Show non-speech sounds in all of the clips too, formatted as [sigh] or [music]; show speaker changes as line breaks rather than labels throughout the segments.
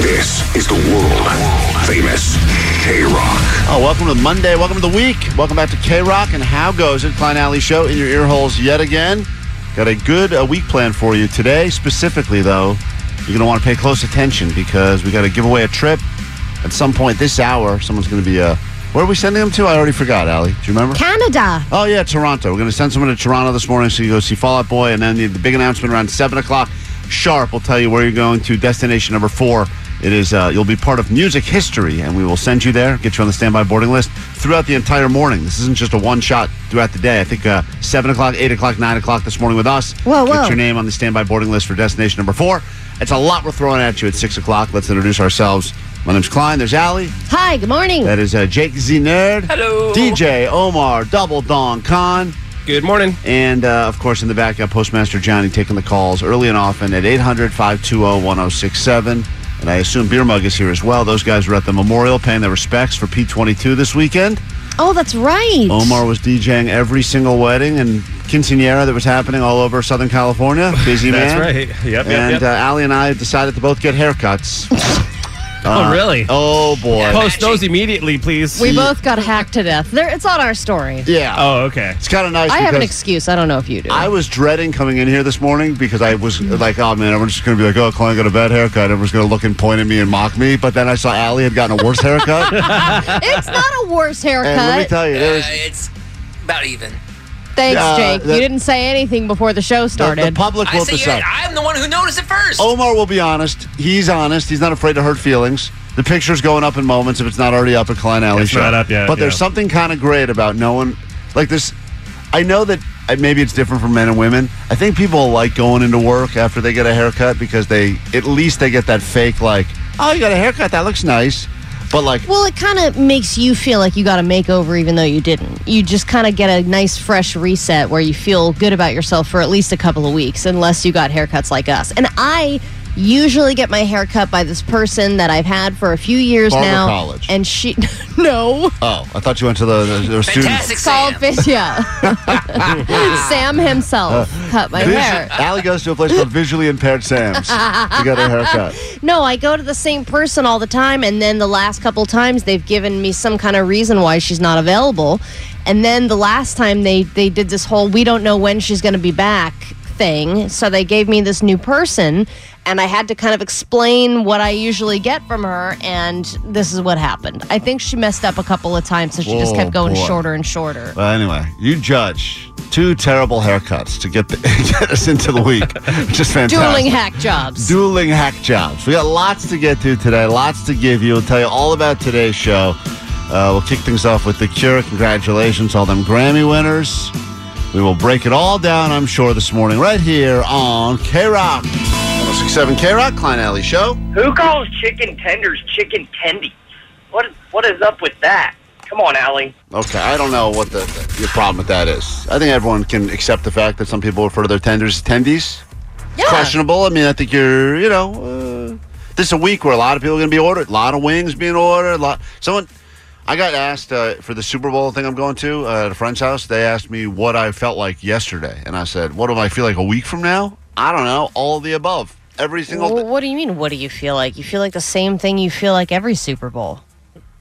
This is the world famous K Rock.
Oh, welcome to Monday. Welcome to the week. Welcome back to K Rock and How Goes It, Klein Alley Show, in your ear holes yet again. Got a good uh, week planned for you today. Specifically, though, you're going to want to pay close attention because we got to give away a trip at some point this hour. Someone's going to be, uh, where are we sending them to? I already forgot, Allie. Do you remember?
Canada.
Oh yeah, Toronto. We're going to send someone to Toronto this morning so you go see Fall Out Boy, and then the, the big announcement around seven o'clock sharp. We'll tell you where you're going to. Destination number four. It is. Uh, you'll be part of music history, and we will send you there. Get you on the standby boarding list throughout the entire morning. This isn't just a one shot throughout the day. I think uh, seven o'clock, eight o'clock, nine o'clock this morning with us.
Whoa,
Get
whoa.
your name on the standby boarding list for destination number four. It's a lot we're throwing at you at six o'clock. Let's introduce ourselves. My name's Klein. There's Allie.
Hi, good morning.
That is uh, Jake Z Nerd. Hello. DJ Omar Double Dong Khan.
Good morning.
And uh, of course, in the back, uh, Postmaster Johnny taking the calls early and often at 800 520 1067. And I assume Beer Mug is here as well. Those guys were at the memorial paying their respects for P22 this weekend.
Oh, that's right.
Omar was DJing every single wedding and quinceanera that was happening all over
[laughs]
Southern California. Busy
That's
man.
right. Yep, yep,
And
yep.
Uh, Allie and I decided to both get haircuts.
oh, really?
oh, boy.
Post those immediately, please.
We
Yeah.
both got hacked to death. There, it's on our story.
yeah.
[laughs] oh, okay.
It's kind of nice
I have an
because-
excuse. I don't know if
[laughs]
you do.
I was dreading coming in here this morning because I was like, oh man, everyone's just going to be like, oh, Klein got a bad haircut. Everyone's going to look and point at me and mock me. But then I saw Allie had gotten a
[laughs]
worse haircut. and
it's not a worse
let me
haircut.
tell you,
Uh,
there's.
it's about even.
Thanks,
Uh,
Jake.
the-
you didn't say anything before the show
The,
started.
the public
I
will
say you-
decide.
I'm the one who noticed it first.
Omar will be honest. He's honest. He's not afraid to hurt feelings. The picture's going up in moments if it's not already up at Klein Alley
It's
Show.
not up yet,
But there's
yeah.
something kind of great about knowing, like this. I know that uh, maybe it's different for men and women. I think people like going into work after they get a haircut because they at least they get that fake like, oh, you got a haircut that looks nice, but like.
well, it kind of makes you feel like you got a makeover even though you didn't. You just kind of get a nice fresh reset where you feel good about yourself for at least a couple of weeks unless you got haircuts like us. And I usually get my hair cut by this person that I've had for a few years
Barber
now.
College.
And she [laughs] no.
Oh, I thought you went to the, the, the students.
Fantastic,
Saul
Sam.
Fish, yeah. [laughs] Sam himself cut my hair.
Allie Uh, goes to a place called Visually Impaired
[laughs]
Sam's [laughs] to get a haircut.
No, I go to the same person all the time, and then the last couple times they've given me some kind of reason why she's not available. And then the last time they they did this whole we don't know when she's going to be back thing, so they gave me this new person, and I had to kind of explain what I usually get from her, and this is what happened. I think she messed up a couple of times, so she just
Whoa,
kept going
boy.
shorter and shorter.
Well, anyway, you judge two terrible haircuts to get, the, [laughs] get us into the week, which is fantastic.
Dueling hack jobs.
Dueling hack jobs. We got lots to get to today, lots to give you. We'll tell you all about today's show. Uh, we'll kick things off with The Cure. Congratulations, all them Grammy winners. We will break it all down, I'm sure, this morning, right here on oh K Rock. 1067 K Rock, Klein Alley Show.
Who calls chicken tenders chicken tendies? What what is up with that? Come on, Allie.
Okay, I don't know what the, the your problem with that is. I think everyone can accept the fact that some people refer to their tenders as tendies.
Yeah.
Questionable. I mean, I think you're, you know, uh, this is a week where a lot of people are going to be ordered. A lot of wings being ordered. A lot. Someone, I got asked uh, for the Super Bowl thing I'm going to uh, at a friend's house. They asked me what I felt like yesterday, and I said, "What do I feel like a week from now? I don't know. All of the above. Every single.
Wh-
thing.
What do you mean? What do you feel like? You feel like the same thing you feel like every Super Bowl.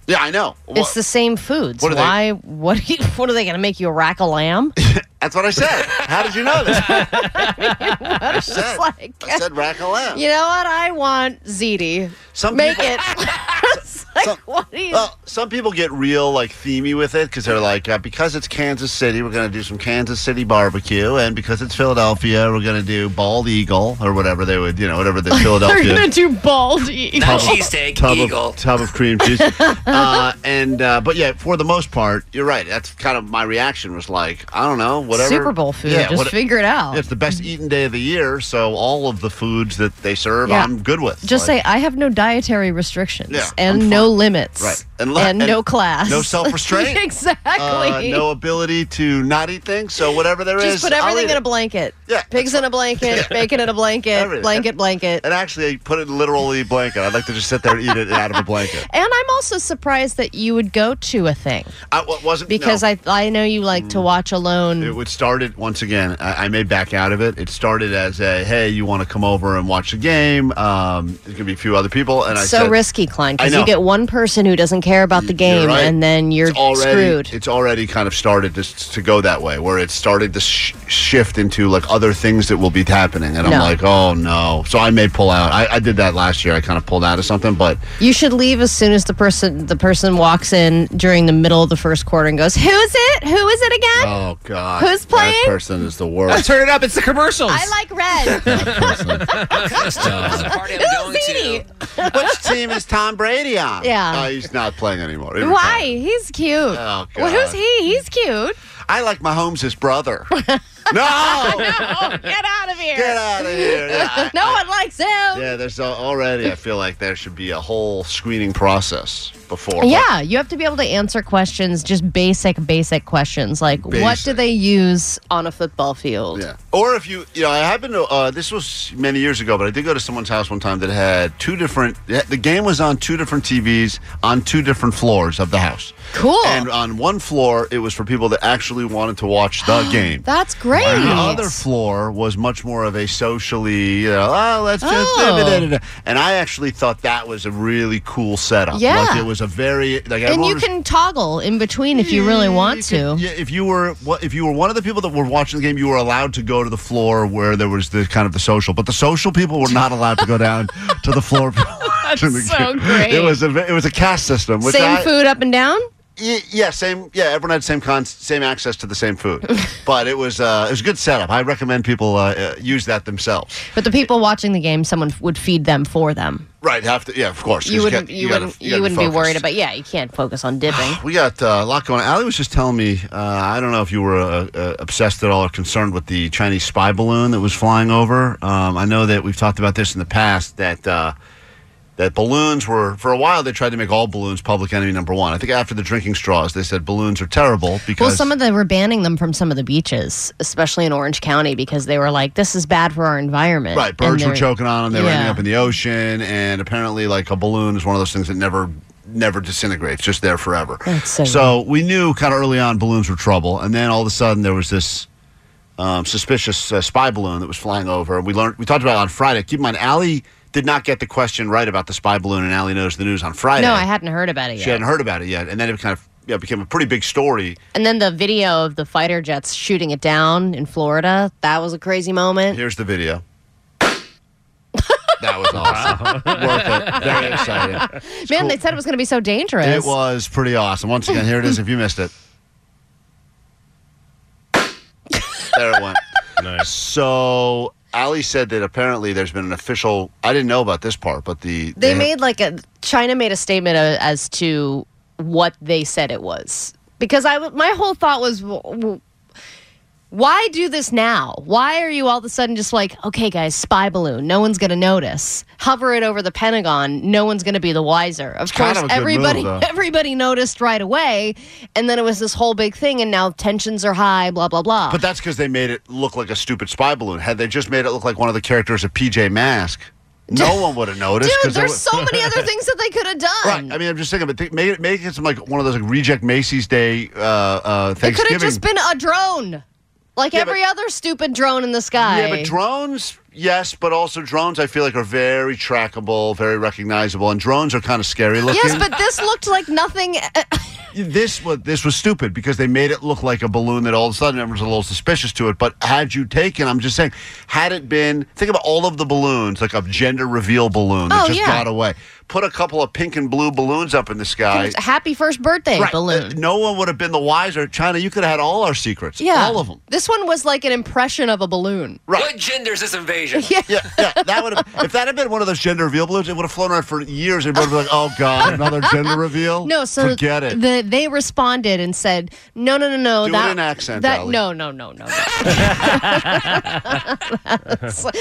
yeah, I know. What-
It's the same foods.
What are
[laughs]
they- [laughs]
Why? What? Are you, what are they going to make you a rack of lamb?
That's what I said. How did you
[laughs]
know that? I said,
like-
I said Rack-a-lam.
You know what? I want ZD.
Some
Make
people-
it. [laughs] It's like,
some-
what do you-
Well, some people get real like themey with it because they're like, uh, because it's Kansas City, we're going to do some Kansas City barbecue, and because it's Philadelphia, we're going to do Bald Eagle or whatever they would, you know, whatever the
[laughs] They're gonna
Philadelphia
do bald e- eagle.
Tub of-
Cheesesteak,
Uh, tub
eagle.
of tub of
[laughs]
cream cheese. uh, and uh, but yeah, for the most part, you're right. That's kind of my reaction was like, I don't know, whatever
Super Bowl food.
Yeah,
Just
what-
figure it out. Mm-hmm.
It's the best eating day of the year, so all of the foods that they serve,
Yeah.
I'm good with.
Just
Like-
say I have no dietary restrictions
Yeah,
and
I'm
no
fine."
limits,
Right.
And,
And le- and
no class,
no self-restraint.
[laughs] exactly.
uh, no ability to not eat things. So whatever there is,
Just put
I'll
everything
eat
in a
it.
blanket.
Yeah,
Pigs in a
[laughs]
blanket, bacon in a blanket,
Everything.
blanket, blanket.
And actually, put it literally blanket. I'd like to just sit there and eat it out of a blanket.
And I'm also surprised that you would go to a thing
I w- wasn't
because I I know you like to watch alone.
It would started once again. I, I may back out of it. It started as a hey, you want to come over and watch the game? Um, there's gonna be a few other people, and I
so
said,
risky, Klein,
I
because
know.
you get one person who doesn't care about the game,
You're right.
and then you're
it's already,
screwed.
It's already kind of started to, to go that way, where it started to sh- shift into like other things that will be happening, and
No.
I'm like, oh no. So I may pull out. I, I did that last year. I kind of pulled out of something, but
You should leave as soon as the person the person walks in during the middle of the first quarter and goes, "Who is it? Who is it again?
oh god,
Who's
That
playing?
person is the worst.
Turn it up. It's the commercials.
I like
[laughs]
red." [laughs]
It's a party I'm going to.
Zini.
[laughs] Which team is Tom Brady on?
Yeah.
Oh, he's not playing anymore. He
Why?
retired. Oh,
He's cute.
God.
well, who's he? He's cute.
I like Mahomes'
[laughs]
brother. no.
Oh, get out of here.
Get out
[laughs]
of here. Yeah, I-
No one likes him. Yeah,
yeah, there's al- already, I feel like there should be a whole screening process before.
you have to be able to answer questions, just basic, basic questions like what do
Basic.
they use on a football field?
Yeah. Or if you, you know, I happened to, uh, this was many years ago, but I did go to someone's house one time that had two different, yeah, the game was on two different TVs on two different floors of the house.
Cool.
And on one floor, it was for people that actually wanted to watch
[gasps]
the game.
That's great.
The other floor was much more of a socially, you know, oh, let's just.
Oh.
da, da, da, da." And I actually thought that was a really cool setup.
Yeah.
Like, it was a very.
and
Like, everyone
you
was-
can toggle in between if you really want to.
could- yeah, if Mm, you were what if you were one of the people that were watching the game, you were allowed to go to the floor where there was the kind of the social, but the social people were not allowed to
[laughs]
go down to the floor. That's
so great.
It was a ve- it was a cast system. Which
Same
I-
food up and down?
Y- yeah, same. Yeah, everyone had same con- same access to the same food, but it was uh, it was a good setup. I recommend people uh, uh, use that themselves.
But the people watching the game, someone f- would feed them for them.
Right, have to. Yeah, of course.
You wouldn't, you,
gotta-
wouldn't, you,
gotta
wouldn't be, worried
focused.
about. Yeah, you can't focus
[sighs]
on dipping.
We got uh, a lot going on. Allie was just telling me, uh, I don't know if you were uh, uh, obsessed at all or concerned with the Chinese spy balloon that was flying over. Um, I know that we've talked about this in the past that. Uh, that balloons were for a while they tried to make all balloons public enemy number one. I think after the drinking straws they said balloons are terrible because
Well, some of them were banning them from some of the beaches, especially in Orange County, because they were like, "This is bad for our environment."
right birds
And
were
they're-
choking on them. They were ending
Yeah.
up in the ocean, and apparently like a balloon is one of those things that never never disintegrates, just there forever.
That's so
we knew kind of early on balloons were trouble, and then all of a sudden there was this um, suspicious uh, spy balloon that was flying over. We learned we talked about it on Friday. Keep in mind, Allie did not get the question right about the spy balloon, and Allie knows the news on Friday.
No, I hadn't heard about it
She
yet.
hadn't heard about it yet, and then it kind of yeah, became a pretty big story.
And then the video of the fighter jets shooting it down in Florida, that was a crazy moment.
Here's
[laughs]
the video. that was awesome. Worth it. Very exciting.
Man, they said it was going to be so dangerous.
It was pretty awesome. Once again, here it is if you missed it. there it went.
Nice.
So Ali said that apparently there's been an official. I didn't know about this part, but the
They made like a China made a statement uh, as to what they said it was because I w- my whole thought was w- w- why do this now? Why are you all of a sudden just like okay guys spy balloon? No one's gonna notice. Hover it over the Pentagon. No one's gonna be the wiser. Of
kind
course,
of a good
everybody
move, though.
[laughs] everybody noticed right away, and then it was this whole big thing, and now tensions are high. Blah blah blah.
But that's because they made it look like a stupid spy balloon. Had they just made it look like one of the characters of PJ Mask, no one would have noticed.
Dude,
'cause they
there's
would-
so
[laughs]
many other things that they could have done.
Right. I mean, I'm just thinking, but th- make it make it some like one of those like reject Macy's Day uh, uh,
it could
Thanksgiving.
have just been a drone, like
Yeah,
every
but-
other stupid drone in the sky.
Yeah, but drones, yes, but also drones I feel like are very trackable, very recognizable, and drones are kind of scary looking.
Yes, but this looked like nothing. uh,
This was this was stupid because they made it look like a balloon that all of a sudden everyone's a little suspicious to it. But had you taken, I'm just saying, had it been, think about all of the balloons, like a gender reveal balloon that
Oh,
just
yeah.
got away. Put a couple of pink and blue balloons up in the sky.
Happy first birthday
Right.
balloon.
Uh, No one would have been the wiser. China, you could have had all our secrets.
yeah.
All of them.
This one was like an impression of a balloon.
Right.
What genders this
[laughs]
invasion?
Yeah, yeah, that would have. if that had been one of those gender reveal balloons, it would have flown around for years. and Everyone would have been like, "Oh
[laughs]
God, another gender reveal."
No, so
forget it.
The, they responded and said, "No, no, no, no."
Do it
that
in accent,
That
Ally.
no, no, no, no. no. [laughs]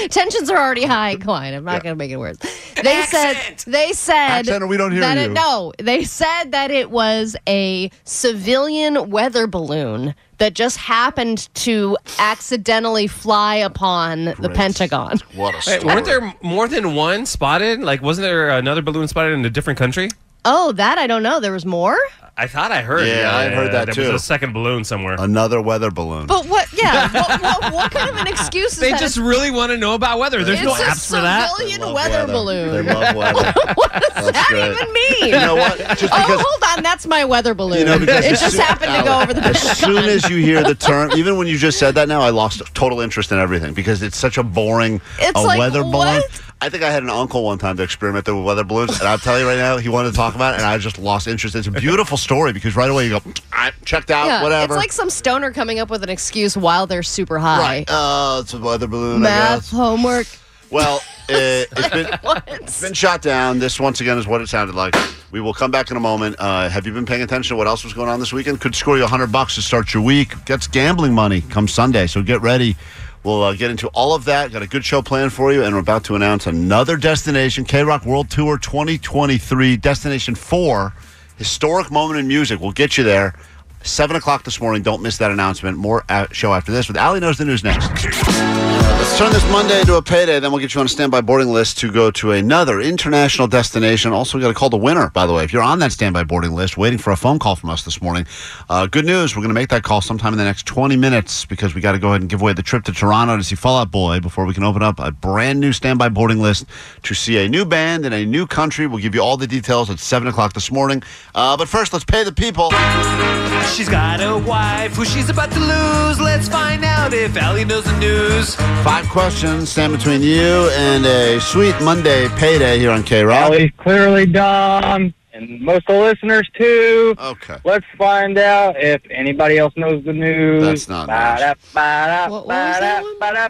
Tensions are already high, Klein. I'm not going to make it worse. They
Accent!
said. They said.
Accent or we don't hear
that It,
you.
no, they said that it was a civilian weather balloon that just happened to accidentally fly upon the Pentagon.
what a
Wait,
story.
weren't there more than one spotted? Like, wasn't there another balloon spotted in a different country?
Oh, that I don't know. There was more.
I thought I heard.
Yeah, I heard that,
there
too.
was a second balloon somewhere.
another weather balloon?
But what? Yeah. what, what, what kind of an excuse is
they
that?
just really want to know about weather. There's no
It's a
apps for that.
civilian
Love
weather,
They
balloon.
love weather.
what does
That's
that
great.
even mean?
You
[laughs]
know what? Just because.
oh, hold on. That's my weather balloon.
You know, because
it
as
just
soon-
happened to go
Ally,
over the.
As soon as you hear the term, even when you just said that, now I lost total interest in everything because it's such a boring
It's
a
like,
weather balloon.
what?
I think I had an uncle one time that experimented with weather balloons, and I'll tell you right now, he wanted to talk about it, and I just lost interest. It's a beautiful story because right away you go, I checked out,
Yeah,
whatever.
It's like some stoner coming up with an excuse while they're super high.
right? Oh, it's a weather balloon. I
Math
guess.
homework.
Well, it, it's been it's been shot down. This once again is what it sounded like. We will come back in a moment. Uh, have you been paying attention to what else was going on this weekend? Could score you a hundred bucks to start your week. Gets gambling money come Sunday, so get ready. We'll uh, get into all of that. Got a good show planned for you, and we're about to announce another destination K Rock World Tour 2023, Destination Four. Historic moment in music. We'll get you there. Seven o'clock this morning. Don't miss that announcement. More uh, show after this with Ali knows the news next. Let's turn this Monday into a payday, then we'll get you on a standby boarding list to go to another international destination. Also, we got to call the winner, by the way. If you're on that standby boarding list, waiting for a phone call from us this morning, uh, good news. We're going to make that call sometime in the next 20 minutes because we got to go ahead and give away the trip to Toronto to see Fallout Boy before we can open up a brand new standby boarding list to see a new band in a new country. We'll give you all the details at 7 o'clock this morning. Uh, but first, let's pay the people.
She's got a wife who she's about to lose. Let's find out if Allie knows the news.
Five questions stand between you and a sweet Monday payday here on K Rock.
Allie's clearly dumb, and most of the listeners too.
Okay.
Let's find out if anybody else knows the news.
That's not
Ba-da, ba-da,
What- what was that
ba-da, ba-da,
one?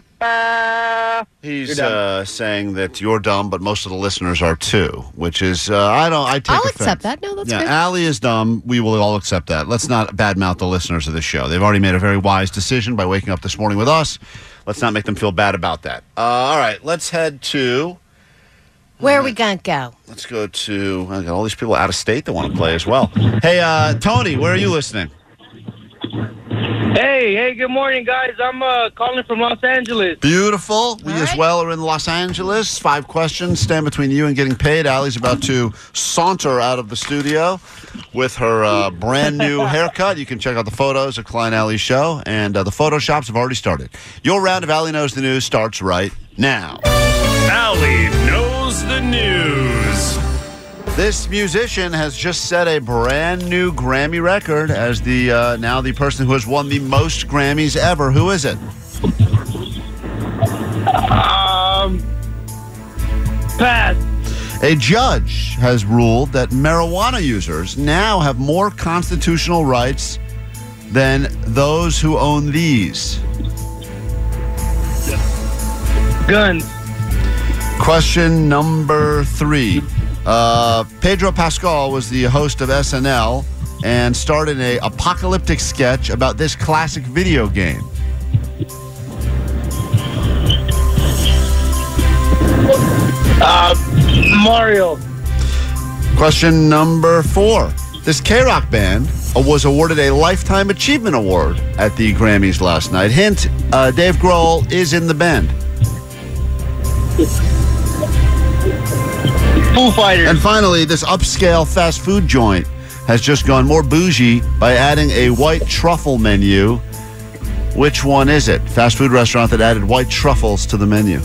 ba.
He's
You're dumb.
uh, saying that you're dumb, but most of the listeners are too, which is uh, I don't. I take.
I'll
offense.
accept that. No, that's
yeah,
good.
Allie is dumb. We will all accept that. Let's not badmouth the listeners of the show. They've already made a very wise decision by waking up this morning with us. Let's not make them feel bad about that. Uh, all right, let's head to.
Where are we gonna go?
Let's go to. I got all these people out of state that want to play as well. Hey, uh, Tony, where are you listening?
Hey, hey, good morning, guys. I'm uh, calling from Los Angeles.
Beautiful. We
All
as
right.
well are in Los Angeles. Five questions stand between you and getting paid. Allie's about to saunter out of the studio with her uh, brand
[laughs]
new haircut. You can check out the photos at Klein Alley Show, and uh, the photo shops have already started. Your round of Allie Knows the News starts right now.
Allie knows the news.
This musician has just set a brand new Grammy record as the uh, now the person who has won the most Grammys ever. Who is it?
Um, pass.
A judge has ruled that marijuana users now have more constitutional rights than those who own these.
Guns.
Question number three. Uh, Pedro Pascal was the host of SNL and starred in a apocalyptic sketch about this classic video game.
Mario.
Question number four. This K Rock band was awarded a Lifetime Achievement Award at the Grammys last night. Hint uh, Dave Grohl is in the band.
Foo Fighters.
And finally, this upscale fast food joint has just gone more bougie by adding a white truffle menu. Which one is it? Fast food restaurant that added white truffles to the menu.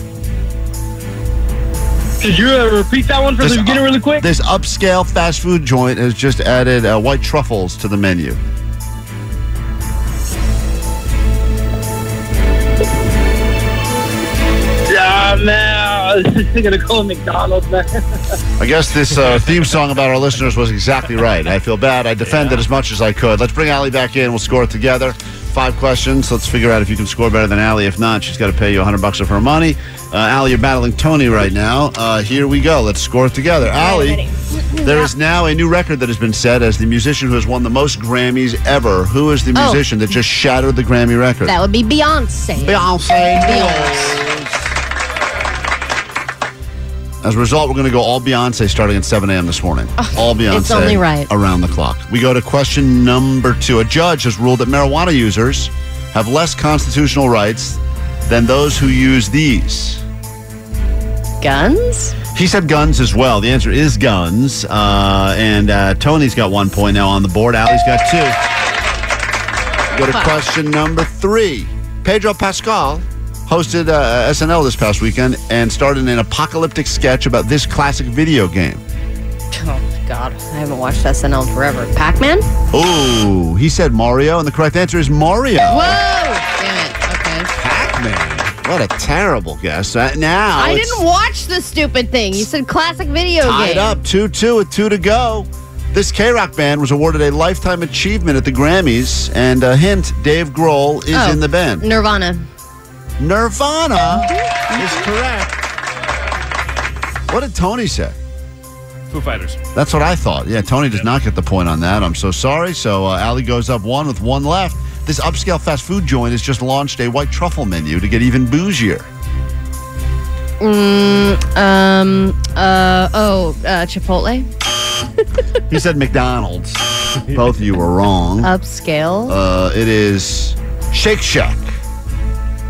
Did you uh, repeat that one from the beginning really quick?
This upscale fast food joint has just added uh, white truffles to the menu.
Yeah, man. [laughs] I was just thinking of calling McDonald's, man.
I guess this uh, theme song about our listeners was exactly right. I feel bad. I defended as much as I could. Let's bring Allie back in. We'll score it together. Five questions. Let's figure out if you can score better than Allie. If not, she's got to pay you 100 bucks of her money. Uh, Allie, you're battling Tony right now. Uh, here we go. Let's score it together. Allie, there is now a new record that has been set as the musician who has won the most Grammys ever. Who is the
Oh.
musician that just shattered the Grammy record?
That would be Beyonce.
Beyonce.
Beyonce.
As a result, we're going to go all Beyonce starting at 7 a.m. this morning. all Beyonce.
Oh, it's only right.
Around the clock. We go to question number two. A judge has ruled that marijuana users have less constitutional rights than those who use these.
Guns?
He said guns as well. The answer is guns. Uh, and uh, Tony's got one point now on the board. Allie's got two. We go to question number three. Pedro Pascal hosted uh, SNL this past weekend and started an apocalyptic sketch about this classic video game.
Oh, God. I haven't watched SNL in forever. Pac Man?
Oh, he said Mario, and the correct answer is Mario.
Whoa! Damn it. Okay.
Pac-Man. What a terrible guess. Uh, now
I
it's
didn't watch the stupid thing. You said classic video
tied
game.
up 2-2 with two to go. This K-Rock band was awarded a lifetime achievement at the Grammys, and a hint, Dave Grohl is
Oh.
in the band.
Nirvana.
Nirvana is correct. What did Tony say?
Foo Fighters.
That's what I thought. Yeah, Tony does not get the point on that. I'm so sorry. So uh, Ali goes up one with one left. This upscale fast food joint has just launched a white truffle menu to get even
[laughs]
bougier.
Um. Uh. Oh. Uh, Chipotle.
He
[laughs]
said McDonald's. Both of you were wrong.
Upscale.
Uh, it is Shake Shack.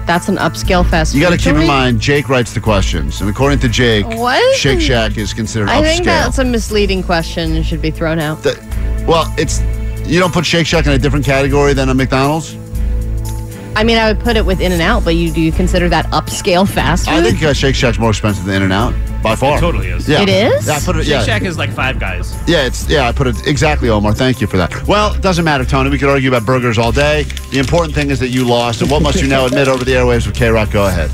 That's an upscale fast.
You got to
food
keep in
joint?
mind, Jake writes the questions, and according to Jake,
What?
Shake Shack is considered
I
upscale.
think that's a misleading question and should be thrown out.
The- well, it's you don't put Shake Shack in a different category than a McDonald's.
I mean, I would put it with In and Out, but you do you consider that upscale fast food?
I think uh, Shake Shack's more expensive than In-N-Out by far.
totally is.
Yeah.
It is?
Yeah, I put it,
Shake
yeah.
Shack is like five guys.
Yeah, it's yeah. I put it exactly, Omar. Thank you for that. Well, it doesn't matter, Tony. We could argue about burgers all day. The important thing is that you lost. And what must you now admit over the airwaves with K Rock? Go ahead.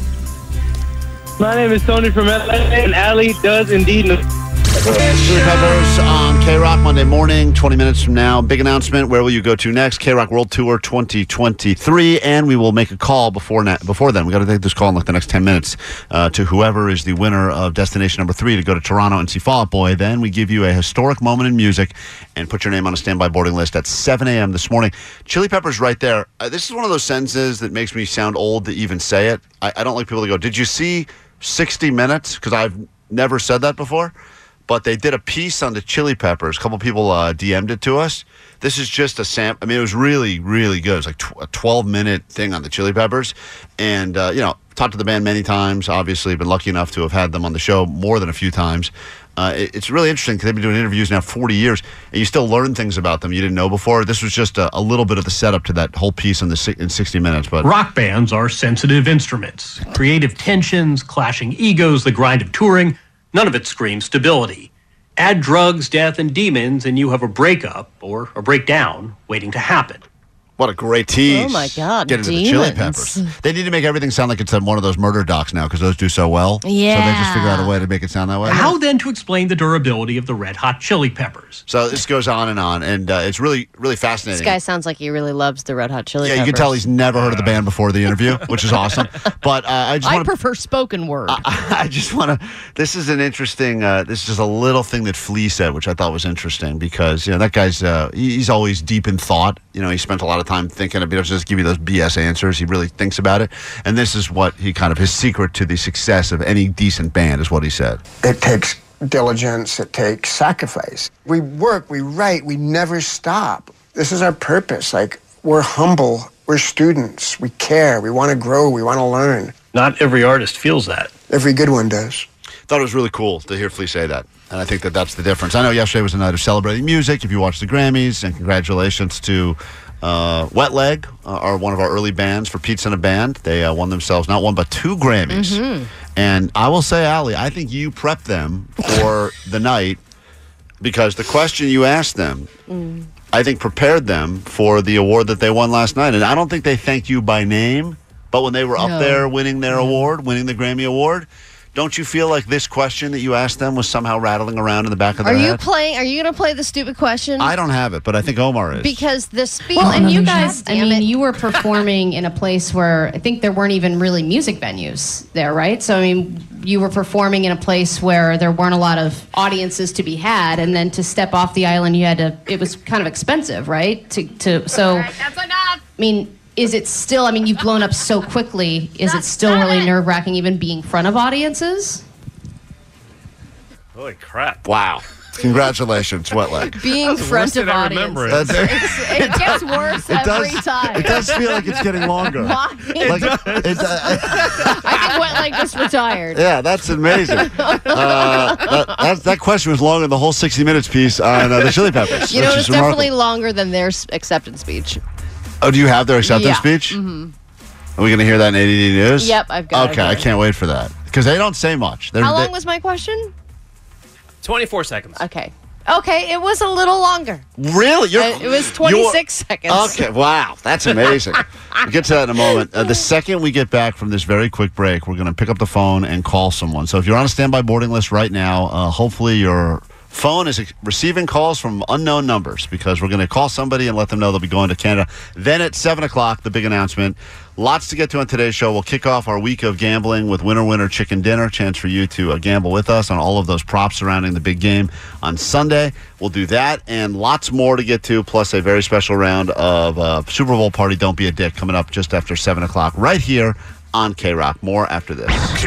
My name is Tony from LA, and Ali does indeed know.
Julie Peppers on K Rock Monday morning, 20 minutes from now. Big announcement. Where will you go to next? K Rock World Tour 2023. And we will make a call before na- before then. we got to take this call in like the next 10 minutes uh, to whoever is the winner of destination number three to go to Toronto and see Fall Out Boy. Then we give you a historic moment in music and put your name on a standby boarding list at 7 a.m. this morning. Chili Peppers right there. Uh, this is one of those sentences that makes me sound old to even say it. I, I don't like people to go, Did you see 60 Minutes? Because I've never said that before but they did a piece on the chili peppers. A couple people uh, DM'd it to us. This is just a sample. I mean, it was really, really good. It was like tw- a 12 minute thing on the chili peppers. And, uh, you know, talked to the band many times, obviously, been lucky enough to have had them on the show more than a few times. Uh, it- it's really interesting because they've been doing interviews now 40 years, and you still learn things about them you didn't know before. This was just a, a little bit of the setup to that whole piece in the si- in 60 minutes. But
Rock bands are sensitive instruments, creative tensions, clashing egos, the grind of touring. None of it screams stability. Add drugs, death, and demons, and you have a breakup or a breakdown waiting to happen.
What a great tease!
Oh, my God,
Get into the Chili
demons.
Peppers. They need to make everything sound like it's on one of those murder docs now because those do so well. so they just
Yeah.
figure out a way to make it sound that way.
How then to explain the durability of the red hot chili peppers?
So this goes on and on, and uh, it's really, really
This
fascinating.
guy sounds like he really loves the Red Hot Chili
yeah, you
Peppers.
can tell he's never heard of the band before the interview, which
[laughs]
is awesome. But uh, I just Ah,
I
want to
prefer spoken word.
I just want to. This is an interesting. Uh, this is a little thing that Flea said, which I thought was interesting because you know that guy's. Uh, he- he's always deep in thought. You know, he spent a lot of time thinking. Of, he doesn't just give you those BS answers. He really thinks about it. And this is what he kind of his secret to the success of any decent band is what he said.
It takes diligence, it takes sacrifice. We work, we write, we never stop. This is our purpose. Like, we're humble, we're students, we care, we want to grow, we want to learn.
Not every artist feels that.
Every good one does.
Thought it was really cool to hear Flea say that. And I think that that's the difference. I know yesterday was a night of celebrating music. If you watched the Grammys, and congratulations to uh, Wet Leg, uh, are one of our early bands for Pizza and a Band. They uh, won themselves not one but two Grammys. And I will say, Ali, I think you prepped them for the night because the question you asked them,
Mm.
I think, prepared them for the award that they won last night. And I don't think they thanked you by name, but when they were up
No.
there winning their award, winning the Grammy Award, don't you feel like this question that you asked them was somehow rattling around in the back of
Are
their
you
head?
playing? Are you going to play the stupid question?
I don't have it, but I think Omar is.
Because the speed
Well,
and you
guys, I mean, you were performing in a place where I think there weren't even really music venues there, right? So, I mean, you were performing in a place where there weren't a lot of audiences to be had, and then to step off the island, you had to. It was kind of expensive, right? To to so. I mean. Is it still? I mean, you've blown up so quickly. Is it still really nerve wracking, even being in front of audiences?
Holy crap.
Wow. Congratulations, Wet Leg.
being
That's the worst
front of
that I
audience.
remember
it. That's-
it gets worse
It does-
every time.
It does feel
[laughs]
like it's getting longer.
Why?
Like, it's, uh,
I think Wet Leg just retired.
yeah,
[laughs]
that's amazing. Uh, that, that, that question was longer than the whole 60 Minutes piece on uh, the Chili Peppers.
You know,
which
it's
is remarkable.
definitely longer than their s- acceptance speech.
Oh, do you have their acceptance
Yeah.
speech?
Mhm.
Are we going to hear that in ADD News?
Yep, I've got it,
Okay,
I've got
I
it.
can't wait for that because they don't say much. They're,
How long
they-
was my question?
24 seconds.
Okay. Okay, it was a little longer.
Really? You're-
Uh, it was
you're-
26 seconds.
Okay, wow,
[laughs]
that's amazing. we'll get to that in a moment. Uh, the second we get back from this very quick break, we're going to pick up the phone and call someone. So if you're on a standby boarding list right now, uh, hopefully your phone is ex- receiving calls from unknown numbers because we're going to call somebody and let them know they'll be going to Canada. Then at 7 o'clock, the big announcement. Lots to get to on today's show. We'll kick off our week of gambling with Winner Winner Chicken Dinner. Chance for you to uh, gamble with us on all of those props surrounding the big game on Sunday. We'll do that and lots more to get to, plus a very special round of uh, Super Bowl Party Don't Be a Dick coming up just after 7 o'clock right here on K Rock. More after this.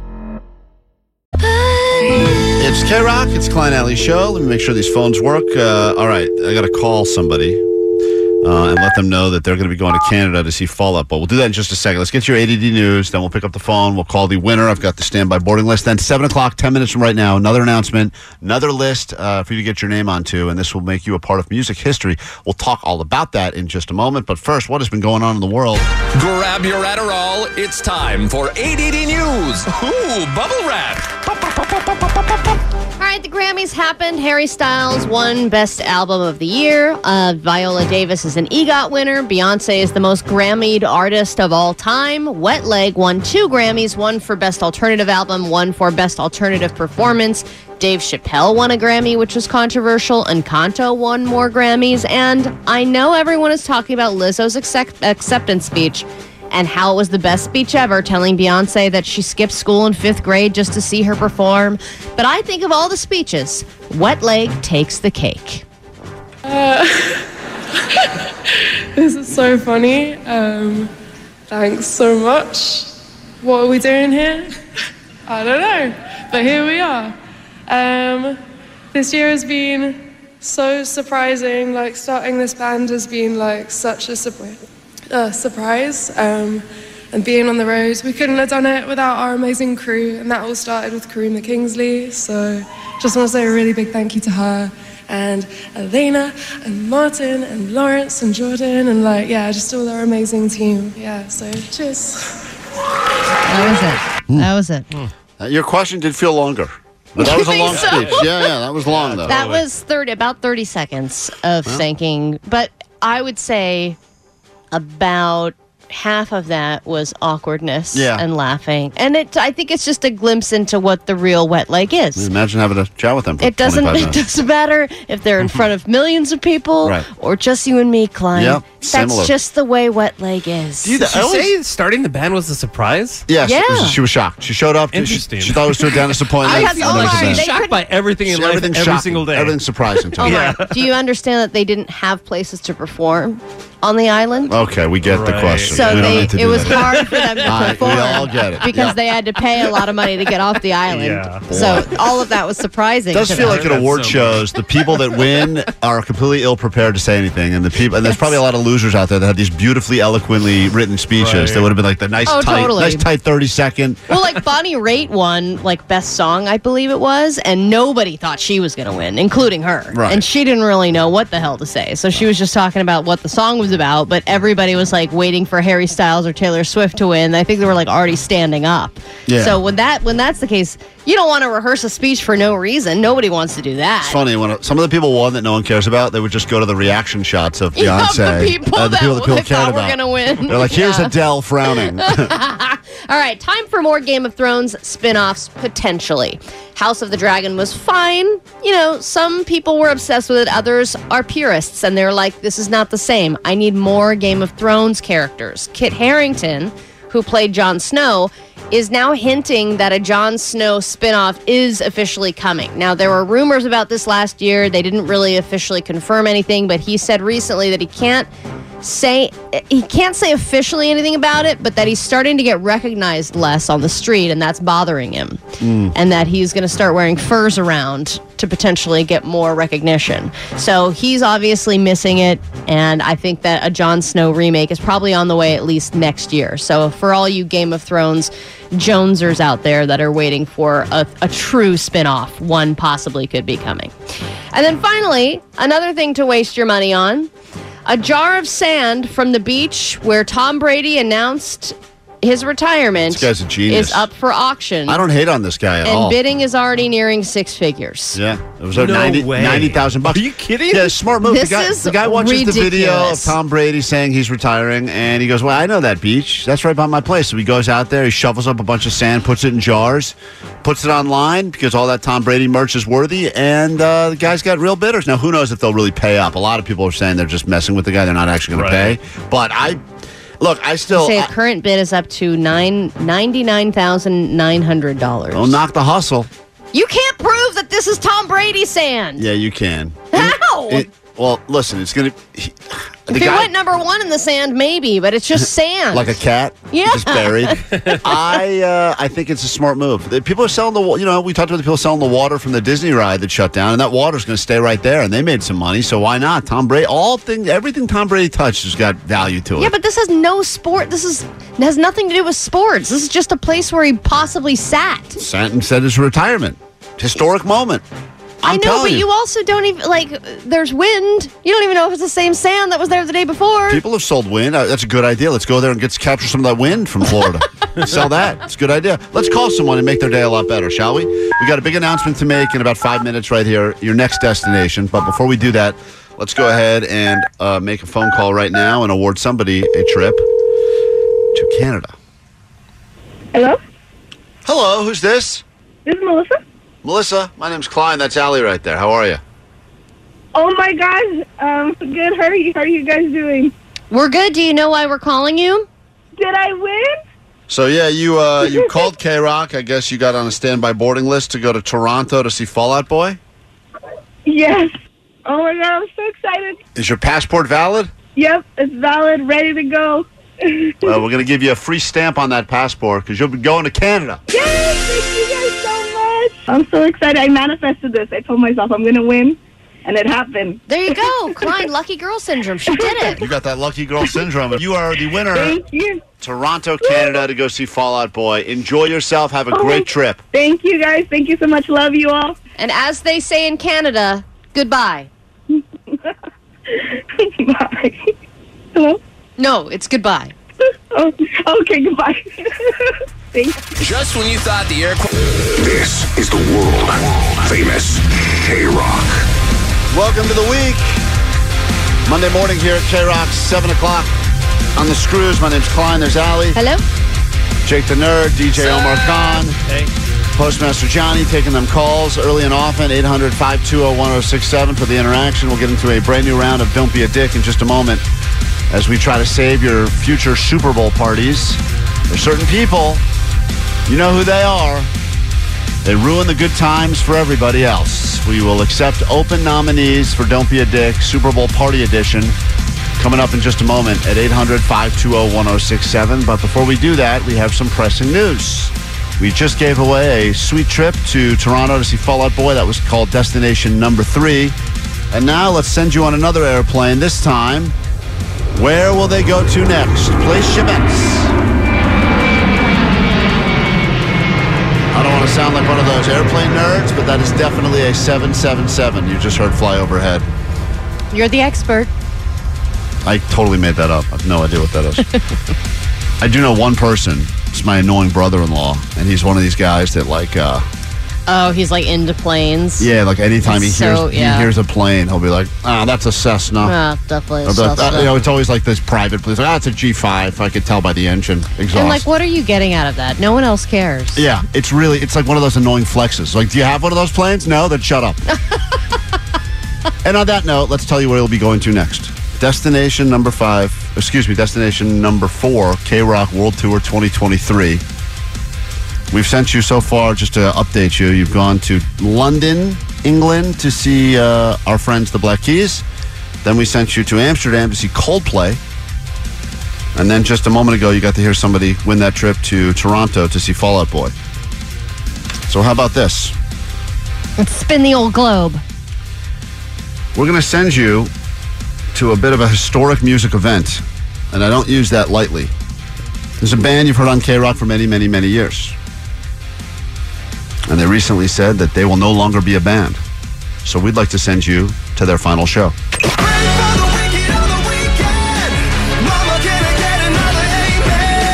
It's K Rock, it's Klein Alley Show. Let me make sure these phones work. Uh, all right, I got to call somebody uh, and let them know that they're going to be going to Canada to see Fall Out Boy. We'll do that in just a second. Let's get your ADD news, then we'll pick up the phone. We'll call the winner. I've got the standby boarding list. Then 7 o'clock, 10 minutes from right now, another announcement, another list uh, for you to get your name onto, and this will make you a part of music history. We'll talk all about that in just a moment. But first, what has been going on in the world?
Grab your Adderall. It's time for ADD News. Ooh, bubble wrap.
All right, the Grammys happened. Harry Styles won Best Album of the Year. Uh, Viola Davis is an EGOT winner. Beyonce is the most Grammyed artist of all time. Wet Leg won two Grammys one for Best Alternative Album, one for Best Alternative Performance. Dave Chappelle won a Grammy, which was controversial. and Encanto won more Grammys. And I know everyone is talking about Lizzo's accept- acceptance speech and how it was the best speech ever, telling Beyonce that she skipped school in fifth grade just to see her perform. But I think of all the speeches, Wet Leg takes the cake.
Uh, [laughs] this is so funny. Um, thanks so much. What are we doing here? I don't know, but here we are. Um, this year has been so surprising. Like starting this band has been like such a surpri- uh, surprise. Um, and being on the road. We couldn't have done it without our amazing crew, and that all started with Karima Kingsley. So just want to say a really big thank you to her and Elena and Martin and Lawrence and Jordan and like yeah, just all our amazing team. Yeah, so cheers.
That was it. That was it.
Uh, your question did feel longer, but that was a
You
long
think so?
speech. Yeah, yeah, that was long though.
That was thirty, about thirty seconds of
Well.
thinking, but I would say about half of that was awkwardness
Yeah.
and laughing, and it. I think it's just a glimpse into what the real wet lake is.
Imagine having a chat with them. For
It doesn't. [laughs]
25
It
minutes.
doesn't matter if they're in front
[laughs]
of millions of people
Right.
or just you and me, Klein.
Yep,
That's
similar.
just the way wet leg is.
Did she say starting the band was a surprise?
Yes,
Yeah.
she- she was shocked. She showed up. She,
Interesting.
she thought it was to a dentist appointment.
I have
and then
no
it was
idea.
a-
They
Shocked by everything in life
Everything's
every
shocking.
single day.
Everything's surprising to
Oh
me.
my! Do you understand that they didn't have places to perform on the island?
Okay, we get the question.
So
we don't
they,
need to
it
do
was
that.
hard for them
[laughs] All
to
right, we
perform
all
[laughs]
get it.
because
Yeah.
they had to pay a lot of money to get off the island.
Yeah.
So all of that was surprising.
It does
to
feel
them.
like at award shows, the people that
[laughs]
win are completely ill prepared to say anything, and the people and there's probably a lot of losers out there that have these beautifully eloquently written speeches
Right.
that would have been like the nice
Oh,
tight,
totally.
nice tight thirty second.
Well, like Bonnie Raitt won like best song, I believe it was, and nobody thought she was going to win, including her.
Right.
And she didn't really know what the hell to say, so she was just talking about what the song was about. But everybody was like waiting for Harry Styles or Taylor Swift to win. I think they were like already standing up.
Yeah.
So when that when that's the case, you don't want to rehearse a speech for no reason. Nobody wants to do that.
It's funny when some of the people won that no one cares about, they would just go to the reaction shots of Beyonce,
the people
uh, the
that
people that people
they
cared
thought were
about.
going to win.
They're like, here's
Yeah.
Adele frowning.
All right, time for more Game of Thrones spin offs potentially. House of the Dragon was fine. You know, some people were obsessed with it, others are purists, and they're like, this is not the same. I need more Game of Thrones characters. Kit Harrington, who played Jon Snow, is now hinting that a Jon Snow spinoff is officially coming. Now, there were rumors about this last year. They didn't really officially confirm anything, but he said recently that he can't say he can't say officially anything about it, but that he's starting to get recognized less on the street, and that's bothering him.
mm,
And that he's going to start wearing furs around to potentially get more recognition. So he's obviously missing it, and I think that a Jon Snow remake is probably on the way at least next year. So for all you Game of Thrones Jonesers out there that are waiting for a, a true spin-off, one possibly could be coming. And then finally, another thing to waste your money on. A jar of sand from the beach where Tom Brady announced his retirement
This guy's a genius.
is up for auction.
I don't hate on this guy at
and
all.
bidding is already nearing six figures.
Yeah, it was like
No
90
way.
90,000 bucks. Are you kidding? Yeah, smart move.
This
the guy,
is
the guy watches the video of
ridiculous.
Tom Brady saying he's retiring, and he goes, "Well, I know that beach. That's right by my place." So he goes out there, he shovels up a bunch of sand, puts it in jars, puts it online because all that Tom Brady merch is worthy, and uh, the guy's got real bidders. Now, who knows if they'll really pay up? A lot of people are saying they're just messing with the guy; they're not actually going
Right.
to pay. But I look, I still
Say
I-
the current bid is up to nine ninety nine thousand nine hundred dollars.
don't knock the hustle.
You can't prove that this is Tom Brady sand.
Yeah, you can.
How?
It- well, listen, it's going to.
if it went number one in the sand, maybe, but it's just sand.
[laughs] like a cat.
Yeah. [laughs]
just buried. I uh, I think it's a smart move. The People are selling the wa- you know we talked about the people selling the water from the Disney ride that shut down, and that water's going to stay right there, and they made some money, so why not? Tom Brady, all things, everything Tom Brady touched has got value to it.
Yeah, but this has no sport. This is has nothing to do with sports. This is just a place where he possibly sat.
Santon said his retirement, historic moment. I'm
I know,
telling
but you also don't even like. There's wind. You don't even know if it's the same sand that was there the day before.
People have sold wind. Uh, That's a good idea. Let's go there and get capture some of that wind from Florida. Sell that. It's a good idea. Let's call someone and make their day a lot better, shall we? We got a big announcement to make in about five minutes right here. Your next destination. But before we do that, let's go ahead and uh, make a phone call right now and award somebody a trip to Canada.
Hello?
Hello, who's this?
This is Melissa.
Melissa, my name's Klein. That's Allie right there. How are you?
Oh my gosh. Um, good. How are you? How are you guys doing?
We're good. Do you know why we're calling you?
Did I win?
So yeah, you uh, you called K Rock. I guess you got on a standby boarding list to go to Toronto to see Fallout Boy.
Yes. Oh my god, I'm so excited.
Is your passport valid?
Yep, it's valid, ready to go. [laughs]
Well, we're going to give you a free stamp on that passport because you'll be going to Canada.
I'm so excited. I manifested this. I told [laughs] myself I'm gonna win, and it happened.
There you
[laughs]
go, Klein. Lucky girl syndrome. She did it.
You got that lucky girl syndrome. You are the winner
Thank you.
Toronto, Canada to go see Fallout Boy. Enjoy yourself. Have a great trip.
Thank you guys. Thank you so much. Love you all.
And as they say in Canada, goodbye.
[laughs] Bye. Hello?
No, it's goodbye.
[laughs] oh, okay, goodbye. Thanks.
Just when you thought the air.
This is the world famous K Rock.
Welcome to the week. Monday morning here at K Rock, 7 o'clock on the screws. My name's Klein. There's Allie.
Hello?
Jake the Nerd, DJ Omar Khan. Postmaster Johnny taking them calls early and often, 800 520 1067 for the interaction. We'll get into a brand new round of Don't Be a Dick in just a moment as we try to save your future Super Bowl parties. There's certain people, you know who they are. They ruin the good times for everybody else. We will accept open nominees for Don't Be a Dick Super Bowl Party Edition coming up in just a moment at 800 520 1067. But before we do that, we have some pressing news. We just gave away a sweet trip to Toronto to see Fallout Boy. That was called Destination Number Three. And now let's send you on another airplane, this time. Where will they go to next? Place your bets. I don't want to sound like one of those airplane nerds, but that is definitely a 777 you just heard fly overhead.
You're the expert.
I totally made that up. I have no idea what
[laughs]
that is. I do know one person. It's my annoying brother-in-law, and he's one of these guys that like, uh,
Oh, he's like into planes.
yeah, like anytime he
So,
hears
yeah.
he hears a plane, he'll be like, "Ah, that's a Cessna."
Ah, definitely.
Or
it's
be like,
also-
"Ah," you know, it's always like this private plane. Like, ah, it's a G5. I could tell by the engine exhaust.
and like, what are you getting out of that? No one else cares.
yeah, it's really, it's like one of those annoying flexes. Like, do you have one of those planes? No, then shut up. and on that note, let's tell you where you'll be going to next. Destination number five, excuse me, destination number four, K Rock World Tour 2023. We've sent you so far, just to update you, you've gone to London, England to see uh, our friends, the Black Keys. Then we sent you to Amsterdam to see Coldplay. And then just a moment ago, you got to hear somebody win that trip to Toronto to see Fallout Boy. So, how about this?
Let's spin the old globe.
We're going to send you to a bit of a historic music event, and I don't use that lightly. There's a band you've heard on K Rock for many, many, many years. And they recently said that they will no longer be a band. So we'd like to send you to their final show.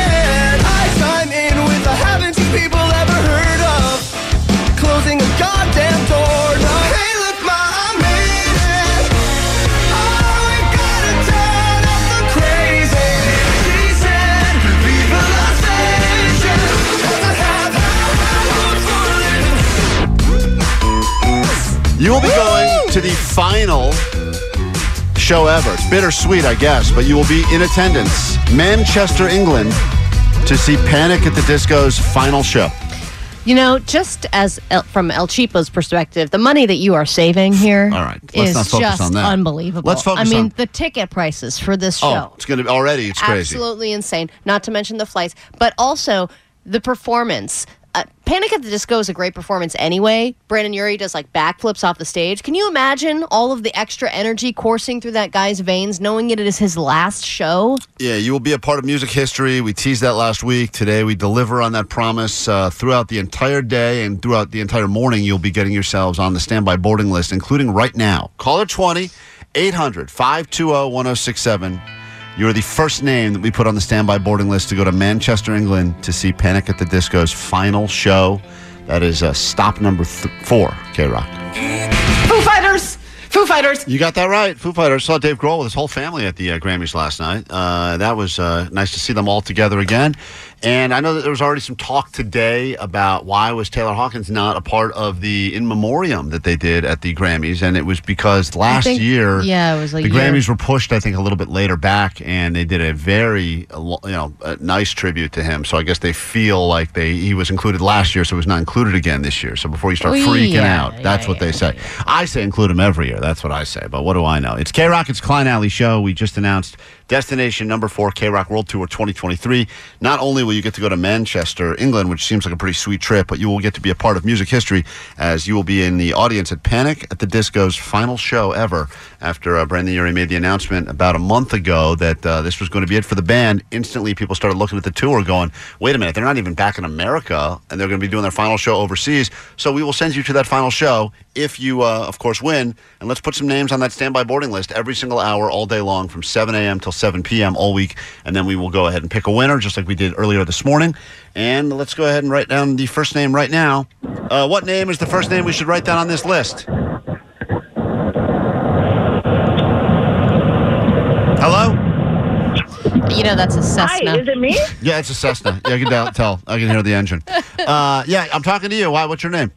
I'm in with the haven't you people ever heard of. Closing a goddamn door. No. Hey, look, ma, I made it. Oh, we gotta turn up the crazy. She said, Viva Las Vegas. 'Cause I have
You will be going to the final show ever. It's bittersweet, I guess, but you will be in attendance, Manchester, England, to see Panic at the Disco's final show.
You know, just as El, from El Chipo's perspective, the money that you are saving here
All right, let's
is
not focus
just
on that.
unbelievable.
Let's focus
I mean,
on-
the ticket prices for this
Oh,
show
it's going to be already. It's crazy.
absolutely insane. Not to mention the flights, but also the performance. Uh, Panic at the Disco is a great performance anyway. Brandon Urie does like backflips off the stage. Can you imagine all of the extra energy coursing through that guy's veins, knowing it is his last show?
Yeah, you will be a part of music history. We teased that last week. Today, we deliver on that promise uh, throughout the entire day and throughout the entire morning. You'll be getting yourselves on the standby boarding list, including right now. Caller 20 800 520 1067. You're the first name that we put on the standby boarding list to go to Manchester, England to see Panic at the Disco's final show. That is uh, stop number th- four, K Rock.
Foo Fighters! Foo Fighters!
You got that right. Foo Fighters saw Dave Grohl with his whole family at the uh, Grammys last night. Uh, that was uh, nice to see them all together again. And I know that there was already some talk today about why was Taylor Hawkins not a part of the in memoriam that they did at the Grammys, and it was because last
think-
year,
yeah, it was a
the
year.
Grammys were pushed, I think, a little bit later back, and they did a very uh, lo- you know a nice tribute to him. So I guess they feel like they he was included last year, so he was not included again this year. So before you start
Oh,
freaking
yeah,
out, that's what they say. I say include him every year. That's what I say. But what do I know? It's K Rock. It's Klein Alley Show. We just announced destination number four K Rock World Tour 2023. Not only will you get to go to Manchester, England, which seems like a pretty sweet trip, but you will get to be a part of music history as you will be in the audience at Panic at the Disco's final show ever. After uh, Brandon Urie made the announcement about a month ago that uh, this was going to be it for the band, instantly people started looking at the tour going, wait a minute, they're not even back in America and they're going to be doing their final show overseas. So we will send you to that final show if you, uh, of course, win. And let's put some names on that standby boarding list every single hour, all day long, from 7 a.m. till 7 p.m. all week. And then we will go ahead and pick a winner, just like we did earlier this morning. And let's go ahead and write down the first name right now. Uh, what name is the first name we should write down on this list? Hello?
You know, that's a Cessna.
Hi, is it me?
Yeah, it's a Cessna. Yeah, I can tell- tell. I can hear the engine. Uh, yeah, I'm talking to you. Why? What's your name?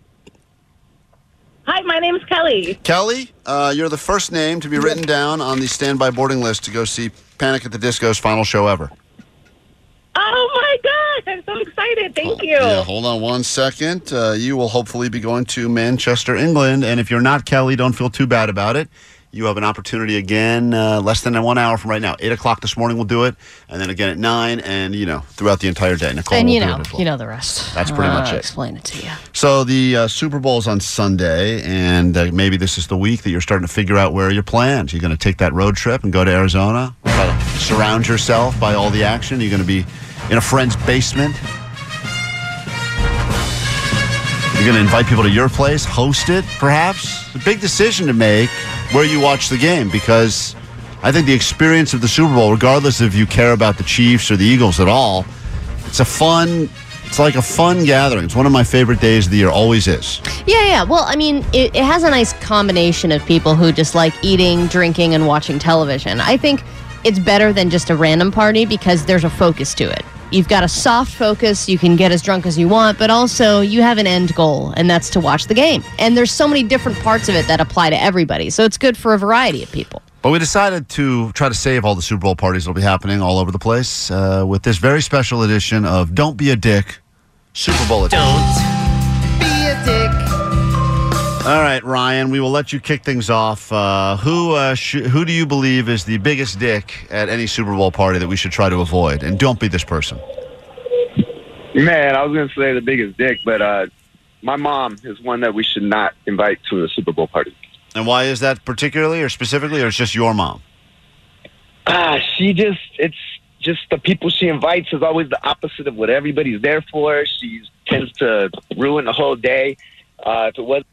Hi, my name's Kelly.
Kelly, uh, you're the first name to be written down on the standby boarding list to go see Panic at the Disco's final show ever.
Oh my gosh, I'm so
Oh,
excited. Thank you.
Yeah, hold on one second. Uh, you will hopefully be going to Manchester, England. And if you're not Kelly, don't feel too bad about it. You have an opportunity again, uh, less than one hour from right now. Eight o'clock this morning, we'll do it, and then again at nine, and you know throughout the entire day. Nicole,
and
will
you
do it
know,
as well.
you know the rest.
Oh, That's pretty
Uh,
much it.
Explain it to you.
So the uh, Super Bowl's on Sunday, and uh, maybe this is the week that you're starting to figure out where your plans. You're going to take that road trip and go to Arizona. Try to surround yourself by all the action. You're going to be in a friend's basement. You're going to invite people to your place, host it, perhaps. It's a big decision to make where you watch the game because I think the experience of the Super Bowl, regardless if you care about the Chiefs or the Eagles at all, it's a fun. It's like a fun gathering. It's one of my favorite days of the year. Always is.
Yeah, yeah. Well, I mean, it, it has a nice combination of people who just like eating, drinking, and watching television. I think it's better than just a random party because there's a focus to it. You've got a soft focus. You can get as drunk as you want, but also you have an end goal, and that's to watch the game. And there's so many different parts of it that apply to everybody. So it's good for a variety of people.
But we decided to try to save all the Super Bowl parties that'll be happening all over the place uh, with this very special edition of "Don't Be a Dick" Super Bowl edition.
Be a dick.
All right, Ryan, we will let you kick things off. Uh, who uh, sh- who do you believe is the biggest dick at any Super Bowl party that we should try to avoid? And don't be this person.
Man, I was going to say the biggest dick, but uh, my mom is one that we should not invite to a Super Bowl party.
And why is that particularly, or specifically, or it's just your mom?
Ah, she just, it's just the people she invites is always the opposite of what everybody's there for. She tends to ruin the whole day. Uh, if it was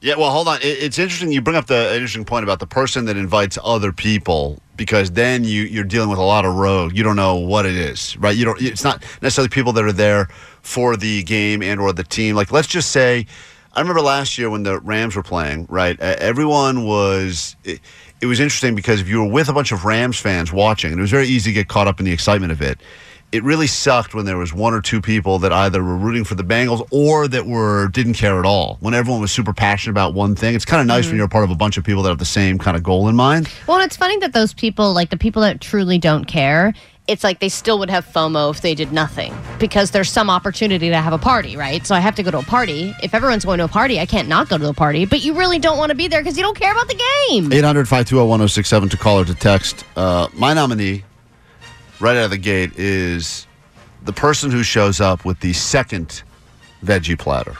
Yeah, well, hold on. It, it's interesting. You bring up the interesting point about the person that invites other people because then you you're dealing with a lot of rogue. You don't know what it is, right? You don't. It's not necessarily people that are there for the game and or the team. Like, let's just say, I remember last year when the Rams were playing. Right, Uh, everyone was. It, it was interesting because if you were with a bunch of Rams fans watching, and it was very easy to get caught up in the excitement of it it really sucked when there was one or two people that either were rooting for the Bengals or that were didn't care at all. When everyone was super passionate about one thing, it's kind of nice
Mm.
when you're a part of a bunch of people that have the same kind of goal in mind.
Well, and it's funny that those people, like the people that truly don't care, it's like they still would have FOMO if they did nothing because there's some opportunity to have a party, right? So I have to go to a party. If everyone's going to a party, I can't not go to the party, but you really don't want to be there because you don't care about the game.
800 520 1067 to call or to text. Uh, my nominee, right out of the gate, is the person who shows up with the second
[laughs]
veggie platter.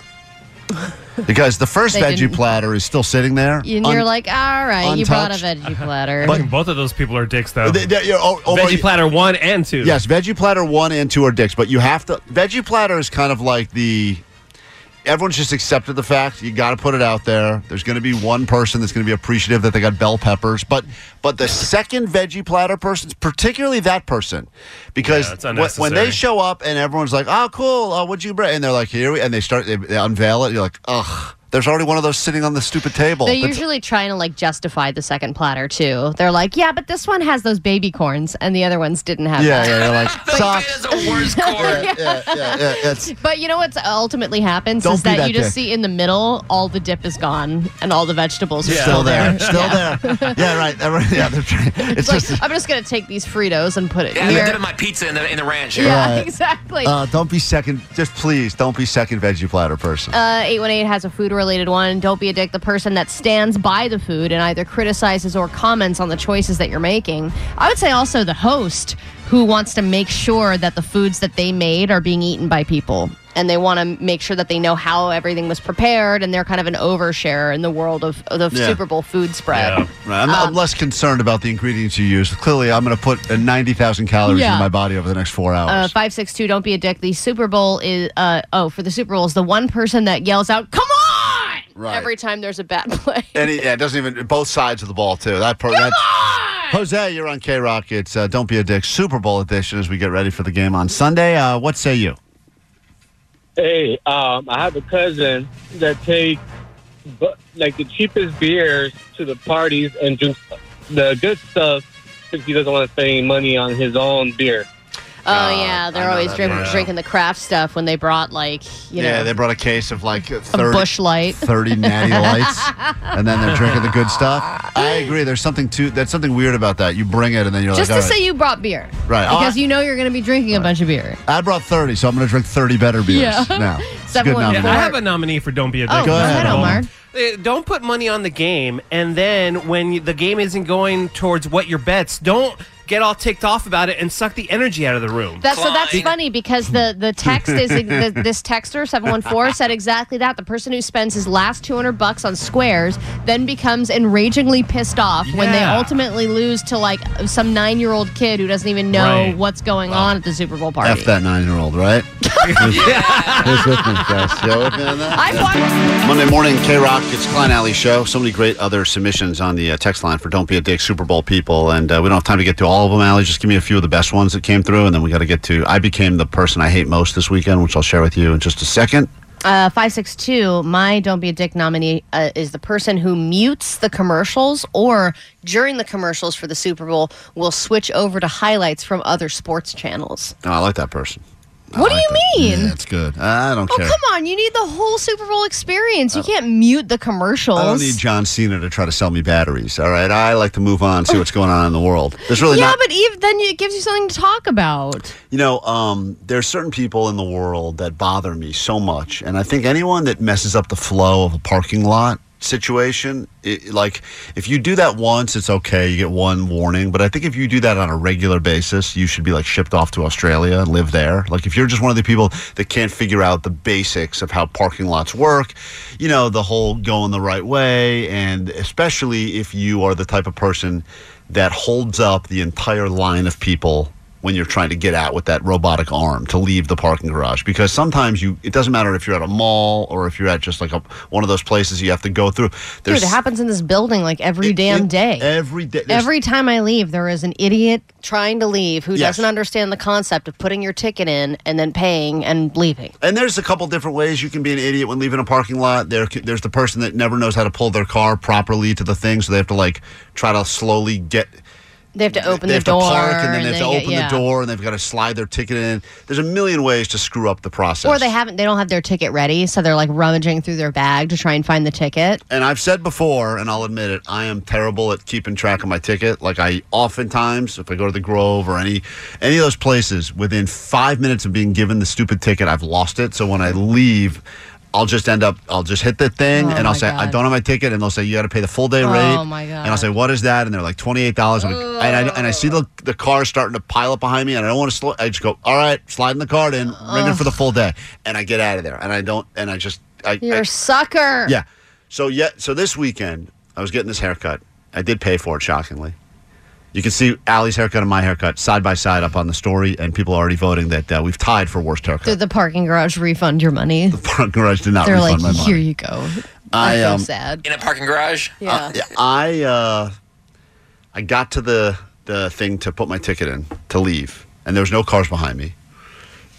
Because the first
They
veggie
didn't-
platter is still sitting there.
And
un-
you're like, all right, you brought a veggie platter.
[laughs] But-
both of those people are dicks, though.
They- they- yeah, oh, oh,
Veggie
yeah.
platter one and two.
Yes, veggie platter one and two are dicks, but you have to. Veggie platter is kind of like the. Everyone's just accepted the fact you got to put it out there. There's going to be one person that's going to be appreciative that they got bell peppers, but but the second veggie platter person, particularly that person, because
Yeah, it's
when- when they
unnecessary.
show up and everyone's like, "Oh, cool, uh, what'd you bring?" and they're like, "Here," we, and they start they, they unveil it. You're like, "Ugh." There's already one of those sitting on the stupid table.
They're
That's-
usually trying to like justify the second platter too. They're like, yeah, but this one has those baby corns and the other ones didn't have
yeah,
that.
yeah,
[laughs]
you're like, "Sucks."
[laughs]
yeah,
yeah, yeah, yeah, it's-
[laughs] But you know what's ultimately happens
Don't
is
be
that,
that
you just
dick.
see in the middle all the dip is gone and all the vegetables are
Yeah.
still
Still
[laughs]
there.
there.
Still there. Yeah, right. That right- Yeah, they're trying.
[laughs] It's,
It's,
like
just.
I'm just gonna take these Fritos and put it
Yeah,
here.
they're
My pizza in the, in the ranch.
[laughs] Yeah,
Right.
exactly.
Uh, don't be second. Just please, don't be second veggie platter person.
Uh, 818 has a food related one. Don't be a dick, the person that stands by the food and either criticizes or comments on the choices that you're making. I would say also the host who wants to make sure that the foods that they made are being eaten by people. And they want to make sure that they know how everything was prepared, and they're kind of an overshare in the world of, of the
Yeah.
Super Bowl food spread.
Right.
Um,
I'm, I'm less concerned about the ingredients you use. Clearly, I'm going to put uh, 90,000 calories
Yeah.
in my body over the next four hours.
Uh, five six two. Don't be a dick. The Super Bowl is. Uh, oh, for the Super Bowl is the one person that yells out, "Come on!"
Right.
every time there's a bad [laughs] play.
And it, yeah, it doesn't even both sides of the ball too. That part. that's, Jose, you're on K Rock. It's uh, Don't Be a Dick Super Bowl edition as we get ready for the game on Sunday. Uh, what say you?
Hey, um, I have a cousin that takes bu- like the cheapest beers to the parties and drinks the good stuff because he doesn't want to spend any money on his own beer.
Oh
Uh,
yeah, they're always drink, drinking the craft stuff when they brought like you
yeah,
know
they brought a case of like 30,
a bush light,
30 natty lights, and then they're drinking the good stuff.
[laughs]
I agree. There's something too. That's something weird about that. You bring it, and then you're
Just
like,
to
all right.
say you brought beer,
Right. Oh,
Because
I-
you know you're going to be drinking a bunch of beer.
I brought 30, so I'm going to drink 30 better beers
Yeah.
[laughs] now. It's a good
Seven one
nominee.
four.
I have a nominee for Don't Be a Dick.
Oh, go ahead, Omar.
Uh, Don't put money on the game, and then when you- the game isn't going towards what your bets, don't get all ticked off about it and suck the energy out of the room.
That's so that's funny because the the text is the, this texter seven one four said exactly that. The person who spends his last two hundred bucks on squares then becomes enragingly pissed off when they
Yeah.
ultimately lose to like some nine year old kid who doesn't even know
Right.
what's going on at the Super Bowl party.
F that nine year old, right? Who's with me, guys? Yeah, with me on that? Monday morning, K Rock. It's Klein Alley Show. So many great other submissions on the uh, text line for Don't Be a Dick Super Bowl people. And uh, we don't have time to get to all of them, Alley. Just give me a few of the best ones that came through. And then we got to get to I Became the Person I Hate Most this weekend, which I'll share with you in just a second.
Uh, 562, my Don't Be a Dick nominee uh, is the person who mutes the commercials or during the commercials for the Super Bowl will switch over to highlights from other sports channels.
Oh, I like that person.
what do you mean?
That's good. I don't
Oh,
care.
come on. You need the whole Super Bowl experience. You can't mute the commercials.
I don't need John Cena to try to sell me batteries. All right, I like to move on, see what's going on in the world. There's really
yeah,
not.
but Eve, then it gives you something to talk about.
You know, um, there's certain people in the world that bother me so much, and I think anyone that messes up the flow of a parking lot situation, it, like if you do that once, it's okay, you get one warning. But I think if you do that on a regular basis, you should be like shipped off to Australia and live there. Like if you're just one of the people that can't figure out the basics of how parking lots work, you know, the whole going the right way, and especially if you are the type of person that holds up the entire line of people when you're trying to get out with that robotic arm to leave the parking garage because sometimes you it doesn't matter if you're at a mall or if you're at just like a, one of those places you have to go through
Dude, it happens in this building like every damn day.
every day there's-
Every time I leave, there is an idiot trying to leave who
Yes.
doesn't understand the concept of putting your ticket in and then paying and leaving.
and there's a couple different ways you can be an idiot when leaving a parking lot. There, c- there's the person that never knows how to pull their car properly to the thing, so they have to like try to slowly get
They have to open
they
the
have
door.
to park and then they have to
get-
open
yeah.
the door and they've got to slide their ticket in. There's a million ways to screw up the process.
Or they haven't. They don't have their ticket ready, so they're like rummaging through their bag to try and find the ticket.
and I've said before, and I'll admit it, I am terrible at keeping track of my ticket. Like I oftentimes, if I go to the Grove or any any of those places, within five minutes of being given the stupid ticket, I've lost it. So when I leave, I'll just end up, I'll just hit the thing,
Oh,
and
my
I'll say I
God.
don't have my ticket, and they'll say you got to pay the full day
Oh,
rate.
my
And I'll say what is that? And they're like twenty eight dollars, and I and I see the the car starting to pile up behind me, and I don't want to slow. I just go, all right, sliding the card in, ringing for the full day, and I get out of there, and I don't, and I just. I,
You're
I,
a sucker.
yeah. So yeah. So this weekend, I was getting this haircut. I did pay for it, shockingly. You can see Allie's haircut and my haircut side by side up on the story, and people are already voting that uh, we've tied for worst haircut. [laughs]
Did the parking garage refund your money?
Park garage did not
They're like,
refund my money.
here you go.
I,
I feel
um,
sad.
In a parking garage?
Uh, yeah, I uh, I got to the the thing to put my ticket in to leave, and there was no cars behind me,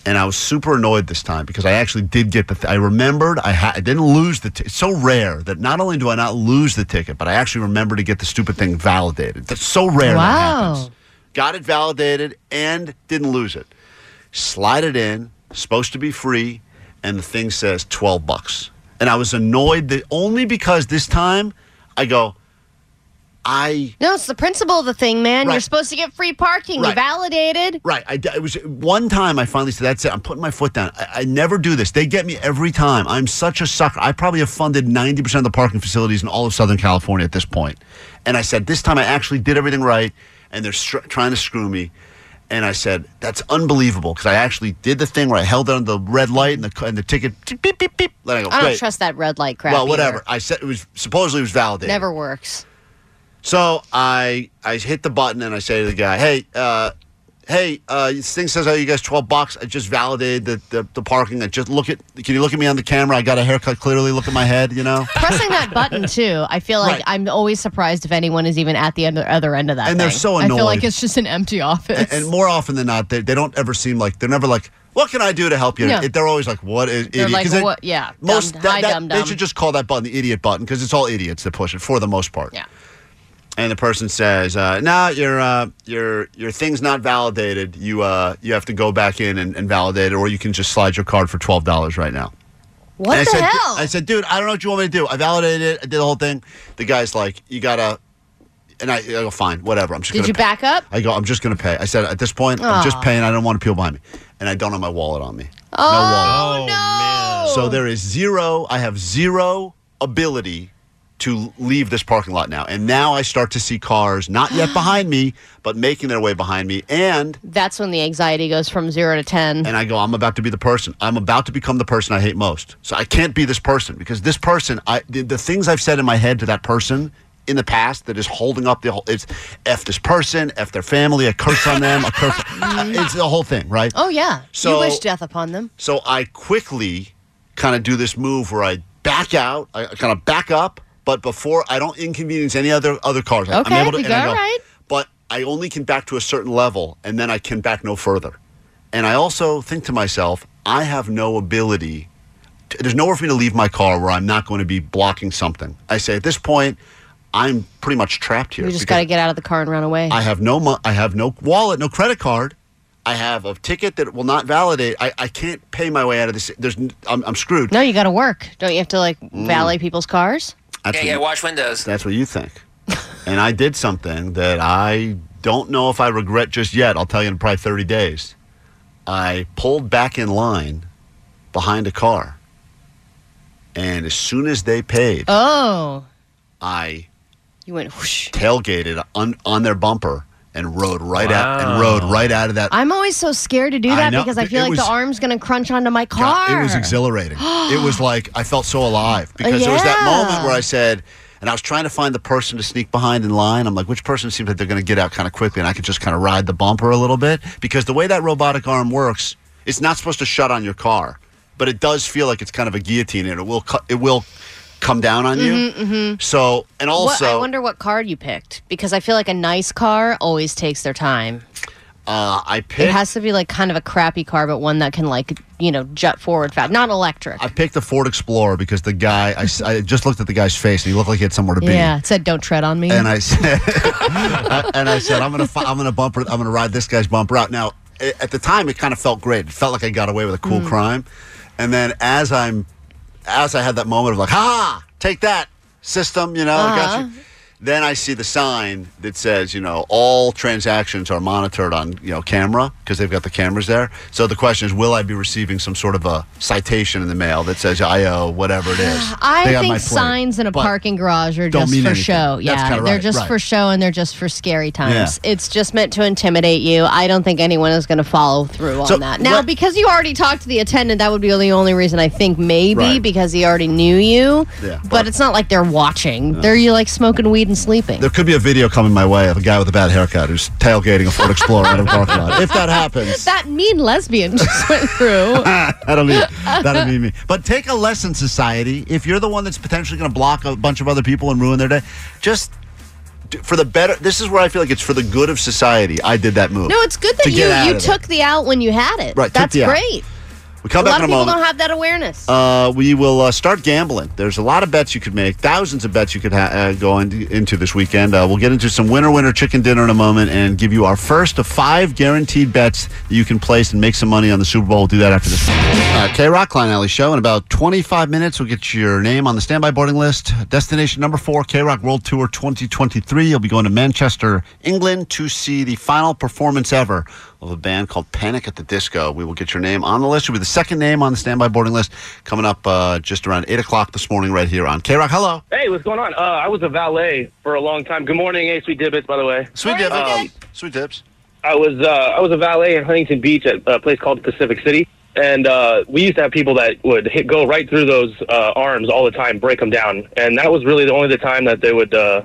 and I was super annoyed this time because I actually did get the. Th- I remembered I, ha- I didn't lose the. T- it's so rare that not only do I not lose the ticket, but I actually remember to get the stupid thing validated. That's so rare. that happens.
Wow.
Got it validated and didn't lose it. Slide it in, supposed to be free, and the thing says 12 bucks. And I was annoyed that only because this time I go,
I
No, it's the principle of the thing, man. You're supposed to get free parking. You
Right.
validated.
Right. I, it was one time I finally said, "That's it. I'm putting my foot down. I, I never do this. They get me every time. I'm such a sucker. I probably have funded 90 percent of the parking facilities in all of Southern California at this point." And I said, "This time I actually did everything right, and they're str- trying to screw me." And I said, "That's unbelievable," because I actually did the thing where I held down the red light and the c- and the ticket. Beep beep beep. beep. Then I go,
I don't
"Great."
trust that red light crap.
Well,
either.
whatever. I said it was supposedly it was validated.
Never works.
So I I hit the button and I say to the guy, "Hey, uh, hey, uh, this thing says I owe you guys twelve bucks. I just validated the, the the parking. I just look at. Can you look at me on the camera? I got a haircut. Clearly, look at my head.
[laughs]
You know."
Pressing that
[laughs]
button too, I feel like
Right.
I'm always surprised if anyone is even at the other, other end of that.
And they're
thing.
so
I feel like
annoyed.
it's just an empty office.
and, and more often than not, they, they don't ever seem like they're never like, "What can I do to help you?"
No.
It- They're always like, "What is
They're
idiot?"
like,
'Cause they-
what? Yeah,
Most
dumb,
that-
hi,
that-
dumb,
they
dumb.
should just call that button the idiot button because it's all idiots that push it for the most part.
Yeah.
And the person says, uh, "No, your uh, your your thing's not validated. You uh, you have to go back in and, and validate it, or you can just slide your card for twelve dollars right now."
What
And
the
I said, "Du-
hell?
I said, "Dude, I don't know what you want me to do. I validated it. I did the whole thing." The guy's like, "You gotta," and I, I go, "Fine, whatever. I'm just."
Did
gonna
you
pay."
back up?
I go, I'm just going to pay. I said, at this point, I'm just
Aw.
paying. I don't want people behind me. And I don't have my wallet on me.
Oh,
no wallet. So there is zero, I have zero ability to leave this parking lot now. And now I start to see cars,
[gasps]
not yet behind me, but making their way behind me. And
That's when the anxiety goes from zero to ten.
and I go, I'm about to be the person. I'm about to become the person I hate most. So I can't be this person because this person, I the, the things I've said in my head to that person in the past that is holding up the whole. It's f this person, f their family, a curse on them, a curse. Uh,
[laughs]
[laughs] it's the whole thing, right?
oh yeah.
So-
you wish death upon them.
So I quickly kind of do this move where I back out, I kind of back up, but before I don't inconvenience any other other cars. I-
Okay, you
and I
go, "Alright."
But I only can back to a certain level, and then I can back no further. And I also think to myself, I have no ability. To, there's nowhere for me to leave my car where I'm not going to be blocking something. I say at this point, I'm pretty much trapped here.
You just
because-
got to get out of the car and run away.
I have no mo- I have no wallet, no credit card. I have a ticket that will not validate. I, I can't pay my way out of this. There's n- I'm, I'm screwed.
no, you got to work. Don't you have to like
Mm.
valet people's cars?
That's
Yeah,
what
yeah,
you-
wash windows.
That's what you think. and I did something that I don't know if I regret just yet. I'll tell you in probably 30 days. I pulled back in line behind a car. And as soon as they paid,
Oh,
I
you went. [laughs] Whoosh.
tailgated on, on their bumper and rode right out and rode right out of that
I'm always so scared to do
I
that
know.
because I feel like
It was-
the arm's going to crunch onto my
God,
car.
it was exhilarating. it
[gasps]
was like I felt so alive because there was that
Yeah.
moment where I said, and I was trying to find the person to sneak behind in line. I'm like, which person seems like they're going to get out kind of quickly, and I could just kind of ride the bumper a little bit because the way that robotic arm works, it's not supposed to shut on your car, but it does feel like it's kind of a guillotine, and it will cu- it will come down on you.
Mhm, mhm.
So, and
What-
also,
I wonder what car you picked because I feel like a nice car always takes their time.
uh, I picked
It has to be like kind of a crappy car, but one that can like you know jet forward fast, not electric.
I picked the Ford Explorer because the guy I, s- I just looked at the guy's face, and he looked like he had somewhere to be.
Yeah, it said "Don't tread on me."
And I said, [laughs] I- and I said, I'm gonna, fi- I'm gonna bumper, I'm gonna ride this guy's bumper out. Now, a- at the time, it kind of felt great. It felt like I got away with a
Mm.
cool crime. And then as I'm, as I had that moment of like, ha, take that system, you know, I got
Uh-huh.
you. Then I see the sign that says, you know, all transactions are monitored on, you know, camera because they've got the cameras there. So the question is, will I be receiving some sort of a citation in the mail that says I owe whatever it is? They
[sighs] I
got my
think
plate.
signs in a
But-
parking garage are
don't
just
mean
for
anything.
show.
That's
Yeah,
kinda
they're
right,
just
right.
for show and they're just for scary times. It's just meant to intimidate you. I don't think anyone is going to follow through
So,
on that. Now,
let-
because you already talked to the attendant, that would be the only reason I think maybe
Right.
because he already knew you.
Yeah,
but, it's not like they're watching. They're you like smoking weed and sleeping.
There could be a video coming my way of a guy with a bad haircut who's tailgating a Ford
[laughs]
Explorer out of a parking lot. If that happens,
that mean lesbian [laughs] just went through.
[laughs] that'll be that'll be me. But take a lesson, society. If you're the one that's potentially going to block a bunch of other people and ruin their day, just do, for the better. This is where I feel like it's for the good of society. I did that move.
[laughs] No, it's good that
To get
you
out
you
of there.
took the out when you had it.
Right, took
that's
the out.
great.
We
a
come back
lot
in
of
a
people
moment.
don't have that awareness.
Uh, we will uh, start gambling. There's a lot of bets you could make, thousands of bets you could ha- uh, go in- into this weekend. Uh, we'll get into some winner winner chicken dinner in a moment and give you our first of five guaranteed bets that you can place and make some money on the Super Bowl. We'll do that after this. Uh, K Rock Klein Alley Show in about 25 minutes. We'll get your name on the standby boarding list. Destination number four, K Rock World Tour 2023. You'll be going to Manchester, England to see the final performance ever of a band called Panic at the Disco. We will get your name on the list. You'll be the second name on the standby boarding list coming up uh, just around 8 o'clock this morning, right here on K Rock. Hello.
Hey, what's going on? Uh, I was a valet for a long time. Good morning, hey, sweet dibbits, by the way.
Sweet dibbits. Um, sweet dips.
I was uh, I was a valet in Huntington Beach at a place called Pacific City, and uh, we used to have people that would hit, go right through those uh, arms all the time, break them down, and that was really the only the time that they would uh,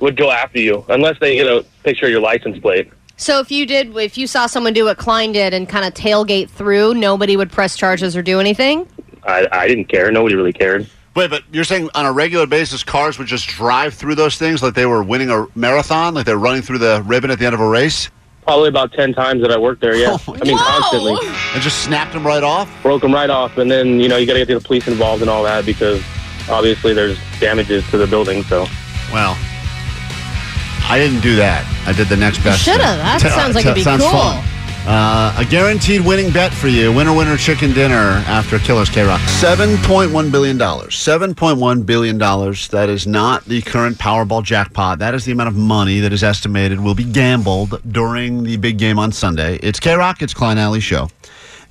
would go after you, unless they get a picture of your license plate.
So if you did, if you saw someone do what Klein did and kind of tailgate through, nobody would press charges or do anything.
I, I didn't care. Nobody really cared.
Wait, but you're saying on a regular basis, cars would just drive through those things like they were winning a marathon, like they're running through the ribbon at the end of a race?
Probably about ten times that I worked there.
[laughs]
Yeah, I mean constantly.
And just snapped them right off.
Broke them right off, and then you know you got to get the police involved and all that because obviously there's damages to the building. So
Well, I didn't do that. I did the next best.
should've.
thing.
That
T-
sounds like it'd be
sounds
cool.
fun. Uh, a guaranteed winning bet for you. Winner, winner, chicken dinner after Killers K Rock. $7.1 billion. $7.1 billion. That is not the current Powerball jackpot. That is the amount of money that is estimated will be gambled during the big game on Sunday. It's K Rock, it's Klein Alley Show.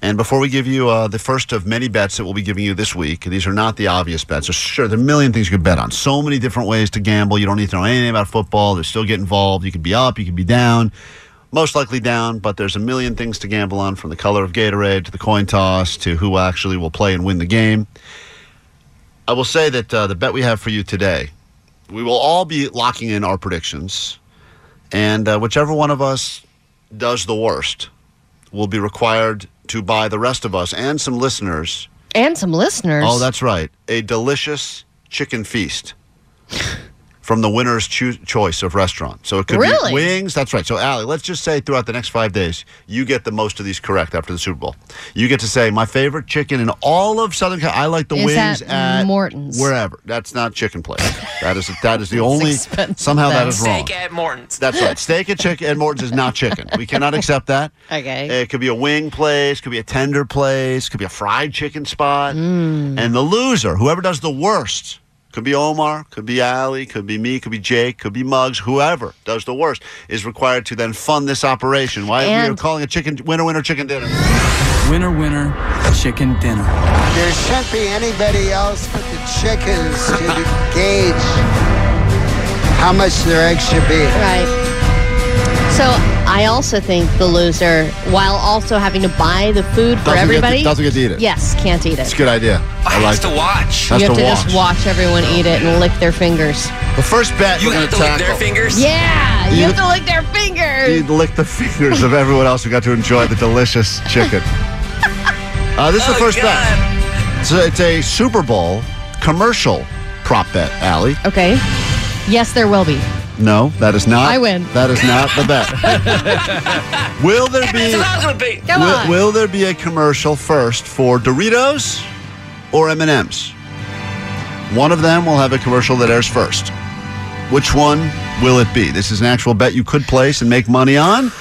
And before we give you uh, the first of many bets that we'll be giving you this week, these are not the obvious bets. So sure, there are a million things you could bet on. So many different ways to gamble. You don't need to know anything about football. There's still get involved. You could be up, you could be down. Most likely down, but there's a million things to gamble on from the color of Gatorade to the coin toss to who actually will play and win the game. I will say that uh, the bet we have for you today, we will all be locking in our predictions, and uh, whichever one of us does the worst will be required to buy the rest of us and some listeners.
And some listeners.
Oh, that's right, a delicious chicken feast from the winner's choo- choice of restaurant. So it could
Really?
be wings. That's right. So Allie, let's just say throughout the next five days, you get the most of these correct after the Super Bowl. You get to say my favorite chicken in all of Southern. Cal- I like the
Is
wings
at
at
Morton's.
Wherever. That's not chicken place. That is that is the only.
expensive.
Somehow that is wrong.
at Morton's.
[laughs]
That's right. Steak and chicken and Morton's is not chicken. We
[laughs]
cannot accept that. Uh,
Okay.
It could be a wing place, could be a tender place, could be a fried chicken spot.
Hmm.
And the loser, whoever does the worst, could be Omar, could be Ali, could be me, could be Jake, could be Muggs, whoever does the worst is required to then fund this operation. Why we are
And-
calling a chicken winner winner chicken dinner.
Winner, winner, chicken dinner.
There shouldn't be anybody else but the chickens to gauge how much their eggs should be.
Right. So I also think the loser, while also having to buy the food for
Doesn't get to-
everybody,
doesn't get to eat it.
Yes, can't eat
It's
it.
a good idea. I like to
watch.
you have to just watch everyone eat it and lick their fingers.
The first bet we're going to tackle.
Yeah, you,
You-
have to lick their fingers.
You'd lick the fingers of everyone else who got to enjoy the delicious chicken. Uh, this is
Oh,
the first bet. So it's a Super Bowl commercial prop bet, Allie.
Okay. Yes, there will be.
No, that is not.
I win.
That is not the
[laughs]
bet. will there be?
Come
will,
on.
will there be a commercial first for Doritos or M and M's? One of them will have a commercial that airs first. Which one will it be? This is an actual bet you could place and make money on.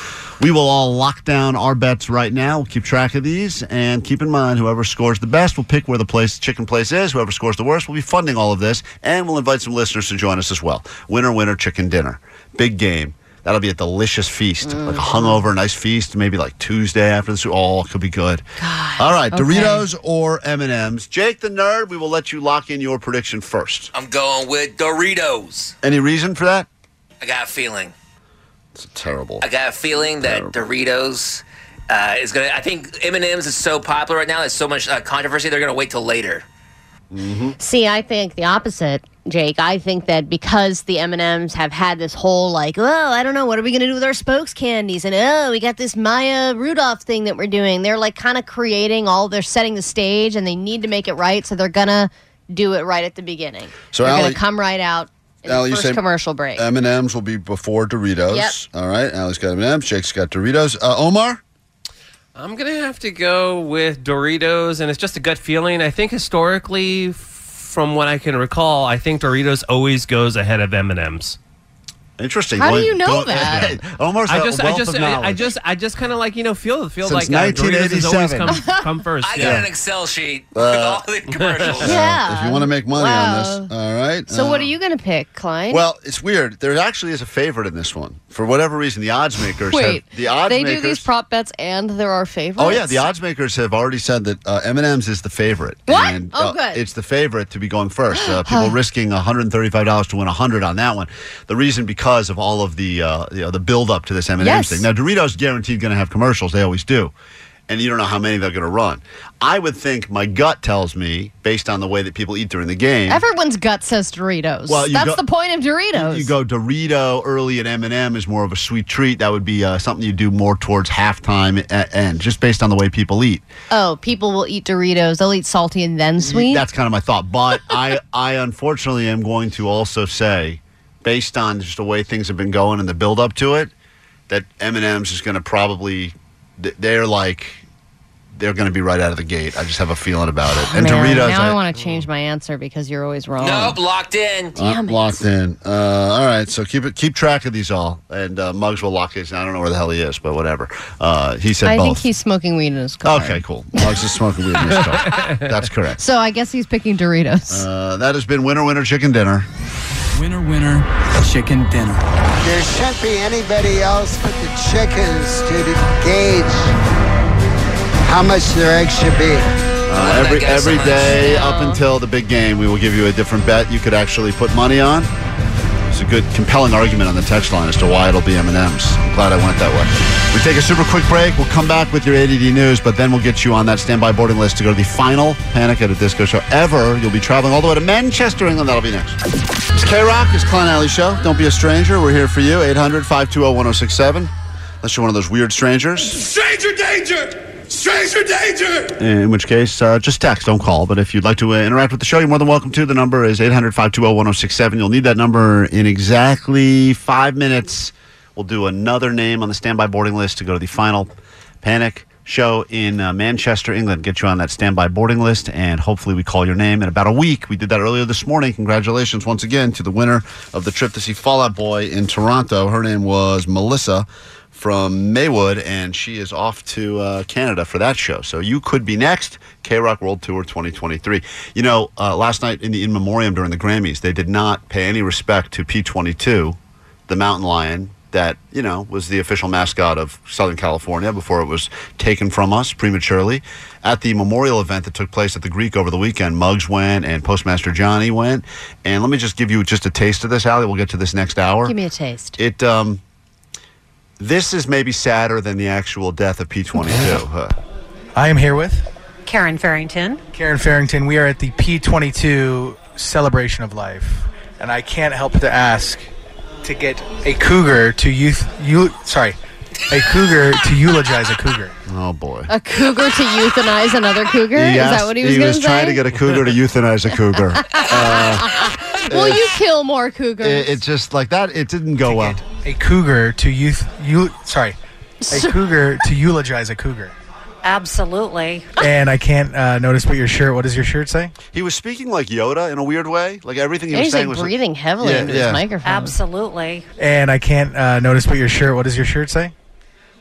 We will all lock down our bets right now. We'll keep track of these and keep in mind whoever scores the best will pick where the place chicken place is. Whoever scores the worst will be funding all of this, and we'll invite some listeners to join us as well. Winner, winner, chicken dinner, big game. That'll be a delicious feast, like a hungover, nice feast. Maybe like Tuesday after this. Oh, it could be good. all right,
okay.
Doritos or M and M's. Jake the nerd. We will let you lock in your prediction first.
I'm going with Doritos.
Any reason for that?
I got a feeling.
It's terrible.
I got a feeling that Doritos uh, is gonna. I think M and M's is so popular right now. There's so much uh, controversy. They're gonna wait till later.
See, I think the opposite, Jake. I think that because the M&Ms have had this whole like, oh, I don't know, what are we going to do with our spokes candies? And oh, we got this Maya Rudolph thing that we're doing. They're like kind of creating all, they're setting the stage and they need to make it right. So they're going to do it right at the beginning.
So,
they're going
Allie-
to come right out in
Allie,
the
you Uh,
first
say-
commercial break.
M and M's will be before Doritos.
Yep.
All right. Allie's got M and M's. Jake's got Doritos. Uh, Omar.
I'm gonna have to go with Doritos, and it's just a gut feeling. I think historically, from what I can recall, I think Doritos always goes ahead of M and M's.
Interesting.
How do Well, you know go- that?
[laughs] Almost
I
a
just, I
wealth
just,
of
I, I
knowledge.
just, I just kind of like you know feel feel like
Since
uh, Doritos has always
1987.
come, come
[laughs]
first.
I got
yeah.
an Excel sheet
Uh,
with all the commercials.
[laughs] Yeah.
Yeah.
If you want to make money on this,
Wow.
all right.
So,
uh,
what are you going to pick, Klein?
Well, it's weird. There actually is a favorite in this one. For whatever reason, the odds makers
wait.
have the odds
they
makers.
do these prop bets and they're our favorites.
Oh yeah, the odds makers have already said that uh, M&M's is the favorite.
What?
And,
Oh,
uh,
good.
It's the favorite to be going
[sighs]
first. Uh, people risking $135 to win 100 on that one. The reason because of all of the uh, you know, the build up to this M&M's
Yes.
thing. Now Doritos guaranteed going to have commercials. They always do. And you don't know how many they're going to run. I would think my gut tells me based on the way that people eat during the game.
Everyone's gut says Doritos.
Well, you
That's
go-
the point of Doritos.
You go Dorito early at M&M is more of a sweet treat. That would be uh, something you do more towards halftime a- and just based on the way people eat.
oh, people will eat Doritos. They'll eat salty and then sweet.
That's kind of my thought. But I, [laughs] I unfortunately am going to also say, based on just the way things have been going and the build up to it, that M&M's is going to probably, th- they're like, they're going to be right out of the gate. I just have a feeling about it. And
Oh, Man,
Doritos,
Now
I-
I, want to change my answer because you're always wrong.
Nope, locked in.
I'm locked in. Uh, all right, so keep it, keep track of these all, and uh, Muggs will lock his. I don't know where the hell he is, but whatever. Uh, he said
I
both.
think he's smoking weed in his car.
Okay, cool. Muggs is smoking weed in his car.
[laughs]
That's correct.
So I guess he's picking Doritos.
Uh, that has been winner winner chicken dinner.
Winner, winner, chicken dinner.
There shouldn't be anybody else but the chickens to gauge how much their eggs should be.
Uh, every every day up until the big game, we will give you a different bet you could actually put money on. It's a good, compelling argument on the text line as to why it'll be M and M's. I'm glad I went that way. We take a super quick break. We'll come back with your ADD news, but then we'll get you on that standby boarding list to go to the final Panic at a Disco show ever. You'll be traveling all the way to Manchester, England. That'll be next. It's K Rock. It's Klein Alley Show. Don't be a stranger. We're here for you. 800 520 1067. Unless you're one of those weird strangers.
Stranger danger! Stranger danger!
In which case, uh, just text, don't call. But if you'd like to uh, interact with the show, you're more than welcome to. The number is 800 520 1067. You'll need that number in exactly five minutes. We'll do another name on the standby boarding list to go to the final panic show in uh, Manchester, England. Get you on that standby boarding list, and hopefully, we call your name in about a week. We did that earlier this morning. Congratulations once again to the winner of the trip to see Fallout Boy in Toronto. Her name was Melissa from Maywood, and she is off to uh, Canada for that show. So you could be next. K Rock World Tour 2023. You know, uh, last night in the in memoriam during the Grammys, they did not pay any respect to P22, the mountain lion that you know was the official mascot of Southern California before it was taken from us prematurely. At the memorial event that took place at the Greek over the weekend, Muggs went and Postmaster Johnny went. And let me just give you just a taste of this, Allie. We'll get to this next hour.
Give me a taste.
It um, this is maybe sadder than the actual death of P twenty two.
I am here with
Karen Farrington.
Karen Farrington. We are at the P22 celebration of life, and I can't help to ask to get a cougar to youth. You sorry, a cougar to eulogize a cougar.
Oh boy.
A cougar to euthanize another cougar? Is that what he was going say?
trying to get a
[laughs]
cougar to euthanize a cougar. uh,
Will
it's-
you kill more cougars?
it, it's just like that. It didn't go well.
A cougar to youth. You sorry, a cougar to eulogize a cougar.
Absolutely.
And I can't uh, notice what your shirt. What does your shirt say?
He was speaking like Yoda in a weird way. Like everything he
Yeah,
was
he's,
saying
like,
was
breathing
heavily
yeah,
into
yeah.
Absolutely.
And I can't uh, notice what your shirt. What does your shirt say?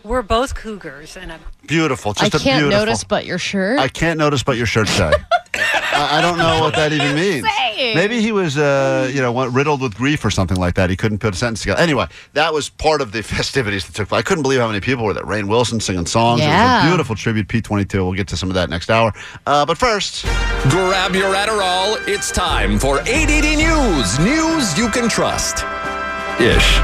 We're both cougars and a
Beautiful. Just
I
a
can't
beautiful.
notice but your shirt.
I can't notice but your shirt say. I, I don't know what that even means.
saying.
Maybe he was, uh, you know, went- riddled with grief or something like that. He couldn't put a sentence together. Anyway, that was part of the [laughs] festivities that took place. I couldn't believe how many people were there. Rain Wilson singing songs. It was
Yeah.
a beautiful tribute. P22. We'll get to some of that next hour. Uh, but first,
Grab your Adderall. It's time for ADD News. News you can trust. Ish.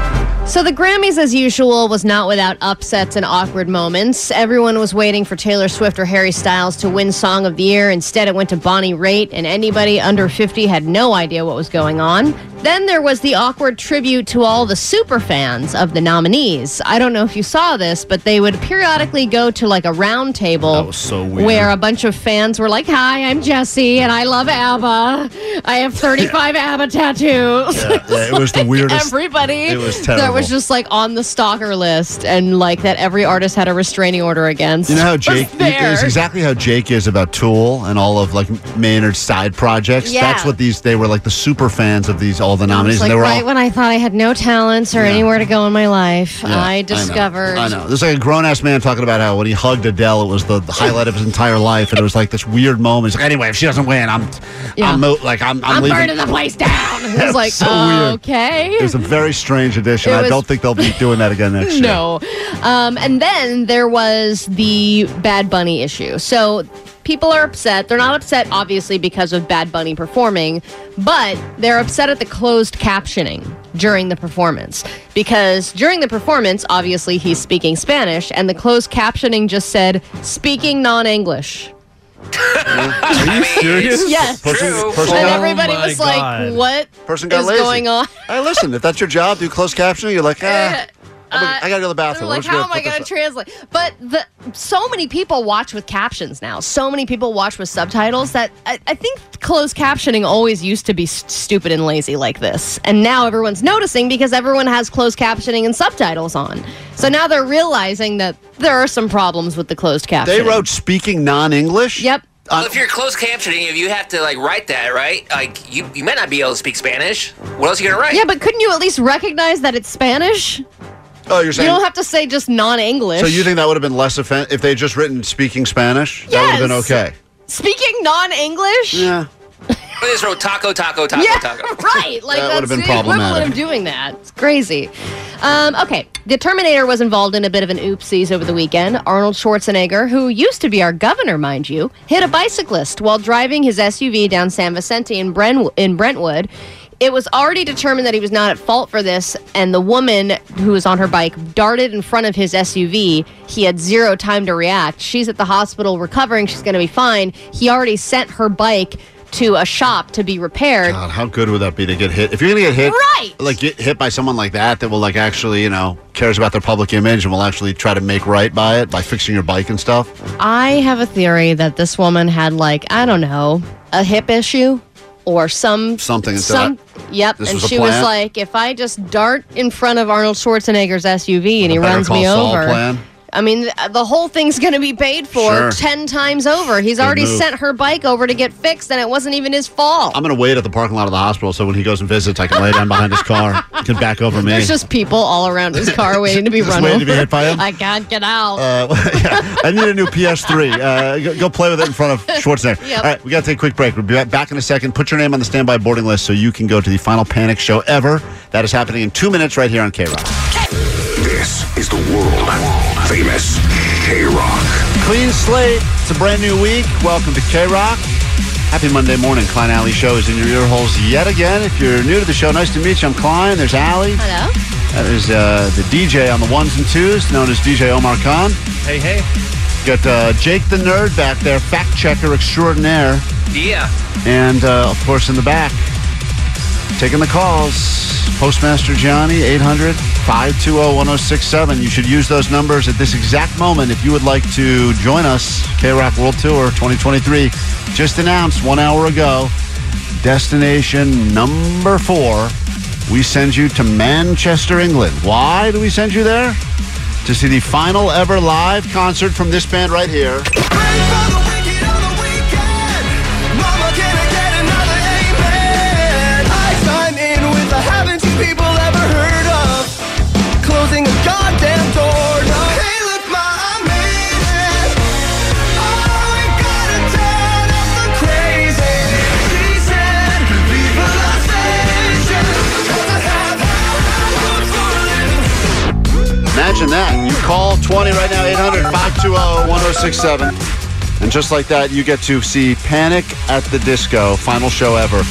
So the Grammys, as usual, was not without upsets and awkward moments. Everyone was waiting for Taylor Swift or Harry Styles to win Song of the Year. Instead, it went to Bonnie Raitt, and anybody under 50 had no idea what was going on. Then there was the awkward tribute to all the super fans of the nominees. I don't know if you saw this, but they would periodically go to like a round table
so
where a bunch of fans were like, "Hi, I'm Jesse, and I love ABBA. I have 35 ABBA tattoos."
Yeah, yeah, it
[laughs]
was the weirdest-
Everybody
it was
that
terrible.
was just like on the stalker list, and like that every artist had a restraining order against.
You know how
was
Jake
there.
is exactly how Jake is about Tool and all of like Maynard's side projects.
Yeah.
That's what these they were like the super fans of these all the nominees.
It's like
and they were
right
all
when I thought I had no talents or anywhere to go in my life,
Yeah,
I
know.
discovered.
I know. There's like a grown ass man talking about how when he hugged Adele, it was the, the highlight of his entire life, and it was like this weird moment. He's like, anyway, if she doesn't win, I'm,
Yeah.
I'm mo- like, I'm, I'm,
I'm
leaving.
burning the place down. [laughs] It
Yeah,
was like,
so weird.
okay.
It was a very strange edition.
It
I
was-
don't think they'll be doing that
[laughs]
again next year.
No. Um, and then there was the Bad Bunny issue. So people are upset. They're not upset, obviously, because of Bad Bunny performing, but they're upset at the closed captioning during the performance. Because during the performance, obviously, he's speaking Spanish, and the closed captioning just said, speaking non English.
Are you serious?
Yes.
Person, person Oh
and
got-
everybody was like, "What is
Person got lazy.
going on?"
Hey, listen, if that's your job, do closed captioning. You're
Uh,
like, ah, I'm gonna- I gotta go to the
Eh, They're
bathroom. I'm
like,
just gonna
how am I
put this
going to
up."
translate? But the so many people watch with captions now. So many people watch with subtitles that I, I think closed captioning always used to be s- stupid and lazy like this, and now everyone's noticing because everyone has closed captioning and subtitles on. So now they're realizing that there are some problems with the closed captioning.
They wrote speaking non-English.
Yep.
Uh,
well, if you're closed captioning, if you have to like write that, right? Like you, you might not be able to speak Spanish. What else are you gonna write?
Yeah, but couldn't you at least recognize that it's Spanish?
Oh, you're
You
saying.
don't have to say just non-English.
so you think that would have been less offensive if they had just written speaking Spanish? That would have been
Yes.
okay.
speaking non-English?
Yeah.
I just wrote taco, taco, taco,
yeah,
taco.
[laughs] right. Like
That
that's
would've
the
been
equivalent
problematic.
of doing that. It's crazy. Um, okay, the Terminator was involved in a bit of an oopsies over the weekend. Arnold Schwarzenegger, who used to be our governor, mind you, hit a bicyclist while driving his SUV down San Vicente in, Bren- in Brentwood. It was already determined that he was not at fault for this, and the woman who was on her bike darted in front of his SUV. He had zero time to react. She's at the hospital recovering. She's going to be fine. He already sent her bike to a shop to be repaired.
God, how good would that be to get hit? If you're gonna get hit,
Right.
Like get hit by someone like that, that will like actually, you know, cares about their public image and will actually try to make right by it by fixing your bike and stuff.
I have a theory that this woman had like I don't know a hip issue or some
Something and
some yep
this
and
was a
she was
plan?
like if I just dart in front of Arnold Schwarzenegger's SUV and he
Better
runs
Call
me
Saul
over
plan.
I mean th- the whole thing's going to be paid for
Sure.
10 times over he's
Good
already
move.
sent her bike over to get fixed and it wasn't even his fault
I'm gonna wait at the parking lot of the hospital so when he goes and visits, I can lay down behind his car, he can back over me.
there's just people all around his
[laughs]
car waiting to be
Just
run
waiting
over
to be hit by him?
[laughs] I can't get out
Uh, [laughs] yeah, I need a new PS3. Uh, go, go play with it in front of Schwarzenegger.
Yep.
All right, we got to take a quick break. We'll be ba- back in a second. Put your name on the standby boarding list so you can go to the final panic show ever. That is happening in two minutes right here on K Rock.
This is the world famous K Rock.
Clean slate. It's a brand new week. Welcome to K Rock. Happy Monday morning. Klein Alley Show is in your ear holes yet again. If you're new to the show, nice to meet you. I'm Klein. There's Alley.
[laughs] hello
That is uh, the DJ on the ones and twos, known as DJ Omar Khan.
Hey, hey.
Got uh, Jake the Nerd back there, fact checker extraordinaire.
Yeah.
And uh, of course, in the back, taking the calls, Postmaster Johnny, 800 520 1067. You should use those numbers at this exact moment if you would like to join us. K Rock World Tour 2023, just announced one hour ago. Destination number four, we send you to Manchester, England. Why do we send you there? To see the final ever live concert from this band right here.
Mama, can I get another amen? I sign in with the haven't you people ever heard of? Closing a goddamn door. No, hey, look, ma, I made it. Oh, we gotta turn up the crazy. She said, people are station. Cause I have hopes for a living.
Imagine that. You call 20 right now, 800 520 1067. And just like that, you get to see Panic at the Disco, final show ever.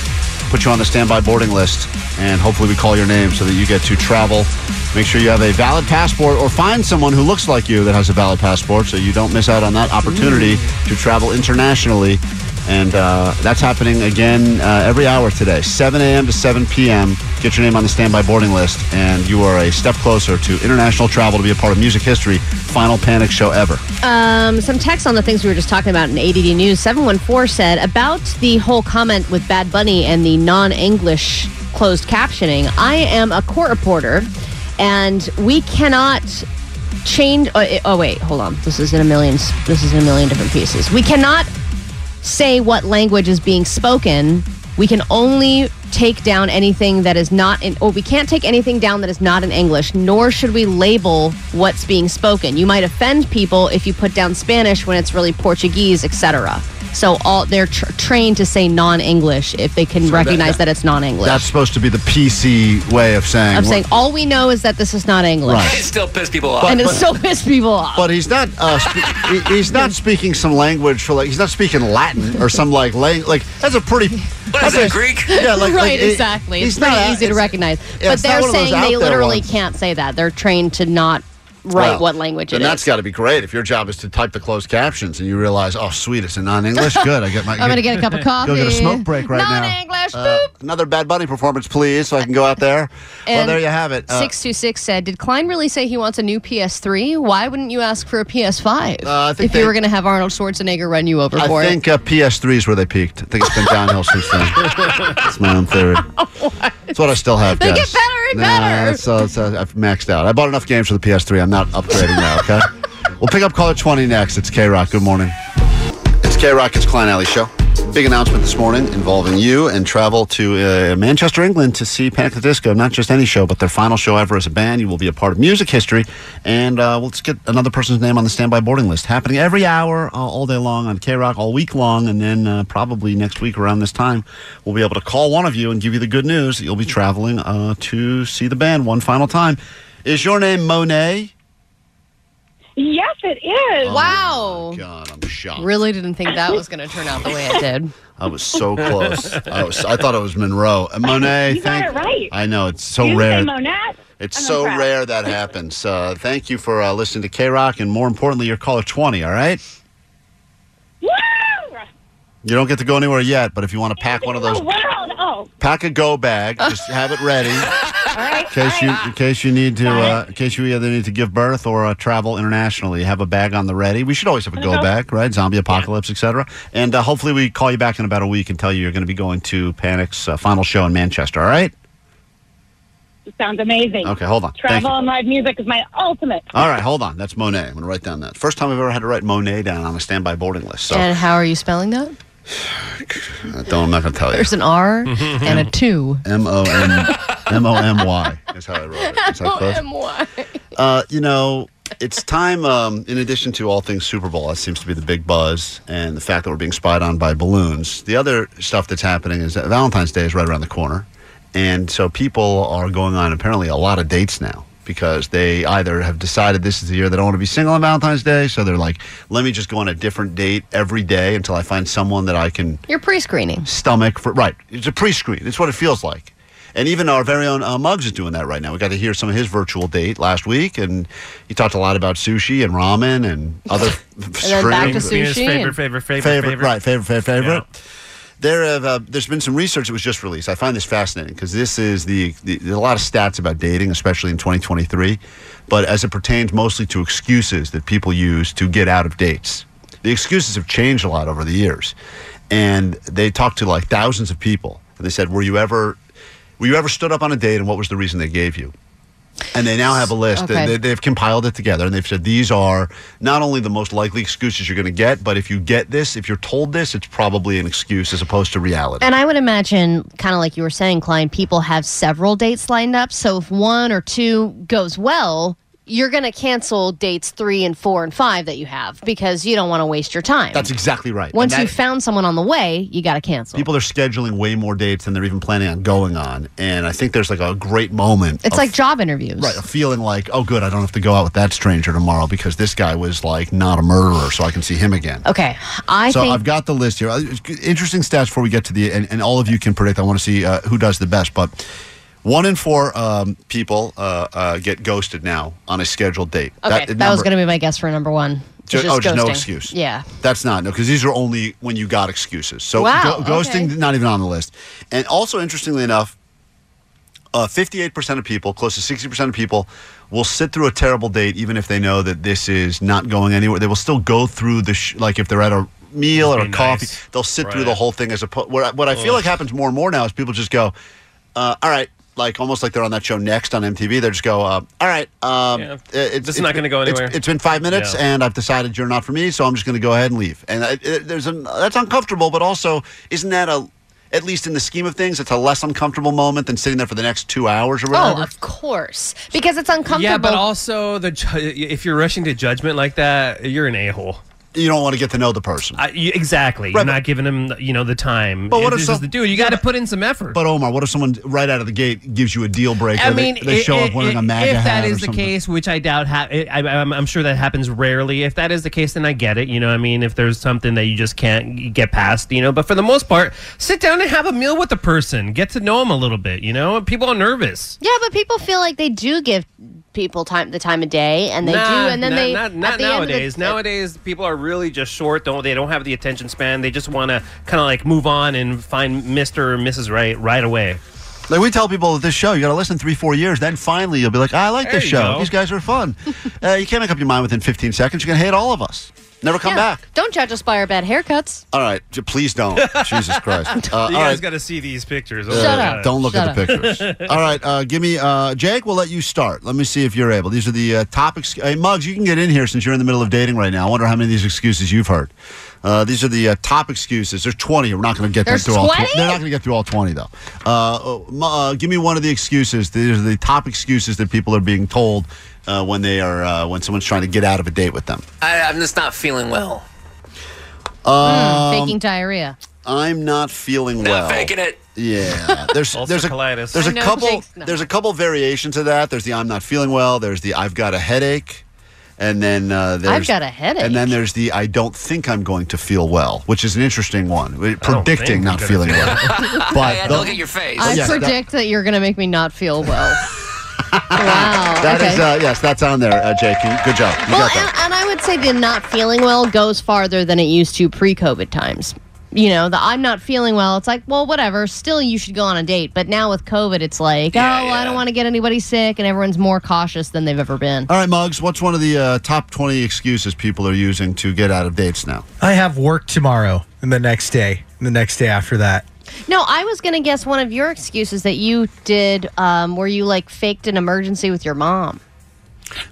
Put you on the standby boarding list, and hopefully we call your name so that you get to travel. Make sure you have a valid passport or find someone who looks like you that has a valid passport so you don't miss out on that opportunity to travel internationally And uh, that's happening again uh, every hour today, 7 a.m. to 7 p.m. Get your name on the standby boarding list, and you are a step closer to international travel to be a part of music history. Final panic show ever.
Um, some text on the things we were just talking about in ADD News. 714 said about the whole comment with Bad Bunny and the non English closed captioning. I am a court reporter, and we cannot change. Oh, eh, oh, wait, hold on. This is in a million. This is in a million different pieces. We cannot say what language is being spoken. We can only take down anything that is not in, or we can't take anything down that is not in English, nor should we label what's being spoken. You might offend people if you put down Spanish when it's really Portuguese, etc. So all they're tr- trained to say non-English if they can
So that-
recognize that,
that-
it's non-English.
That's supposed to be the PC way of saying.
I'm saying all we know is that this is not English,
Right. It
still pissed people
off.
and it [laughs]
But-
still pissed people off.
But he's not. Uh, spe- he-
[laughs]
he's not speaking some language for like. He's not speaking Latin or some like lang- like. That's
[laughs]
a pretty.
What is
that's
it, Greek?
[laughs] Yeah, like
right,
like, it-
exactly. It's
he's
pretty
not-
easy to recognize.
yeah,
but
it's not
they're
one of those
saying they
out there
literally
ones.
can't say that. They're trained to not write
Well,
what language it
then
is.
that's got to be great. If your job is to type the closed captions and you realize, oh, sweet, it's in non-English. Good, I get
[laughs]
my.
I'm gonna get a cup of
[laughs] Go get
coffee.
a smoke break right now.
Non-English,
Uh, another Bad Bunny performance, please, so I can go out there. well,
And
there you have it. Uh,
626 said, Did Klein really say he wants a new PS3? Why wouldn't you ask for a PS5
Uh, I think
if
they-
you were going to have Arnold Schwarzenegger run you over
I
for
think uh, PS3 is where they peaked. I think it's been downhill
[laughs]
since then. That's my own theory. That's what I still have.
They get
guys.
better and
Nah,
better.
it's, uh, it's, uh, I've maxed out. I bought enough games for the PS3. I'm not upgrading now.
[laughs]
Okay. we'll pick up caller 20 next. It's K Rock. Good morning. It's K Rock. It's Klein Alley Show. Big announcement this morning involving you and travel to uh, Manchester, England to see Panic at the Disco. Not just any show, but their final show ever as a band. You will be a part of music history. And uh, let's get another person's name on the standby boarding list. Happening every hour, uh, all day long on K Rock, all week long. And then uh, probably next week around this time, we'll be able to call one of you and give you the good news that you'll be traveling uh, to see the band one final time. Is your name Monet?
Yes, it is. wow.
Oh God, I'm shocked.
Really didn't think that was going to turn out the way it did.
I
[laughs]
was so close. I was. I thought it was Monroe. And Monet,
You got
thank.
it right.
I know Oh, it's so
You
rare.
say Monat,
It's
I'm
so
impressed.
rare that happens. Uh, thank you for uh, listening to K Rock, and more importantly, your caller twenty. All right.
Woo!
You don't get to go anywhere yet, but if you want to pack one of those,
Oh, world. Oh,
pack a go bag. Just have it
[laughs]
ready
all right.
in case you in case you need to uh, in case you either need to give birth or uh, travel internationally. Have a bag on the ready. We should always have a go
Uh-huh.
bag, right? Zombie apocalypse, etc. And uh, hopefully, we call you back in about a week and tell you you're going to be going to Panic's uh, final show in Manchester. All right.
Sounds amazing.
Okay, hold on. Thank
Travel
you.
and live music is my ultimate.
All right, hold on. That's Monet. I'm going to write down that. First time I've ever had to write Monet down on a standby boarding list. [laughs] So
And how are you spelling that?
I don't, I'm not going to tell you.
There's an
[laughs]
R and a 2.
M O M M O M Y is how I wrote it.
[laughs]
Is that close?
M-Y.
Uh, you know, it's time. Um, in addition to all things Super Bowl, that seems to be the big buzz, and the fact that we're being spied on by balloons. The other stuff that's happening is that Valentine's Day is right around the corner, and so people are going on apparently a lot of dates now because they either have decided this is the year they don't want to be single on Valentine's Day, so they're like, let me just go on a different date every day until I find someone that I can
You're pre screening.
stomach for right. It's a pre-screen. It's what it feels like. And even our very own uh, Muggs is doing that right now. We got to hear some of his virtual date last week, and he talked a lot about sushi and ramen and other.
[laughs]
and
then back to Being his sushi favorite, and- favorite, favorite, favorite.
Right, favorite, favorite, favorite. There have uh, there's been some research that was just released. I find this fascinating because this is the, the there's a lot of stats about dating, especially in 2023, but as it pertains mostly to excuses that people use to get out of dates. The excuses have changed a lot over the years, and they talked to like thousands of people, and they said, "Were you ever, were you ever stood up on a date, and what was the reason they gave you?" And they now have a list.
Okay.
They, have compiled it together, and they've said these are not only the most likely excuses you're going to get, but if you get this, if you're told this, it's probably an excuse as opposed to reality.
And I would imagine, kind of like you were saying, Klein, people have several dates lined up. So if one or two goes well, you're going to cancel dates three and four and five that you have because you don't want to waste your time.
That's exactly right.
Once
And
you've
that-
found someone on the way, you got to cancel.
people are scheduling way more dates than they're even planning on going on, and I think there's like a great moment.
It's
of-
like job interviews.
Right, of feeling like, oh, good, I don't have to go out with that stranger tomorrow because this guy was like not a murderer, so I can see him again.
Okay. I
so
think
I've got the list here. Uh, Interesting stats before we get to the and, and all of you can predict. I want to see uh, who does the best, but one in four um, people uh, uh, get ghosted now on a scheduled date.
Okay, that, was
number-
going to be my guess for number one.
Ju-
It's just
oh, just no
ghosting.
excuse.
Yeah.
That's not no, because these are only when you got excuses. So
Wow,
go- ghosting
okay.
not even on the list. And also, interestingly enough, uh, 58% of people, close to 60% of people, will sit through a terrible date even if they know that this is not going anywhere. They will still go through the sh- like if they're at a meal or a
Be nice.
coffee, they'll sit through
Right.
the whole thing. As a what I, what I feel
Ugh.
like happens more and more now is people just go, uh, all right. Like almost like they're on that show next on MTV. They just go, uh, all right, um,
Yeah.
it- it's,
This is not
it's-
gonna go
it's-
anywhere.
it's been five minutes,
Yeah.
and I've decided you're not for me, so I'm just going to go ahead and leave. And I, it, there's an that's uncomfortable, but also isn't that a at least in the scheme of things, it's a less uncomfortable moment than sitting there for the next two hours or whatever.
Oh, of course, because it's uncomfortable.
Yeah, but also the ju- if you're rushing to judgment like that, you're an a hole.
You don't want to get to know the person.
exactly. you're not giving him you know the time.
But what
It-
if
this
some-
is the dude? You got to put in some effort.
but Omar, what if someone right out of the gate gives you a deal breaker?
I
They-
mean,
they,
i-
show
i-
up wearing
i-
a MAGA
If
hat
that
or
is the
something.
case, which I doubt, ha- I, I, I'm, I'm sure that happens rarely. If that is the case, then I get it. You know, what I mean, if there's something that you just can't get past, you know. But for the most part, sit down and have a meal with the person, get to know them a little bit. You know, people are nervous.
Yeah, but people feel like they do give people time the time of day, and they
Nah,
do, and then
nah,
they
not, not
at the end of the-
nowadays. nowadays, people are really just short. Don't they? Don't have the attention span. They just want to kind of like move on and find Mister or Mrs. Right right away.
Like we tell people at this show, you got to listen three, four years, then finally you'll be like, "Ah, I like
There
this
you
show.
go.
These guys
[laughs]
are fun. uh, you can't make up your mind within 15 seconds. You're going to hate all of us. Never come
Yeah.
back.
Don't judge us by our bad haircuts.
All right, j-
[laughs]
please don't. Jesus Christ. Uh, all
you
right.
guys got to see these pictures.
Uh, Don't look at
[laughs]
[laughs]
the pictures. All right, uh, give me uh, Jake. We'll let you start. Let me see if you're able. These are the uh, top ex- hey, mugs. You can get in here since you're in the middle of dating right now. I wonder how many of these excuses you've heard. Uh, these are the uh, top excuses. There's 20. We're not going to get them
There's
through all.
20?
They're not going to get through all 20 though. Uh, oh, mu- uh, give me one of the excuses. These are the top excuses that people are being told uh, when they are uh, when someone's trying to get out of a date with them.
I, I'm just not feeling well.
Hmm,
Um, oh.
faking diarrhea.
I'm not feeling
Not
well.
faking it.
Yeah,
[laughs]
there's there's a
colitis.
there's
I
a
know
couple
Jake's not.
there's a couple variations of that. There's the I'm not feeling well. There's the I've got a headache, and then uh, there's
got a headache.
And then there's the I don't think I'm going to feel well, which is an interesting one. We-
don't think
Predicting
I'm
not
gonna
feeling
feel
well. [laughs]
[laughs]
I had to
the-
look at your face.
I
Yes, Oh, that-
predict that, you're going to make me not feel
[laughs]
well. wow.
That is
okay.
uh, yes, that's on there, uh, Jake. You- Good job. You
well,
got that.
and, and I would say the not feeling well goes farther than it used to pre-COVID times. You know, the I'm not feeling well. It's like, well, whatever. Still, you should go on a date. But now with COVID, it's like,
Yeah,
oh,
yeah.
I don't want to get anybody sick, and everyone's more cautious than they've ever been.
All right, Muggs. What's one of the uh, top twenty excuses people are using to get out of dates now?
I have work tomorrow and the next day and the next day after that.
No, I was going to guess one of your excuses that you did, um, where you like faked an emergency with your mom.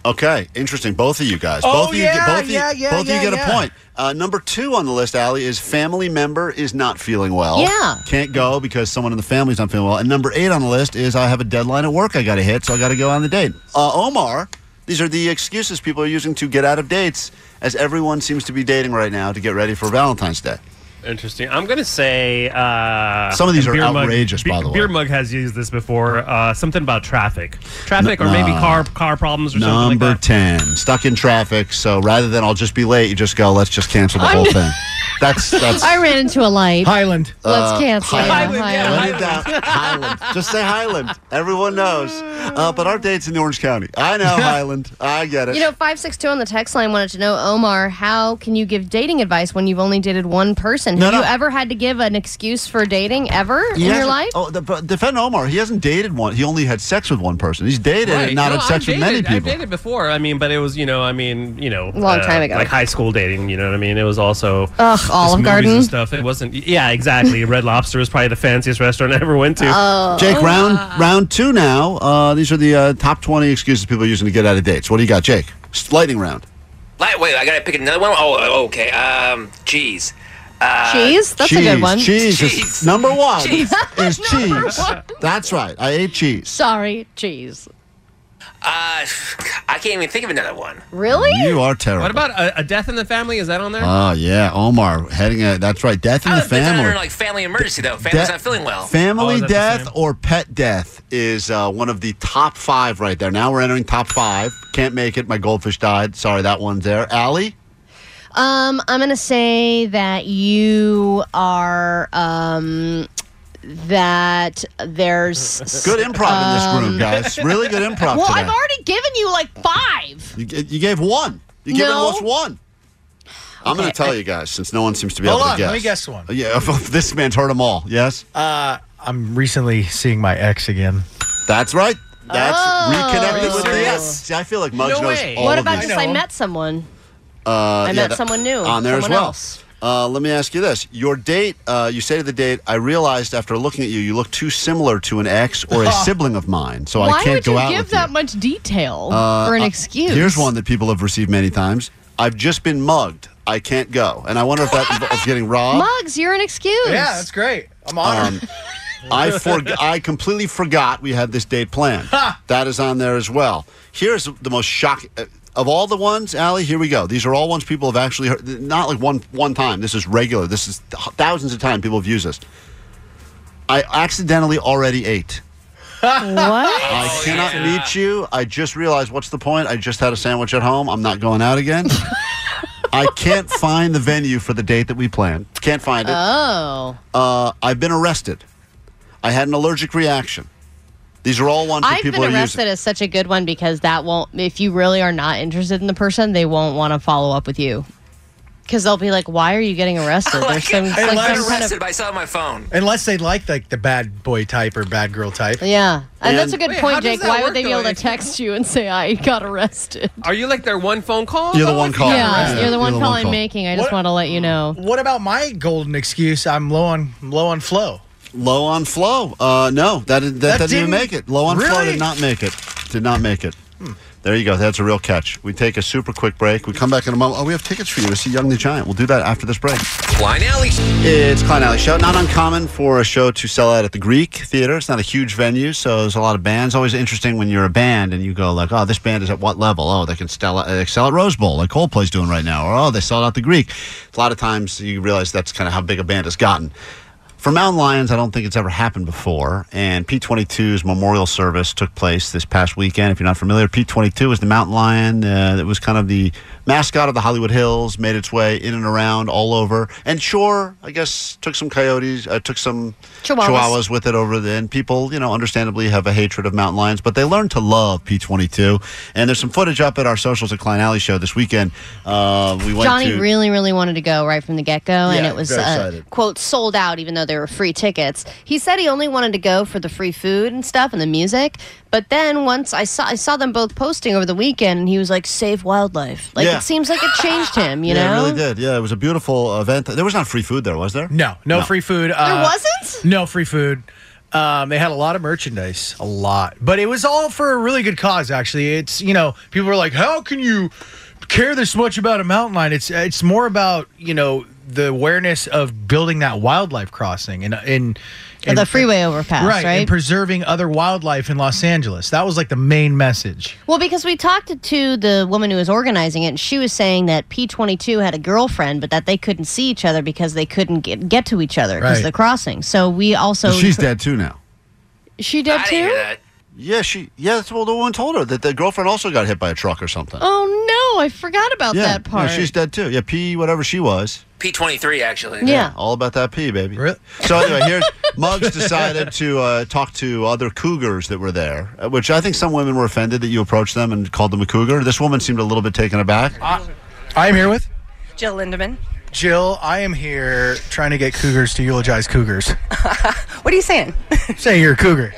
Okay, interesting. Both of you guys.
Oh,
both of you
yeah,
get both of you,
yeah, yeah,
both of
yeah,
you get
yeah.
a point. Uh, number two on the list, Allie, is family member is not feeling well.
Yeah.
Can't go because someone in the family's not feeling well. And number eight on the list is I have a deadline at work I got to hit, so I got to go on the date. Uh, Omar, these are the excuses people are using to get out of dates as everyone seems to be dating right now to get ready for Valentine's Day.
Interesting. I'm gonna say uh,
Some of these
and
are
Beer Mug-
outrageous,
Be-
by the way.
Beer mug has used this before. Uh, something about traffic, traffic,
N-
or maybe
nah.
car car problems or something
Number
like that.
10, stuck in traffic. So rather than I'll just be late, you just go, let's just cancel the
I'm- [laughs]
whole thing. That's, that's.
I ran into a light.
Highland.
Let's
Uh,
cancel. it.
Highland,
Highland.
Let it down. Highland. Just say Highland. Everyone knows. Uh, but our date's in Orange County. I know Highland. I get it.
You know, 562 on the text line wanted to know, Omar, how can you give dating advice when you've only dated one person?
No,
Have
no.
you ever had to give an excuse for dating ever
He
in your
hasn't-
life?
Oh, the, but defend Omar. He hasn't dated one. He only had sex with one person. He's dated
Right.
and not
No,
had sex
I've
with many
dated- I've
people.
dated before. I mean, but it was you know, I mean, you know, uh,
Long time ago.
like high school dating. You know what I mean? It was also
Ugh,
just
Olive
movies
Garden.
and stuff. It wasn't. Yeah, exactly. Red Lobster was probably the fanciest restaurant I ever went to.
Oh.
Jake, round round two now. Uh, these are the uh, top 20 excuses people are using to get out of dates. What do you got, Jake? S- Lightning round.
Like, wait, I gotta pick another one. Oh, okay. Um, cheese. Uh,
cheese? That's a
Cheese.
good one.
Cheese. is- number one
Cheese.
is
[laughs] Number
cheese.
one.
That's right. I ate cheese.
Sorry, cheese.
Uh, I can't even think of another one. [laughs]
Really?
You are terrible.
What about a, a death in the family? Is that on there?
Oh yeah, Omar heading. A, that's right. Death in
I
the
would put that under
family.
like family emergency though. Family's
De-
not feeling well.
Family death or pet death is uh, one of the top five right there. Now we're entering top five. Can't make it. My goldfish died. Sorry, that one's there. Allie,
Um, I'm going to say that you are, um, that there's.
[laughs] good improv in this room,
um,
guys. Really good
[laughs]
improv
Well,
today.
I've already given you like five.
you, g- you gave one. You gave
No.
almost one. I'm going to tell you guys since no one seems to be
Hold
able to
on,
guess. Uh,
let me guess one.
Yeah, [laughs] this man's heard them all. Yes.
Uh, I'm recently seeing my ex again.
That's right. That's
Oh.
reconnected with the
Yes.
yes. See, I feel like Muggs
No
knows
way.
all
What
of
about
these.
just I met someone?
Uh, I
met someone new,
on there as
someone
well.
else.
Uh, let me ask you this: Your date, uh, you say to the date, I realized after looking at you, you look too similar to an ex or a
[laughs]
sibling of mine, so
Why
I can't
would
go
you
out
give
with
that much detail
you. Uh,
Oh, for an
uh,
excuse?
Here's one that people have received many times: I've just been mugged. I can't go, and I wonder if
[laughs]
that involves getting robbed.
Mugs, you're an excuse.
Yeah, that's great. I'm honored.
Um, I for, I completely forgot we had this date planned. that is on there as well. Here's the most shocking uh, of all the ones, Allie. Here we go. These are all ones people have actually heard. Not like one one time. This is regular. This is th- thousands of times people have used this. I accidentally already ate.
what?
I cannot meet you. I just realized what's the point? I just had a sandwich at home. I'm not going
[laughs]
out again. I can't find the venue for the date that we planned. Can't find it.
Oh.
Uh, I've been arrested. I had an allergic reaction. These are all ones that
I've
people
been
are
arrested
using.
is such a good one because that won't. If you really are not interested in the person, they won't want to follow up with you because they'll be like, "Why are you getting arrested?" There's some,
I
[laughs] like
got
some kind
arrested
of
by selling my phone.
Unless they like like the bad boy type or bad girl type.
yeah. And that's a good
Wait, how
point,
does
Jake.
that
Why
work,
would they be
though,
able to
if-
text you and say, "I got arrested"?
Are you like their one phone call?
You're the
though?
one
If you
call.
got
Yeah,
arrested?
You're the one call I'm making. I just
What-
want to let you know.
What about my golden excuse? I'm low on low on flow.
Low on flow. Uh, no, that, that,
That
doesn't
didn't-
even make it. Low on flow
Really?
did not make it. Did not make it.
Hmm.
There you go. That's a real catch. We take a super quick break. We come back in a moment. Oh, we have tickets for you to see Young the Giant. We'll do that after this break.
Oh,
Klein Alley.
It's Klein Alley Show. Not uncommon for a show to sell out at the Greek Theater. It's not a huge venue, so there's a lot of bands. Always interesting when you're a band and you go like, "Oh, this band is at what level? Oh, they can sell uh, excel at Rose Bowl, like Coldplay's doing right now, or oh, they sold out the Greek." A lot of times you realize that's kind of how big a band has gotten. For Mountain Lions, I don't think it's ever happened before. And P22's memorial service took place this past weekend. If you're not familiar, P22 is the mountain lion uh, that was kind of the mascot of the Hollywood Hills, made its way in and around all over. And sure, I guess took some coyotes, uh, took some
Chihuahuas.
[laughs] chihuahuas with it over then. People, you know, understandably have a hatred of mountain lions, but they learn to love P22. And there's some footage up at our socials at Klein Alley Show this weekend. Uh, we went
Johnny
to
really, really wanted to go right from the get go, and
Yeah,
it was
very
uh,
excited.
quote sold out, even though there were free tickets. He said he only wanted to go for the free food and stuff and the music, but then once I saw I saw them both posting over the weekend, and he was like, "Save wildlife!" Like
Yeah.
it seems like it changed
[laughs]
him, you
yeah,
know.
it really did. Yeah, it was a beautiful event. There was not free food there, was there?
No, no, free food. Uh,
There wasn't?
No free food. Um, they had a lot of merchandise, a lot, but it was all for a really good cause. Actually, it's you know people are like, how can you care this much about a mountain lion? It's it's more about you know the awareness of building that wildlife crossing and and, and
the freeway overpass, right?
And preserving other wildlife in Los Angeles. That was like the main message.
Well, because we talked to the woman who was organizing it, and she was saying that P22 had a girlfriend, but that they couldn't see each other because they couldn't get, get to each other because
Right.
of the crossing. So we also
She's dead too now.
She dead too.
Yeah, she. Yeah, that's well, the one told her that the girlfriend also got hit by a truck or something.
Oh no, I forgot about
yeah,
that
no,
part.
she's dead too. Yeah, P whatever she was.
P23, actually.
all about that P baby. So anyway, here's Muggs decided to uh, talk to other cougars that were there, uh, which I think some women were offended that you approached them and called them a cougar. This woman seemed a little bit taken aback.
I am here with
Jill Lindemann.
Jill. I am here trying to get cougars to eulogize
[laughs]
cougars.
What are you saying?
Say you're a cougar.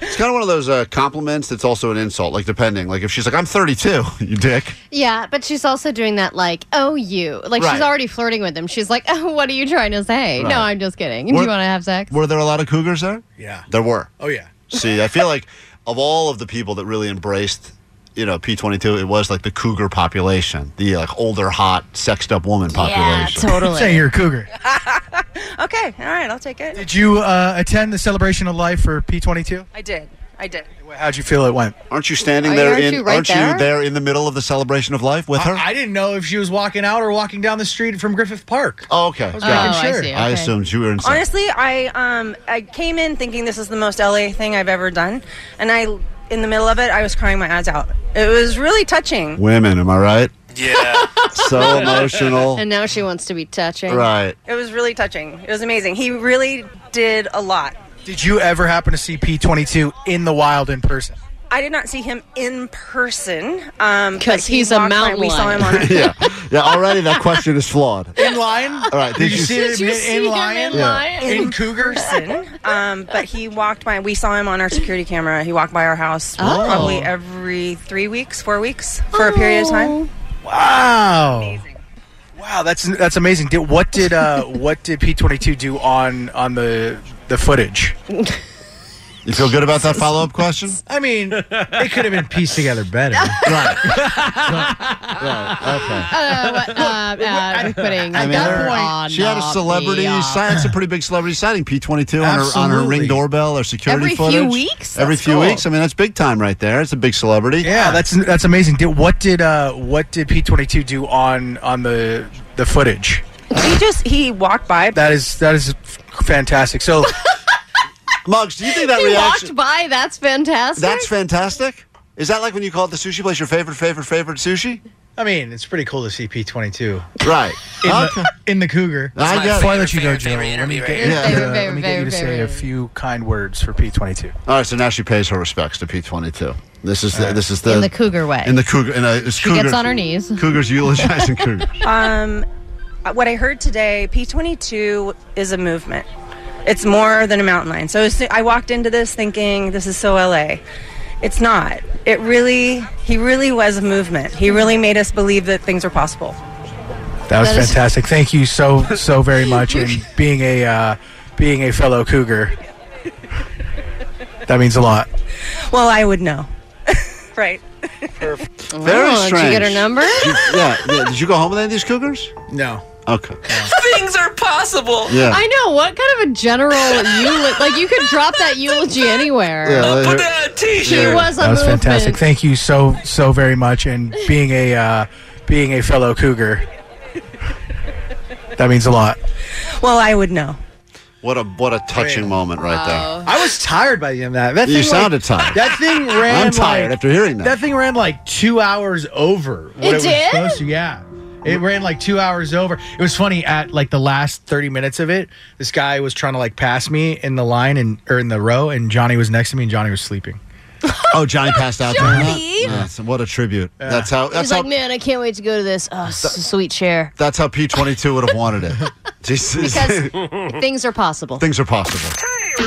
It's kind of one of those uh, compliments that's also an insult, like depending. Like if she's like, "I'm 32," [laughs] you dick.
Yeah, but she's also doing that like, oh you. Like
Right.
she's already flirting with him. She's like, [laughs] oh, what are you trying to say?
Right.
No, I'm just kidding. Do
We're-
you want to have
[laughs]
sex?
Were there a lot of cougars there?
Yeah.
There were.
Oh yeah.
See, I feel like of all of the people that really embraced, you know, P twenty two, it was like the cougar population, the like older, hot, sexed up woman population.
Say you're a cougar.
okay, all right, I'll take it.
Did you uh, attend the celebration of life for P22?
I did. I did.
How'd you feel it went?
Aren't you standing
Oh,
there?
aren't
in,
you right
aren't you
there?
there in the middle of the celebration of life with her?
I, I didn't know if she was walking out or walking down the street from Griffith Park.
Oh, okay.
I was
Got
making
it.
sure.
I assumed you were inside.
Honestly, I um I came in thinking this is the most LA thing I've ever done, and I in the middle of it I was crying my eyes out. It was really
[laughs]
touching.
Women, am I right?
Yeah.
[laughs] so emotional.
And now she wants to be touching.
Right.
It was really touching. It was amazing. He really did a lot.
Did you ever happen to see P22 in the wild in person?
I did not see him in person. um, but
'Cause
he
he's a
walked by-
mountain
We saw
lion.
him on
[laughs] yeah, yeah. Already that question is flawed.
In line? All
right,
Did
did
you
you-
see
Did
him
you
in-
see
in
him
line?
in Yeah. line?
In cougar?
person, um, but he walked by. We saw him on our security camera. He walked by our house
Oh.
probably every three weeks, four weeks for a period of time.
Oh.
Wow. Wow, that's that's amazing. Did, what did uh, what did P twenty two do on on the the footage?
You feel good about that follow up question?
I mean, it could have been pieced together better.
right. Right. Okay.
uh,
[laughs]
I'm quitting.
I mean, there- she had a celebrity,
uh,
she had some pretty big celebrity sighting, P22, on her, on her
Absolutely.
ring doorbell or security
Every few
footage.
weeks?
Every
That's
few
cool.
weeks. I mean, that's big time right there. It's a big celebrity.
Yeah, that's that's amazing. Did, what did uh, what did P twenty two do on on the the footage?
He just he walked by.
That is that is fantastic. So,
Muggs, do you think that
he
reaction?
walked by. That's fantastic.
That's fantastic. Is that like when you call it the sushi place your favorite, favorite, favorite sushi?
I mean, it's pretty cool to see P twenty two
Right.
in,
Okay.
the, in the cougar.
That's I my got it.
Before I let you go,
favorite,
Joe,
favorite
let me
interview
get, you
right here.
to-
Favorite,
let me
favorite,
get you to
favorite,
say a
favorite.
few kind words for P twenty two.
All right, so now she pays her respects to P22. This is the, this is the
in the cougar way.
in the cougar in a it's
She
cougar,
gets on her knees.
[laughs] Cougars
[laughs]
eulogizing cougars.
[laughs] um, what I heard today, P22 is a movement. It's more than a mountain lion. So as soo- I walked into this thinking this is so LA. It's not. It really, he really was a movement. He really made us believe that things were possible.
That was
That is-
fantastic. Thank you so [laughs] so very much. [laughs] And being a uh, being a fellow cougar, that means a lot.
Well, I would know. [laughs] right.
Very
Oh, did you
strange.
get her number?
Did you- yeah, yeah. Did you go home with any of these cougars?
No.
Okay.
[laughs] Things are possible.
Yeah.
I know. What kind of a general eulogy? Like you could drop
[laughs]
that eulogy anywhere. She was a
that was
movement.
fantastic. Thank you so so very much. And being a uh, being a fellow cougar, that means a lot.
Well, I would know.
What a what a
Oh,
touching moment right there.
Oh.
I was tired by the end of that.
You sounded tired.
That thing ran.
I'm tired
like-
after hearing that.
That thing ran like two hours over. What
It did?
Was supposed to, yeah. It ran like two hours over. It was funny at like the last thirty minutes of it. This guy was trying to like pass me in the line and or in the row, and Johnny was next to me, and Johnny was sleeping.
[laughs] Oh, Johnny passed out during that?
Johnny!
Yes, what a tribute. That's how that's
He's
how
like, man, I can't wait to go to this. Oh, s- sweet
[laughs]
chair.
that's how P twenty two would have
[laughs]
wanted it. Jesus.
Because things are possible.
Things are possible. It's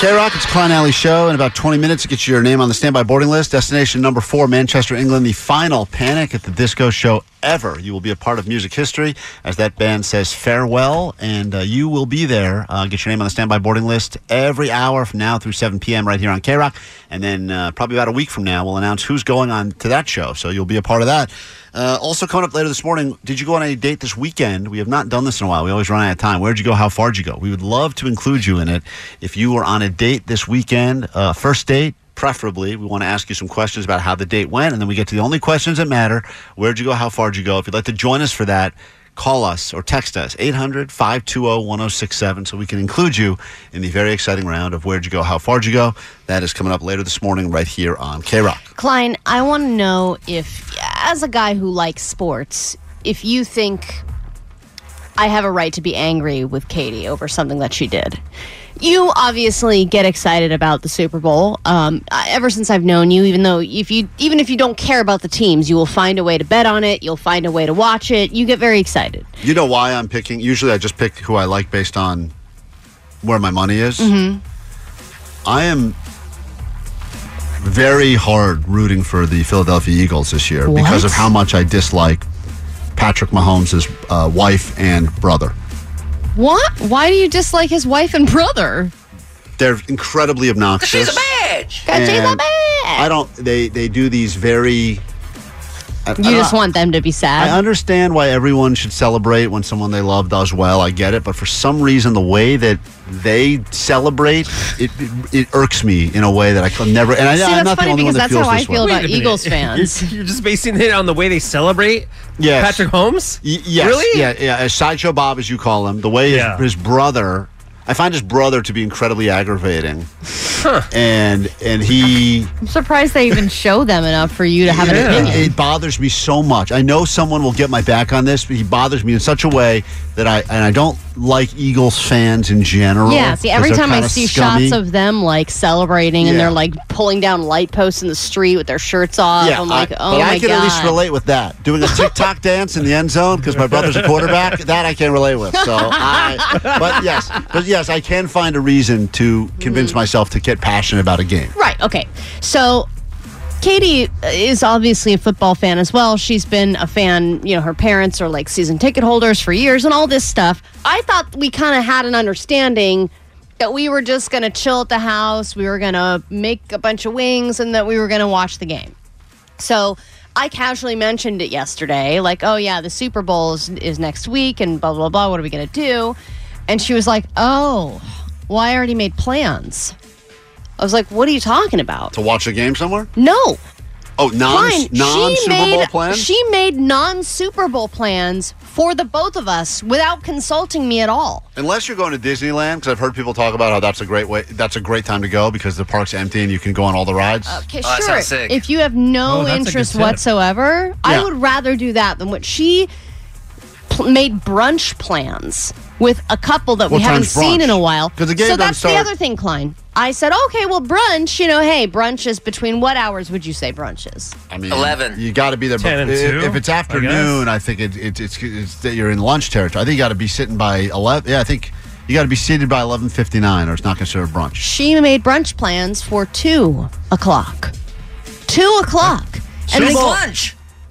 K Rock. It's Klein Alley Show. In about 20 minutes, it gets your name on the standby boarding list. Destination number four, Manchester, England. The final Panic at the Disco show ever. You will be a part of music history as that band says farewell, and uh, you will be there. Uh, get your name on the standby boarding list every hour from now through 7 p.m. right here on K Rock. And then uh, probably about a week from now, we'll announce who's going on to that show. So you'll be a part of that. Uh, also, coming up later this morning, did you go on any date this weekend? We have not done this in a while. We always run out of time. Where'd you go? How far'd you go? We would love to include you in it. If you were on a date this weekend, uh, first date, preferably, we want to ask you some questions about how the date went. And then we get to the only questions that matter Where'd you go? How far'd you go? If you'd like to join us for that, call us or text us 800 520 1067 so we can include you in the very exciting round of Where'd You Go? How Far'd You Go? That is coming up later this morning right here on K Rock.
Klein, I want to know if, as a guy who likes sports, if you think I have a right to be angry with Katie over something that she did. You obviously get excited about the Super Bowl. Um, I- ever since I've known you, even though if you even if you don't care about the teams, you will find a way to bet on it. You'll find a way to watch it. You get very excited.
You know why I'm picking? Usually I just pick who I like based on where my money is.
Mm-hmm.
I am very hard rooting for the Philadelphia Eagles this year because
What?
of how much I dislike Patrick Mahomes' uh, wife and brother.
What? Why do you dislike his wife and brother?
They're incredibly obnoxious.
bitch. Cause she's a
And
bitch.
I don't. They they do these very. I- I
You just
don't-
want them to be sad.
I understand why everyone should celebrate when someone they love does well. I get it, but for some reason, the way that they celebrate it it, it irks me in a way that I can never. And I,
See,
I'm
that's
not the
funny
only one
because
that
that's
feels
how I
this
feel
way.
about Wait a minute. Eagles fans.
You're just basing it on the way they celebrate
[laughs] Yes.
Patrick Holmes?
Yes.
Really?
Yeah, yeah. as Sideshow Bob, as you call him, the way his, his brother, I find his brother to be incredibly aggravating, and and he.
I'm surprised they even show them enough for you to have an opinion.
It, it bothers me so much. I know someone will get my back on this, but he bothers me in such a way that I and I don't like Eagles fans in general.
Yeah, see, every
'cause they're
time I
kinda
see
scummy.
shots of them like celebrating and
Yeah.
they're like pulling down light posts in the street with their shirts off,
yeah,
I'm like,
I,
oh
but
my
I can
god.
at least relate with that. Doing a
[laughs]
TikTok dance in the end zone because my brother's a quarterback. That I can relate with.
[laughs]
So, I, but yes, but yes, I can find a reason to convince
Mm-hmm.
myself to get passionate about a game.
Right. Okay. So Katie is obviously a football fan as well. She's been a fan, you know, her parents are like season ticket holders for years and all this stuff. I thought we kind of had an understanding that we were just going to chill at the house, we were going to make a bunch of wings, and that we were going to watch the game. So I casually mentioned it yesterday, like, oh yeah, the Super Bowl is, is next week and blah, blah, blah. What are we going to do? And she was like, oh, well, I already made plans. I was like, what are you talking about?
To watch a game somewhere?
No.
Oh, non
Fine.
non
She
Super Bowl
made-
plans.
She made non Super Bowl plans for the both of us without consulting me at all.
Unless you're going to Disneyland, because I've heard people talk about how that's a great way. That's a great time to go because the park's empty and you can go on all the rides.
Okay, sure. If you have
Oh,
no
that's a good
interest
tip.
whatsoever,
Yeah.
I would rather do that than what she pl- made brunch plans with a couple that
What
we haven't
time's brunch?
seen in a while.
'Cause the game
so
doesn't
that's the
start-
other thing, Klein. I said, okay, well, brunch, you know, hey, brunch is between what hours would you say brunch is?
I mean,
11.
You got to be there.
10 and
if,
two,
if it's
I
afternoon, I, think it, it, it's it's that you're in lunch territory. I think you got to be sitting by eleven. Yeah, I think you got to be seated by eleven fifty nine, or it's not considered brunch.
She made brunch plans for two o'clock. Two o'clock.
Super
the-
Bowl.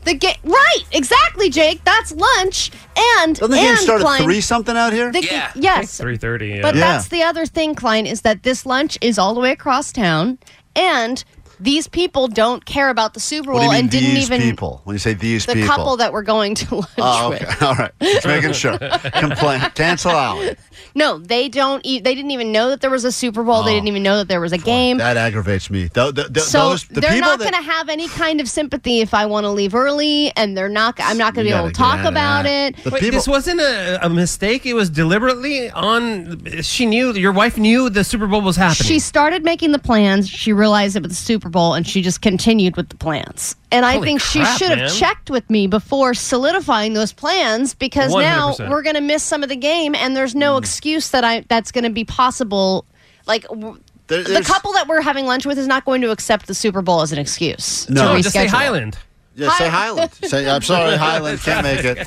The game, right? Exactly, Jake. That's lunch, and
Doesn't the
and
game start at
Klein-
three something out here?
The- Yes,
Three thirty. Yeah.
But that's the other thing, Klein, is that this lunch is all the way across town, and these people don't care about the Super
What
Bowl
do you mean
and didn't
these
even
people? When you say these
the
people,
couple that we're going to [laughs] lunch
Oh,
with.
okay. [laughs] All right. Just
[laughs]
making sure. Complain. Cancel out.
No, they don't. E- they didn't even know that there was a Super Bowl.
Oh.
They didn't even know that there was a game.
That aggravates me. Tho- tho- tho-
so
those, the
they're
people
not
that-
going to have any kind of sympathy if I want to leave early, and they're not. I'm not going to
You
be able
gotta
to
get
talk
out of
about
that.
it.
Wait, this wasn't a, a mistake. It was deliberately on. She knew your wife knew the Super Bowl was happening.
She started making the plans. She realized it was the Super Bowl, and she just continued with the plans. And I
Holy
think
crap,
she should
man.
have checked with me before solidifying those plans because now
100%.
we're going to miss some of the game, and there's no
Mm.
excuse that I that's going to be possible. Like w
There-
the
there's-
couple that we're having lunch with is not going to accept the Super Bowl as an excuse.
No.
to
No, just say
reschedule.
Highland. Yeah, say Highland. say
[laughs]
I'm sorry, Highland can't make it.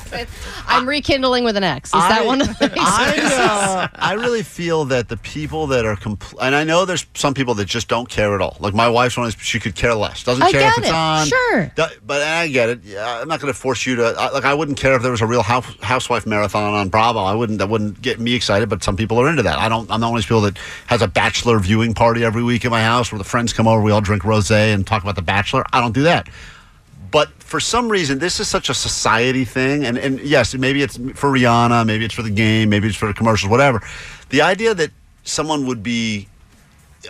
I'm rekindling with an ex. Is that one of the things?
I, uh, I really feel that the people that are compl- and I know there's some people that just don't care at all. Like my wife's one is she could care less. Doesn't
I
care
get
if it's
it.
on.
Sure.
Do- but and I get it. Yeah, I'm not going to force you to I, like I wouldn't care if there was a real house, housewife marathon on Bravo. I wouldn't that wouldn't get me excited, but some people are into that. I don't I'm the only people that has a bachelor viewing party every week at my house where the friends come over, we all drink rosé and talk about the bachelor. I don't do that. But for some reason, this is such a society thing. And, and yes, maybe it's for Rihanna, maybe it's for the game, maybe it's for the commercials, whatever. The idea that someone would be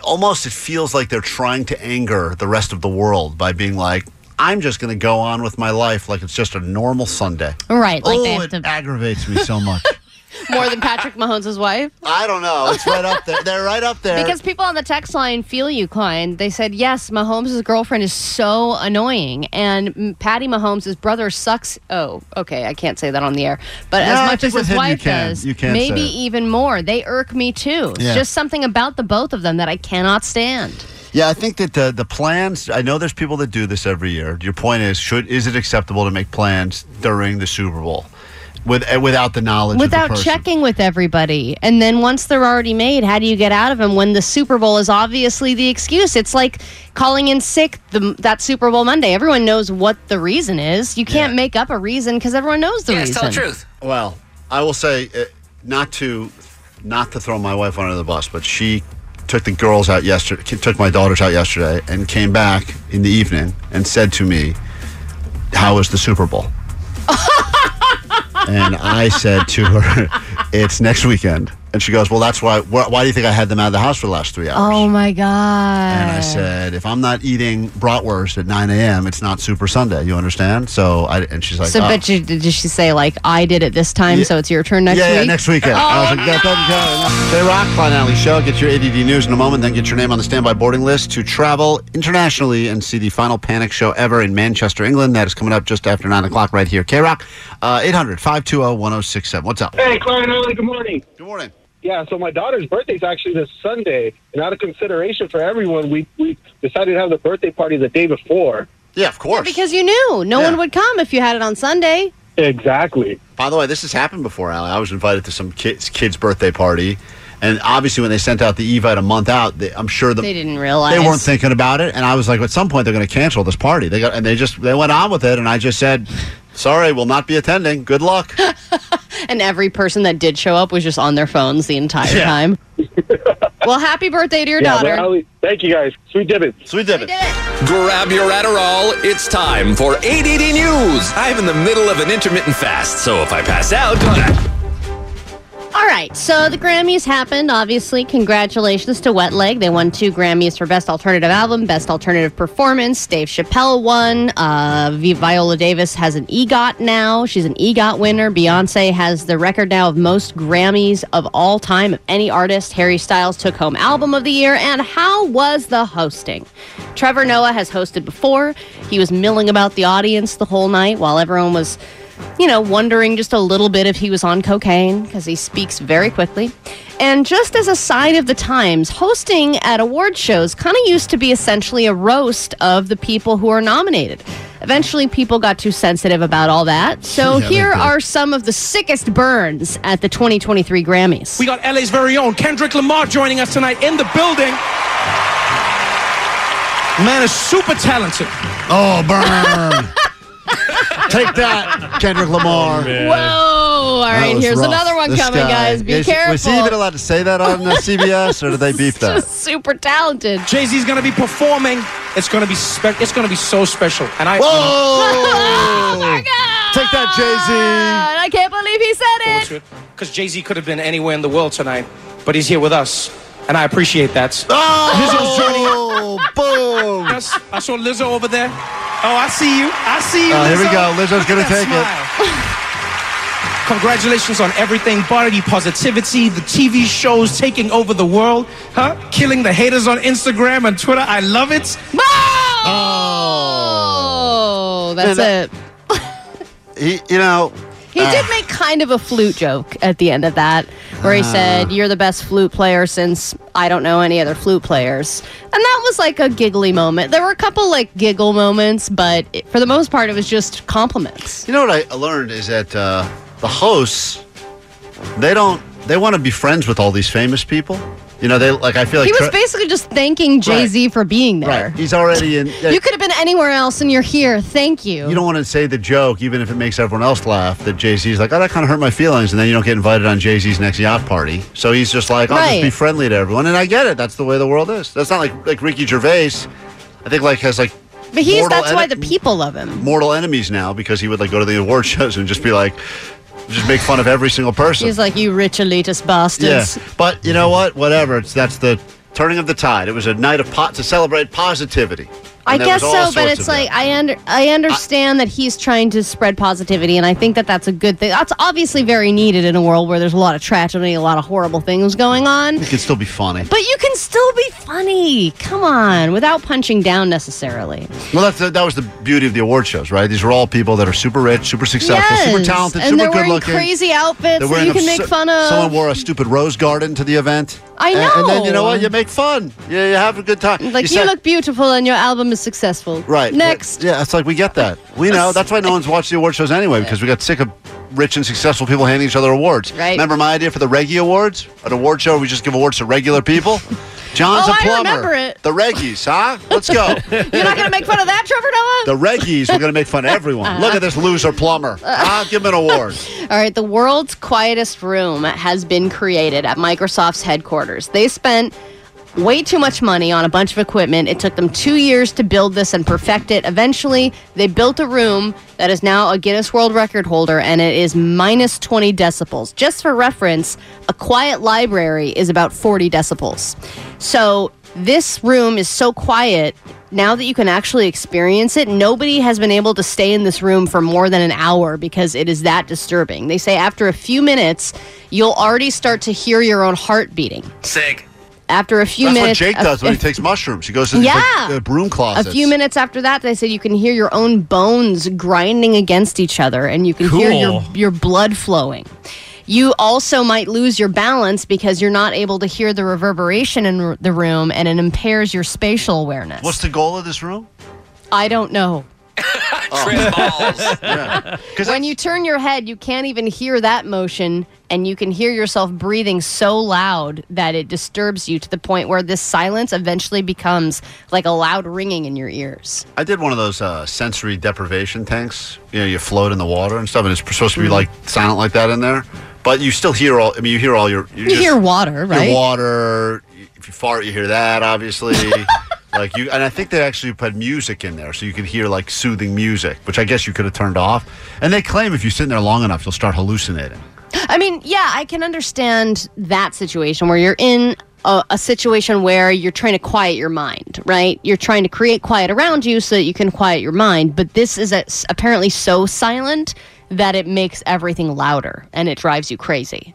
almost, it feels like they're trying to anger the rest of the world by being like, I'm just going to go on with my life like it's just a normal Sunday.
Right, like
oh,
they have
it aggravates me so
[laughs]
much.
[laughs] More than Patrick Mahomes' wife?
I don't know. It's right up there. They're right up there.
Because people on the text line feel you, Klein. They said, yes, Mahomes' girlfriend is so annoying. And mm, Patty Mahomes' brother sucks. Oh, okay. I can't say that on the air. But
No, I
as much
think
as
with
his
him you
wife
can.
does,
You can say
maybe
it.
even more. They irk me too. It's
Yeah.
Just something about the both of them that I cannot stand.
Yeah, I think that the the plans. I know there's people that do this every year. Your point is, should is it acceptable to make plans during the Super Bowl, with eh, without the knowledge of
Without
the person?
checking with everybody. And then once they're already made, how do you get out of them when the Super Bowl is obviously the excuse? It's like calling in sick the, that Super Bowl Monday. Everyone knows what the reason is. You can't make up a reason because everyone knows the reason.
Well, I will say uh, not to not to throw my wife under the bus, but she took the girls out yesterday, took my daughters out yesterday, and came back in the evening and said to me, "How was the
[laughs]
Super Bowl?" and I said to her, "It's next weekend." And she goes, Well, that's why. Wh- why do you think I had them out of the house for the last three hours?
Oh my god!
And I said, If I'm not eating bratwurst at 9 a.m., it's not Super Sunday. You understand? So I, and she's like,
so,
"Oh."
but you, did she say like I did it this time,
Yeah.
so it's your turn next
yeah,
week? Oh,
Yeah, next weekend. I was like, that doesn't count. They rock, Klein Alley Show. Get your ADD news in a moment, then get your name on the standby boarding list to travel internationally and see the final Panic show ever in Manchester, England. That is coming up just after 9 o'clock right here. uh, K Rock, 800 520 1067. What's up?
Hey, Clarence Early, good morning.
Good morning.
Yeah, so my daughter's birthday's actually this Sunday, and out of consideration for everyone, we, we decided to have the birthday party the day before.
Yeah, of course.
because you knew no one would come if you had it on Sunday.
Exactly.
By the way, this has happened before, Allie. I was invited to some kids' kids' birthday party. And obviously, when they sent out the evite a month out, they, I'm sure the,
They didn't realize.
They weren't thinking about it, and I was like, at some point they're going to cancel this party. They got and they just they went on with it, and I just said, "Sorry, we'll not be attending. Good
[laughs]
luck."
And every person that did show up was just on their phones the entire
Yeah.
time. well, happy birthday to your
Yeah,
daughter.
well,
Thank you guys. Sweet divots.
Sweet divots.
Grab your Adderall. It's time for 880 News. I'm in the middle of an intermittent fast, so if I pass out,
All right, so the Grammys happened. Obviously, congratulations to Wet Leg. They won two Grammys for Best Alternative Album, Best Alternative Performance. Dave Chappelle won. Uh, Vi- Viola Davis has an EGOT now. She's an EGOT winner. Beyonce has the record now of most Grammys of all time of any artist. Harry Styles took home Album of the Year. And how was the hosting? Trevor Noah has hosted before. He was milling about the audience the whole night while everyone was you know, wondering just a little bit if he was on cocaine because he speaks very quickly. And just as a sign of the times, hosting at award shows kind of used to be essentially a roast of the people who are nominated. Eventually, people got too sensitive about all that. So
Yeah, they
here
did.
are some of the sickest burns at the 2023 Grammys.
We got LA's very own Kendrick Lamar joining us tonight in the building. Man is super talented.
Oh, burn! [laughs] Take that, Kendrick Lamar.
Whoa! Oh, All
That
right,
was
here's
rough.
another one
This
coming,
guy-
guys. Be
Is-
careful.
Was he even allowed to say that on
[laughs]
the CBS, or did they beep that?
Just super talented.
Jay Z's gonna be performing. It's gonna be spe- it's gonna be so special. And I
[laughs] Oh, my God!
Take that, Jay
I can't believe he said it.
Because Jay Z could have been anywhere in the world tonight, but he's here with us, and I appreciate that.
Oh!
Oh!
Lizzo's
journey. Boom!
Yes, I saw Lizzo over there. Oh, I see you. I see you.
Uh,
Oh, here we
Lizzo.
go. Lizzo's
Look
gonna
at that
take it.
smile. [laughs] Congratulations on everything body positivity, the TV shows taking over the world, huh? Killing the haters on Instagram and Twitter. I love it.
Oh, that's
Man,
it.
He, you know,
He
uh,
did make kind of a flute joke at the end of that, where he
Ah.
said, "You're the best flute player since I don't know any other flute players," and that was like a giggly moment. There were a couple like giggle moments, but it- for the most part, it was just compliments.
You know what I learned is that uh, the hosts, they don't, they want to be friends with all these famous people. You know, they like. I feel like
he was
Tre-
basically just thanking Jay Z for being there.
Right. He's already in.
You could have been anywhere else, and you're here. Thank you.
You don't want to say the joke, even if it makes everyone else laugh. That Jay Z's like, oh, that kind of hurt my feelings, and then you don't get invited on Jay Z's next yacht party. So he's just like, I'll
Right.
just be friendly to everyone, and I get it. That's the way the world is. That's not like like Ricky Gervais. I think like has like.
but he's
mortal
that's why
ene-
the people love him.
mortal enemies now because he would like go to the award [laughs] shows and just be like, just make fun of every single person.
He's like you rich elitist bastards.
Yeah, but you know what? Whatever. It's that's the turning of the tide. It was a night of pot to celebrate positivity.
I
And there
guess
was all
so, but
sorts
it's
of
like
that.
I under I understand that he's trying to spread positivity, and I think that that's a good thing. That's obviously very needed in a world where there's a lot of tragedy, a lot of horrible things going on.
it could still be funny.
But you can still be funny. Come on, without punching down necessarily.
well, that's the, that was the beauty of the award shows, right? These were all people that are super rich, super successful, super
Yes,
talented,
and
super
they're
good
wearing
looking.
crazy outfits that you can make fun of.
Someone wore a stupid rose garden to the event.
I
And- And, then you know
know.
what? You make fun. You, you have a good time.
Like you,
said-
look beautiful, and your album is successful.
Right.
Next.
Yeah, it's like we get that. We know. That's why no one's watched the award shows anyway, because we got sick of rich and successful people handing each other awards.
Right.
Remember my idea for the Reggie Awards? An award show where we just give awards to regular
[laughs]
people? John's
Oh,
a
I
plumber.
remember it.
The Reggies, huh? Let's go.
[laughs] You're not gonna make fun of that, Trevor Noah.
the Reggies, we're going to make fun of everyone. Look at this loser plumber. I'll give him an award.
All right, the world's quietest room has been created at Microsoft's headquarters. They spent way too much money on a bunch of equipment. It took them two years to build this and perfect it. Eventually, they built a room that is now a Guinness World Record holder, and it is minus 20 decibels. Just for reference, a quiet library is about 40 decibels. So this room is so quiet now that you can actually experience it nobody has been able to stay in this room for more than an hour because it is that disturbing they say after a few minutes you'll already start to hear your own heart beating
Sick.
after a few
That's
minutes
what Jake
a-
does when
a-
he takes mushrooms. He goes to these
Yeah.
like, uh, broom closets.
a few minutes after that, they said you can hear your own bones grinding against each other and you can hear your,
Cool.
your blood flowing. You also might lose your balance because you're not able to hear the reverberation in r- the room and it impairs your spatial awareness.
What's the goal of this room?
I don't know.
Oh. [laughs] Yeah.
When you turn your head, you can't even hear that motion and you can hear yourself breathing so loud that it disturbs you to the point where this silence eventually becomes like a loud ringing in your ears.
I did one of those uh, sensory deprivation tanks. You know, you float in the water and stuff, and it's supposed to
Mm.
be like silent like that in there. But you still hear all. I mean, you hear all your.
You, hear water, right?
Your water. If you fart, you hear that. Obviously,
[laughs]
like you. And I think they actually put music in there, so you could hear like soothing music, which I guess you could have turned off. And they claim if you sit in there long enough, you'll start hallucinating.
I mean, yeah, I can understand that situation where you're in a, a situation where you're trying to quiet your mind, right? You're trying to create quiet around you so that you can quiet your mind. But this is a, apparently so silent that it makes everything louder and it drives you crazy.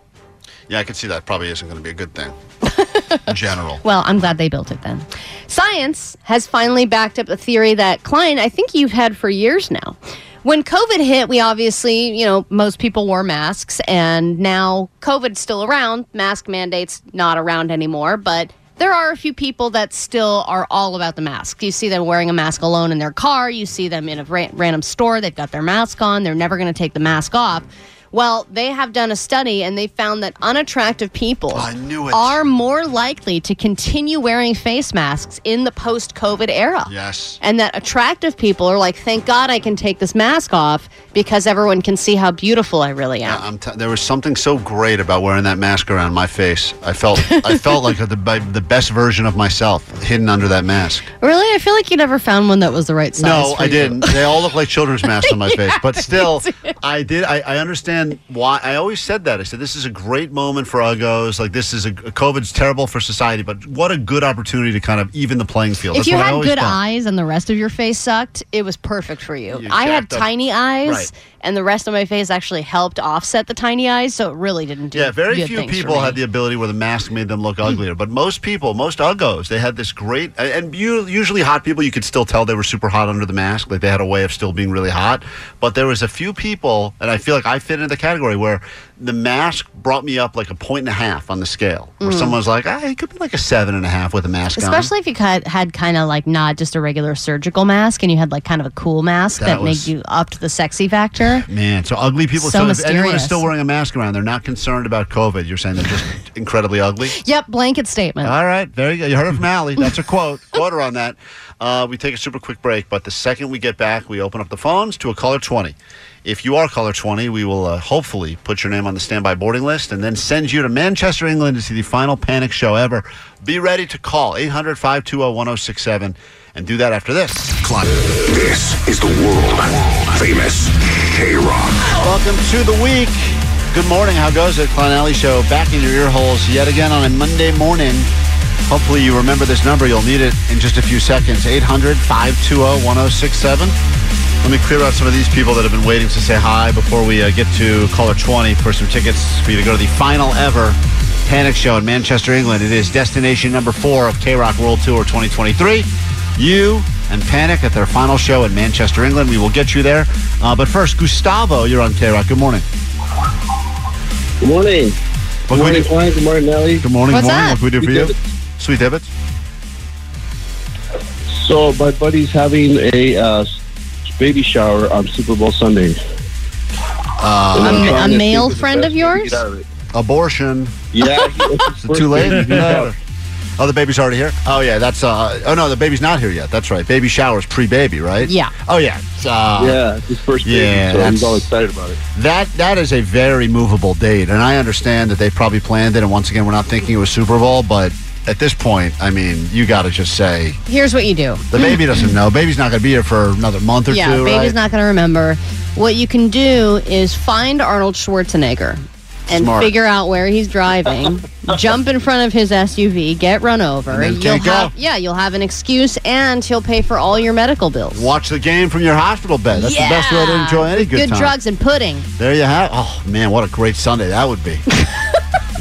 Yeah, I could see that probably isn't going to be a
[laughs]
good thing. in general.
Well, I'm glad they built it then. Science has finally backed up a theory that Klein, I think you've had for years now. When COVID hit, we obviously, you know, most people wore masks and now COVID's still around, mask mandates not around anymore, but there are a few people that still are all about the mask. You see them wearing a mask alone in their car, you see them in a ra- random store, they've got their mask on, they're never going to take the mask off. Well, they have done a study and they found that unattractive people are more likely to continue wearing face masks in the post COVID era.
Yes.
And that attractive people are like, thank God I can take this mask off because everyone can see how beautiful I really am.
I'm t- there was something so great about wearing that mask around my face. I felt
[laughs]
I felt like the by- the best version of myself hidden under that mask.
Really? I feel like you never found one that was the right size.
no,
for
I
you.
didn't. They all look like children's masks
[laughs]
on my face, but
Yeah,
still,
they did.
I did. I, I understand why. I always said that. I said this is a great moment for Uggos. Like this is a COVID's terrible for society, but what a good opportunity to kind of even the playing field.
If
That's
you
what I
had
always
good
thought.
eyes and the rest of your face sucked, it was perfect for you. I had
jacked up-
tiny eyes,
Right.
and the rest of my face actually helped offset the tiny eyes, so it really didn't do.
Yeah, very
good
few
things Hmm. for
people
me.
had the ability where the mask made them look uglier. But most people, most uggos, they had this great, and you, usually hot people, you could still tell they were super hot under the mask. Like they had a way of still being really hot. But there was a few people, and I feel like I fit into the category where the mask brought me up like a point and a half on the scale, where
Mm.
someone's like, ah, it could be like a seven and a half with a mask on.
Especially if you had, had kind of like not just a regular surgical mask and you had like kind of a cool mask
That
that,
was-
made you up to the sexy factor.
Man, so ugly people.
So
if anyone is
mysterious.
still wearing a mask around, they're not concerned about COVID. You're saying
[laughs]
they're just incredibly ugly.
Yep, blanket statement.
All right, very good. You heard it from Allie. That's her quote. [laughs] Quarter on that. Uh, we take a super quick break, but the second we get back, we open up the phones to a caller 20. If you are caller 20, we will uh, hopefully put your name on the standby boarding list and then send you to Manchester, England to see the final panic show ever. Be ready to call 800 520 1067 and do that after this. Clock.
This is the world famous K Rock.
Welcome to the week. Good morning. How goes it? Clown Alley Show back in your ear holes yet again on a Monday morning. Hopefully, you remember this number. You'll need it in just a few seconds 800 520 1067. Let me clear out some of these people that have been waiting to say hi before we uh, get to caller 20 for some tickets for you to go to the final ever Panic Show in Manchester, England. It is destination number four of K Rock World Tour 2023 you and Panic at their final show in Manchester, England. We will get you there. Uh, but first, Gustavo, you're on K Rock. Good morning.
Good morning. good
What can we
morning,
do-
Klein. Good morning, Nelly.
Good morning. good morning. What can we do for you? Sweet debits.
So Oh, my buddy's having a uh, baby shower on Super Bowl Sunday.
Uh,
I'm
a, a
trying to
male
think of the
friend of yours?
Abortion.
Yeah.
[laughs] Is it too late? No. Oh, the baby's already here. Oh yeah, that's. Uh, oh no, the baby's not here yet. That's right. Baby showers pre-baby, right?
Yeah.
Oh yeah. It's, uh,
yeah, it's his first baby,
yeah,
so
that's-
he's all excited about it.
That that is a very movable date, and I understand that they probably planned it. And once again, we're not thinking it was Super Bowl, but at this point, I mean, you got to just say
Here's what you do.
the baby doesn't know. Baby's not going to be here for another month or
yeah,
two.
baby's
right?
not going to remember. What you can do is find Arnold Schwarzenegger and
Smart.
figure out where he's
[laughs]
driving, jump in front of his SUV, get run over.
And then
you'll
can't go.
have yeah, you'll have an excuse and he'll pay for all your medical bills.
Watch the game from your hospital bed. That's the best way to enjoy any good,
Good
time.
drugs and pudding.
There you have. Oh man, what a great Sunday that
[laughs]
would be.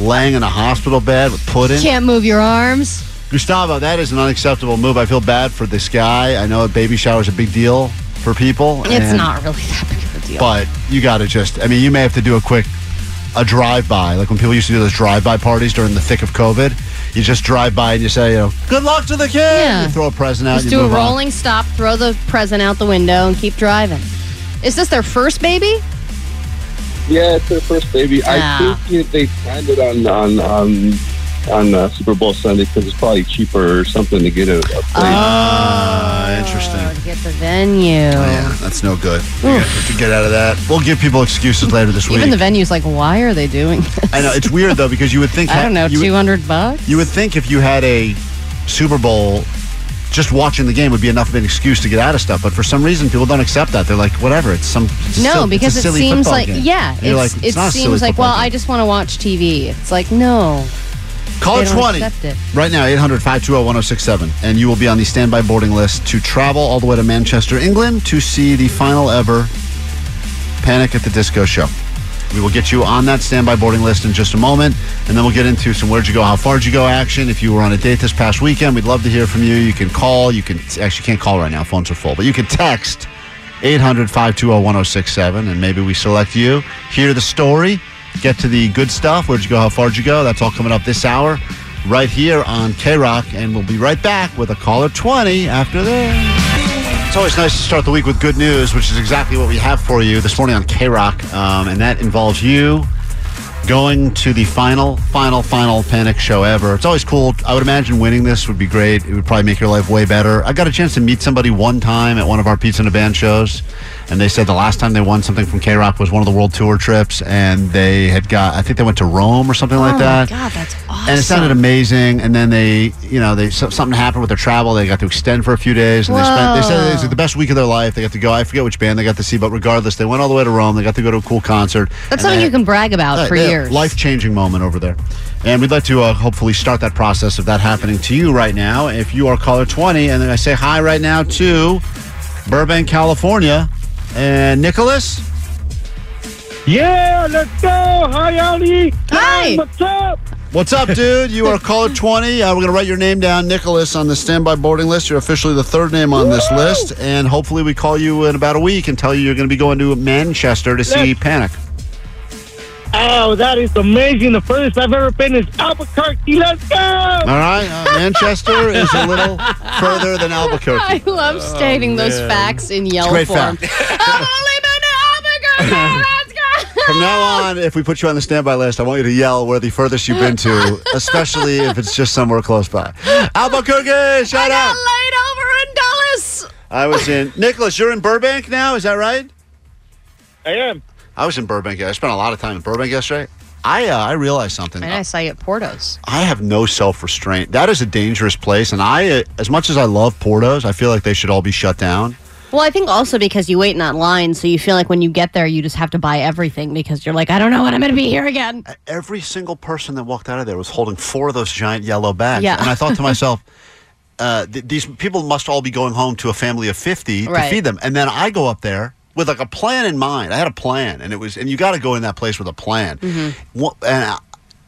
Laying in a hospital bed with pudding.
Can't move your arms.
Gustavo, that is an unacceptable move. I feel bad for this guy. I know a baby shower is a big deal for people.
It's
and-
not really that big of a deal.
But you got to just, I mean, you may have to do a quick, a drive by. Like when people used to do those drive by parties during the thick of COVID, you just drive by and you say, you know, good luck to the kid.
Yeah.
You throw a present out.
Just
you
do a
move on.
rolling stop, throw the present out the window, and keep driving. Is this their first baby?
Yeah, it's their first baby.
Ah.
I think it, they planned it on on on, on uh, Super Bowl Sunday because it's probably cheaper or something to get a, a place.
Oh.
Uh, interesting.
Get the venue.
Oh, Yeah, that's no good. You got to get out of that. We'll give people excuses later this
Even
week.
the venue's like, why are they doing
[laughs]
this?
I know it's weird though because you would think
I don't know,
you would-
two hundred bucks.
You would think if you had a Super Bowl, just watching the game would be enough of an excuse to get out of stuff. But for some reason, people don't accept that. They're like, whatever. It's some it's
No,
silly-
because
it's a
it
silly
seems
football
like
game.
yeah,
And you're
it's,
like,
it
not a silly
seems like
football
well,
game.
I just want to watch TV. It's like no,
Call
they
it
don't
20.
accept it.
Right now, 800 520 1067. And you will be on the standby boarding list to travel all the way to Manchester, England to see the final ever Panic at the Disco show. We will get you on that standby boarding list in just a moment. And then we'll get into some where'd you go, how far'd you go action. If you were on a date this past weekend, we'd love to hear from you. You can call. You can actually can't call right now, phones are full, but you can text 800 520 1067. And maybe we select you, hear the story, get to the good stuff. Where'd you go, how far'd you go? That's all coming up this hour right here on K Rock. And we'll be right back with a caller 20 after this. It's always nice to start the week with good news, which is exactly what we have for you this morning on K Rock, um, and that involves you going to the final, final, final Panic show ever. It's always cool. I would imagine winning this would be great. It would probably make your life way better. I got a chance to meet somebody one time at one of our Pizza and a Band shows, and they said the last time they won something from K Rock was one of the world tour trips, and they had got, I think they went to Rome or something like that.
Oh God, that's
And it sounded amazing. And then they, you know, they so- something happened with their travel. They got to extend for a few days, and they spent. They said it was the best week of their life. They got to go. I forget which band they got to see, but regardless, they went all the way to Rome. They got to go to a cool concert.
that's something you can brag about for
[laughs]
years.
Life changing moment over there. And we'd like to uh, hopefully start that process of that happening to you right now. If you are caller 20, and I say hi right now to Burbank, California, and Nicholas.
Yeah, let's go. Hi, Ali.
Hi.
What's up?
What's up, dude? You
[laughs]
are caller 20. Uh, we're going to write your name down, Nicholas, on the standby boarding list. You're officially the third name on this list. And hopefully, we call you in about a week and tell you you're going to be going to Manchester to see Panic.
Oh, that is amazing. The furthest I've ever been is Albuquerque. Let's go. All
right. Uh, Manchester is a little further than Albuquerque.
I love stating those
man.
facts in yellow
Great
form.
[laughs] From now on, if we put you on the standby list, I want you to yell where the furthest you've been to, especially if it's just somewhere close by. [gasps] Albuquerque, shout out.
Laid over in Dallas.
I was in. Nicholas, you're in Burbank now? Is that right? I am. I was in Burbank. yeah. I spent a lot of time in Burbank yesterday. I uh, I realized something.
And I saw you at Portos.
I have no self restraint. That is a dangerous place, and I, uh, as much as I love Portos, I feel like they should all be shut down.
Well, I think also because you wait in that line, so you feel like when you get there, you just have to buy everything because you're like, I don't know when I'm going to be here again.
E, Every single person that walked out of there was holding four of those giant yellow bags,
Yeah.
and
[laughs]
I thought to myself. Uh, th- these people must all be going home to a family of 50
Right.
to feed them and then i go up there with like a plan in mind i had a plan and it was and you got to go in that place with a plan Wha- and I,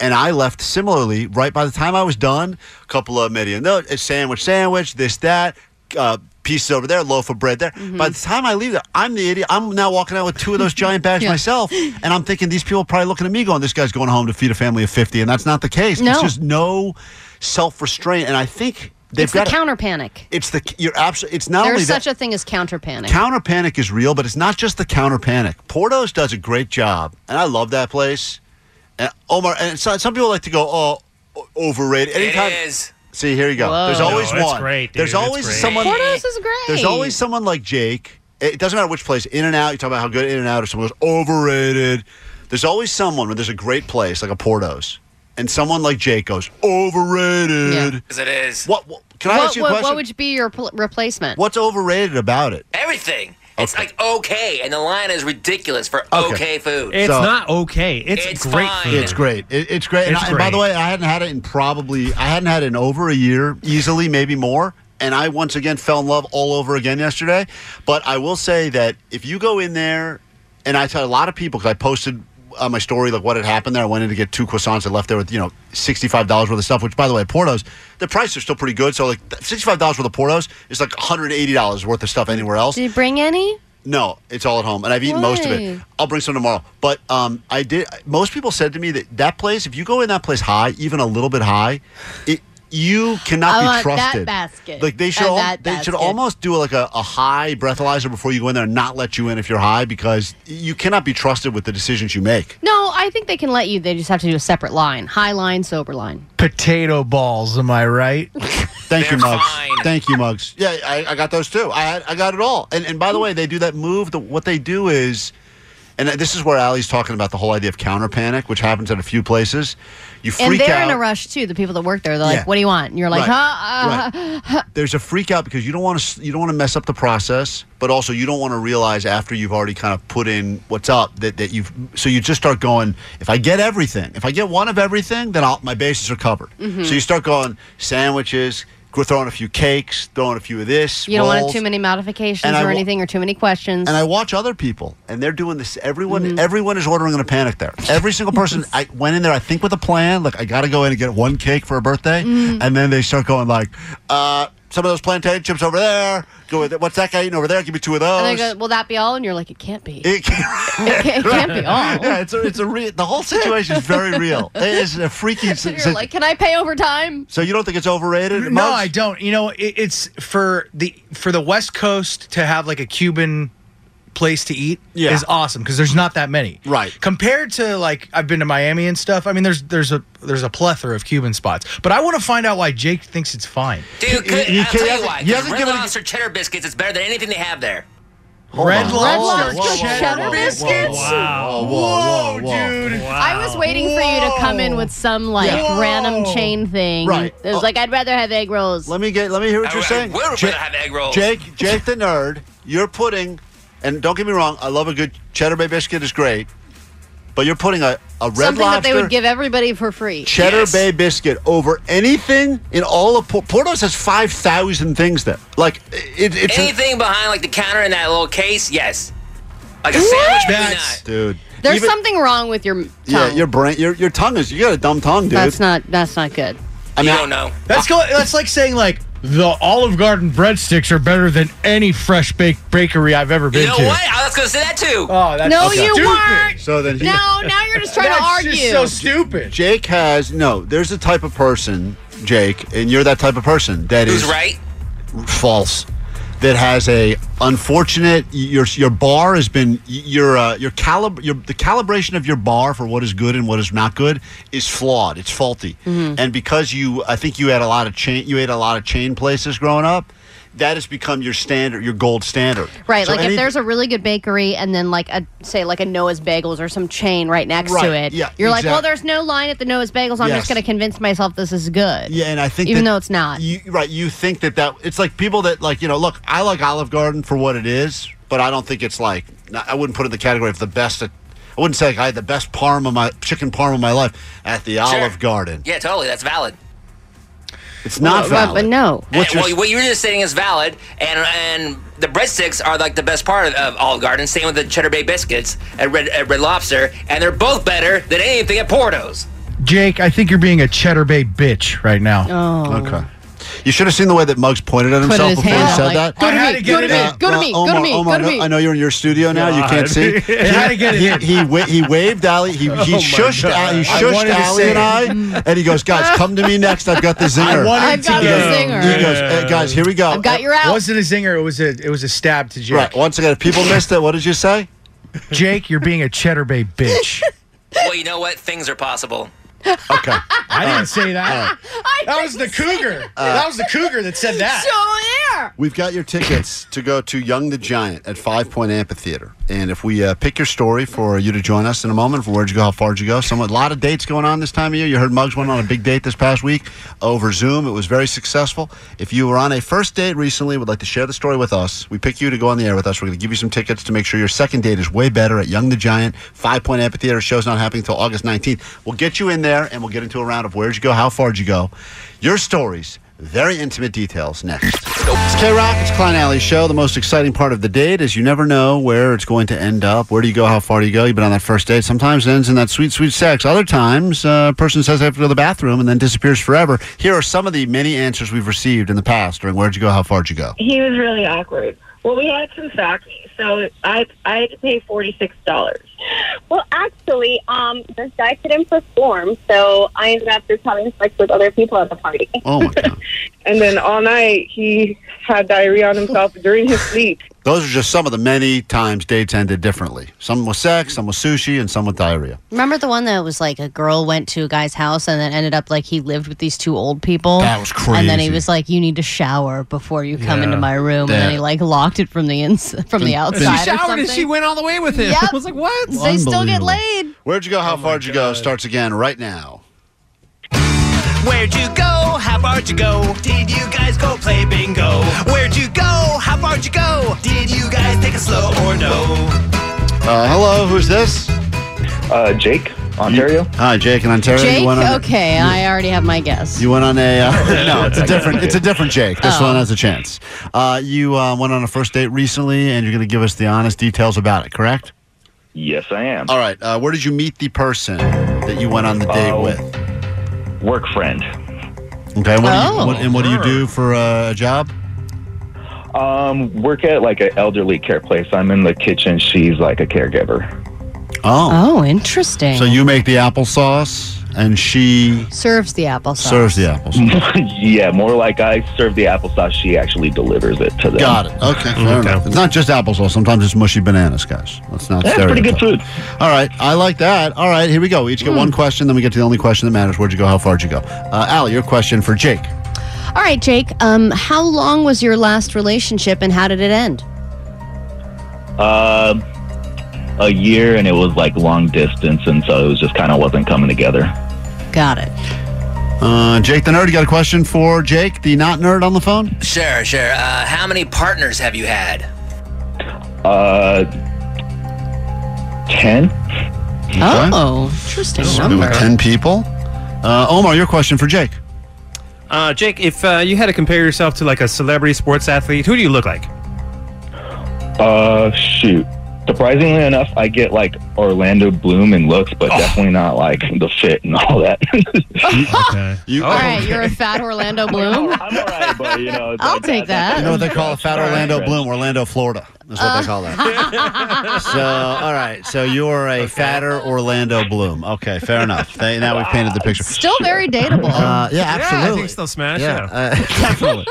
and I left similarly. Right by the time I was done, a couple of medianoche a sandwich, sandwich, this that. Uh, Pieces over there, loaf of bread there.
Mm-hmm.
By the time I leave, there, I'm the idiot. I'm now walking out with two of those
[laughs]
giant bags myself, and I'm thinking these people are probably looking at me, going, "This guy's going home to feed a family of 50," and that's not the case.
No.
It's just no self restraint, and I think they've
it's the
got
counter panic.
It's the you're absolutely. It's not only
There's
that,
such a thing as counter panic.
Counter panic is real, but it's not just the counter panic. Portos does a great job, and I love that place. And Omar, and so, some people like to go, oh, o- overrated. Anytime,
It is.
See, here you go.
Whoa.
There's always
No, it's
one.
great, dude.
There's
It's
always
great.
someone.
Portos
is great.
There's always someone like Jake. It doesn't matter which place, In and Out. You talk about how good In and Out, or someone goes overrated. There's always someone when there's a great place like a Portos and someone like Jake goes overrated,
Because it is.
What, what can I
what,
ask you a
what-
question?
what would be your pl- replacement?
What's overrated about it?
Everything. It's like okay, and the line is ridiculous for
Okay.
okay, food.
It's So- not
okay. It's,
great. It's great. It- it's great. And,
It's
I- and by the
great.
way, I hadn't had it in probably I hadn't had it in over a year, easily maybe more. And I once again fell in love all over again yesterday. But I will say that if you go in there, and I tell a lot of people because I posted on my story like what had happened there. I went in to get two croissants. I left there with you know sixty five dollars worth of stuff. Which by the way, at Portos, the prices are still pretty good. So like sixty five dollars worth of Portos is like one hundred eighty dollars worth of stuff anywhere else.
Did you bring any?
No, it's all at home, and I've eaten most of it.
Why?
I'll bring some tomorrow. But um, I did. Most people said to me that that place, if you go in that place high, even a little bit high, it you cannot
I
be
want that
trusted.
basket
Like they should,
and
al-
that
they should
basket.
almost do like a, a high breathalyzer before you go in there and not let you in if you're high because you cannot be trusted with the decisions you make.
No, I think they can let you. They just have to do a separate line. High line, sober line.
Potato balls, am I right?
Thank you, Mugs. Thank you, Mugs. Yeah, I, I got those too. I had- I got it all. And and by the way, they do that move. The, what they do is, and this is where Ali's talking about the whole idea of counter panic, which happens at a few places. You
And
freak
they're
out.
in a rush too. The people that work there, they're
Yeah.
like, "What do you want?" And you're like,
Right.
"Huh." Uh, [laughs] huh."
There's a freak out because you don't want to you don't want to mess up the process, but also you don't want to realize after you've already kind of put in what's up that, that you've so you just start going. If I get everything, if I get one of everything, then I'll, my bases are covered.
Mhm.
So you start going sandwiches, go throwing a few cakes, throwing a few of this.
You don't want
rolls.
too many modifications
And
or
I wa-
anything, or too many questions.
And I watch other people, and they're doing this. Everyone,
Mm-hmm.
everyone is ordering in a panic there. Every single
[laughs]
person. I went in there, I think, with a plan. Like I got to go in and get one cake for a birthday,
Mm-hmm.
and then they start going like, uh, "Some of those plantain chips over there. Go with it. What's that guy eating over there? Give me two of
And they
those."
go, "Will that be all?" And you're like, "It can't be.
it can't,
It can't, [laughs] it
[laughs]
can't be all."
Yeah, it's a, it's a real. The whole situation is very
[laughs]
real. It is a
[laughs]
freaky. s-
You're
s-
like, "Can I pay overtime?"
so you don't think it's overrated?
No,
Mugs?
I don't. You know, it, it's for the for the West Coast to have like a Cuban place to eat
Yeah.
is awesome because there's not that many. Right. Compared to like I've been to Miami and stuff. I mean, there's there's a there's a plethora of Cuban spots. But I want to find out why Jake thinks it's fine.
Dude, could,
you
I'll
can't-
tell
you
you why.
haven't
Because Red
given a-
Lobster cheddar biscuits is better than anything they have there.
Red Lobster
on. Whoa, whoa, whoa,
cheddar
whoa, whoa,
biscuits.
Whoa, whoa, whoa, whoa. dude!
I was waiting for you to come in with some like
Yeah.
random chain thing.
Right. Oh.
It was like, "I'd rather have egg rolls."
Let me get. Let me hear what you're saying.
We're
Ja-
gonna have egg rolls.
Jake, Jake the nerd, you're putting, and don't get me wrong, I love a good cheddar bay biscuit is great, but you're putting a, a red
Something that
lobster
they would give everybody for free.
cheddar bay biscuit over anything in all of Por- Portos has five thousand things there. Like it, it's a-
anything behind like the counter in that little case, yes. Like a
What?
sandwich, maybe
That's-
not.
dude.
There's
even-
something wrong with your tongue.
Yeah, your brain, your your tongue is. You got a dumb tongue, dude.
That's not. That's not good.
I mean,
don't know.
That's go. That's like saying like the Olive Garden breadsticks are better than any fresh baked bakery I've ever been
You know
to.
what? I was gonna say that too.
Oh, that's
No,
okay.
you
Stupid.
weren't.
So then he-
No, Oh, now
[laughs]
you're just trying to
That's
argue.
just so stupid.
Jake has no. There's a type of person, Jake, and you're that type of person that is
Who's right?
false. That has a unfortunate your your bar has been your uh, your calib your the calibration of your bar for what is good and what is not good is flawed. It's faulty,
Mm-hmm.
Mhm.
and because you I think you had a lot of chain you ate a lot of chain places growing up. That has become your standard, your gold standard.
Right,
So
like
any-
if there's a really good bakery and then like a say like a Noah's Bagels or some chain right next to
Right,
it,
yeah,
you're like, well,
exact-
there's no line at the Noah's Bagels. I'm
Yes.
just going to convince myself this is good.
Yeah, and I think
even
that
though it's not.
You, right, you think that that it's like people that like you know, look, I like Olive Garden for what it is, but I don't think it's like not- I wouldn't put it in the category of the best. At, I wouldn't say like I had the best parm of my chicken parm of my life at the Olive Garden.
Yeah, totally. That's valid.
It's not valid.
no.
What's your-
well, what you were just saying is valid, and and the breadsticks are like the best part of, of Olive Garden. Same with the Cheddar Bay biscuits at Red, at Red Lobster, and they're both better than anything at Porto's.
Jake, I think you're being a Cheddar Bay bitch right now.
Oh.
Okay. You should have seen the way that Muggs pointed at
Put
himself
his
before he
hand
said
up, like,
that.
"Go to I had me, to get go to it me, out."
go to me, go to
Omar-
me,
Omar,
go to
I know-
me.
I know you're in your studio now. You can't
God. [laughs]
see.
I had to get it
he,
in.
He, wa- he waved Ali. He, he
[laughs] Oh my
shushed.
God.
Ali, he
I
shushed
wanted to
Ali
say
and
it.
I, and he goes, "Guys, come to me next. I've got the
[laughs]
zinger.
I wanted I've to got
He
the
goes-
zinger.
He goes, "Hey, "Guys, here we go.
I've got
your out.
Wasn't a zinger. It was a it was a stab to Jake.
Right. Once again, if people missed it, what did you say?
Jake, you're being a Cheddar Bay bitch.
well, you know what? Things are possible.
[laughs] Okay.
I didn't say that.
that was the cougar.
Uh,
that was the cougar that said that.
So there.
We've got your tickets to go to Young the Giant at Five Point Amphitheater. And if we uh, pick your story for you to join us in a moment, from where'd you go, how far'd you go, some a lot of dates going on this time of year. You heard Muggs went on a big date this past week over Zoom. It was very successful. If you were on a first date recently, would like to share the story with us, we pick you to go on the air with us. We're going to give you some tickets to make sure your second date is way better at Young the Giant. Five Point Amphitheater show's not happening until August 19th. We'll get you in there and we'll get into a round of where'd you go, how far'd you go, your stories, very intimate details next. It's K Rock, it's Klein Alley Show. The most exciting part of the date is you never know where it's going to end up. Where do you go? How far do you go? You've been on that first date. Sometimes it ends in that sweet, sweet sex. Other times, uh, a person says they have to go to the bathroom and then disappears forever. Here are some of the many answers we've received in the past during Where'd You Go? How Far'd You Go?
He was really awkward. Well, we had some sake, so I I had to pay forty six dollars.
Well, actually, um, this guy couldn't perform, so I ended up just having sex with other people at the party.
Oh my
[laughs]
god!
and then all night he had diarrhea on himself during his sleep.
Those are just some of the many times dates ended differently. Some with sex, some with sushi, and some with diarrhea.
Remember the one that was like a girl went to a guy's house and then ended up like he lived with these two old people.
That was
And then he
crazy.
was like, "You need to shower before you come
Yeah.
into my room." And
That-
then he like locked it from the ins from the outside.
She
or
showered and she
something.
went all the way with him. [laughs]
Yep.
I was like, what?
They still get
Unbelievable.
laid.
Where'd You Go?
Oh
How Far'd You Go? starts again right now.
Where'd you go? How far'd you go? Did you guys go play bingo? Where'd you go? How far'd you go? Did you guys take it slow Oh, or no?
Uh, hello, who's this?
Uh, Jake, Ontario.
Hi, Jake in Ontario.
Jake,
You went on a-
okay, I already have my guess.
You went on a uh, no. It's a
I
different.
guess.
It's a different Jake. This
Oh.
one has a chance. Uh, you uh, went on a first date recently, and you're going to give us the honest details about it. Correct?
Yes, I am.
All right. Uh, where did you meet the person that you went on the date
Oh.
with?
Work friend.
Okay. What do you,
Oh.
what, and what do you do for uh, a job?
Um, work at like an elderly care place. I'm in the kitchen. She's like a caregiver.
Oh.
Oh, interesting.
So you make the applesauce, and she
serves the applesauce.
serves the apple.
[laughs] yeah, more like I serve the applesauce. She actually delivers it to them.
Got it. Okay. Fair enough. It's not just applesauce. Sometimes it's mushy bananas, guys. That's not.
That's pretty good Hmm.
stereotype. All right. I like that. All right. Here we go. We each get one question, then we get to the only question that matters. Where'd you go? How far'd you go? Uh, Al, your question for Jake.
All right, Jake. Um, how long was your last relationship, and how did it end?
Um, a year, and it was like long distance, and so it was just kind of wasn't coming together.
Got it.
Uh, Jake the nerd, you got a question for Jake the not nerd on the phone?
Sure, sure. Uh, how many partners have you had?
Uh, ten.
Oh, interesting
number. Ten people. Uh, Omar, your question for Jake.
Uh, Jake, if uh, you had to compare yourself to like a celebrity sports athlete, who do you look like?
Uh, shoot. Surprisingly enough, I get like Orlando Bloom in looks, but definitely not like the fit and all that. [laughs]
You,
All right, you're a fat [laughs] Orlando Bloom. I'm all right,
but you
[laughs]
know,
I'll take that.
You know what they call a fat Orlando Bloom? Orlando, Florida. That's what they call that. So, all right. So you're a fatter Orlando Bloom. Okay, fair enough. They, now we've painted the picture.
Still very dateable.
[laughs] Uh, yeah,
I think
absolutely.
still smash,
Yeah, uh, [laughs] definitely.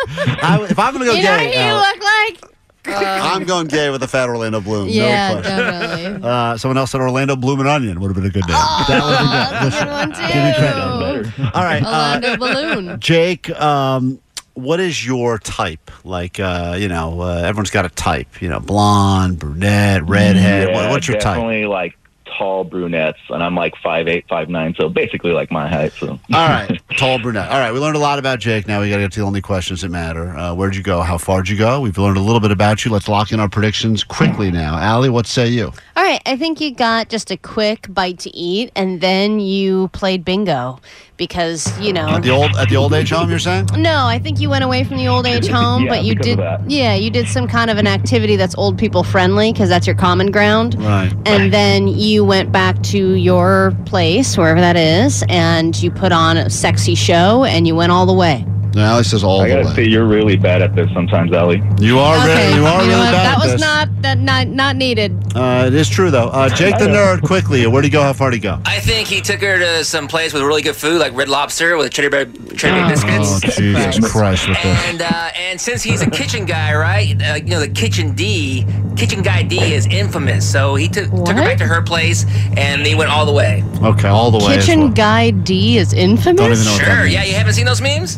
I, if I'm going to go
you know
gay,
who you
Al,
look like?
I'm going gay with a fat Orlando Bloom. no
yeah,
question.
definitely.
Uh, someone else said Orlando Bloom and Onion would have been a good name.
Oh,
that would have been good. [laughs] Listen, Give me credit. All right. uh,
Orlando balloon.
Jake, um, what is your type? Like, uh, you know, uh, everyone's got a type. You know, blonde, brunette, redhead.
Yeah,
what, what's your type?
Definitely like tall brunettes, and I'm like five eight, five nine, so basically like my height. So
All right, tall brunette. All right, we learned a lot about Jake. Now we got to get to the only questions that matter. Uh, where'd you go? How far'd you go? We've learned a little bit about you. Let's lock in our predictions quickly now. Allie, what say you?
All right, I think you got just a quick bite to eat, and then you played bingo because you know.
At the old at the old age home, you're saying?
no, I think you went away from the old age home,
[laughs] Yeah,
but you
because of
did.
that.
Yeah, you did some kind of an activity that's old people friendly because that's your common ground.
Right.
And then you went back to your place, wherever that is, and you put on a sexy show and you went all the way.
Yeah, Allie says all
I gotta
the way.
say, you're really bad at this sometimes, Allie.
You are
Okay,
really, you are
you know
really
what?
bad
That
at
was
this.
not that not not needed.
uh, it is true though. Uh, Jake the nerd, quickly. Where'd he go? How far'd he go?
I think he took her to some place with really good food, like Red Lobster with Trader Bay, Trader Bay biscuits.
Oh Jesus Christ! With this.
And uh, and since he's a kitchen guy, right? Uh, you know the kitchen D, kitchen guy D is infamous. So he took took her back to her place, and they went all the way.
Okay, all the way. is
Kitchen
what-
Guy D is infamous.
Don't even know what that
Sure, yeah,
means.
you haven't seen those memes?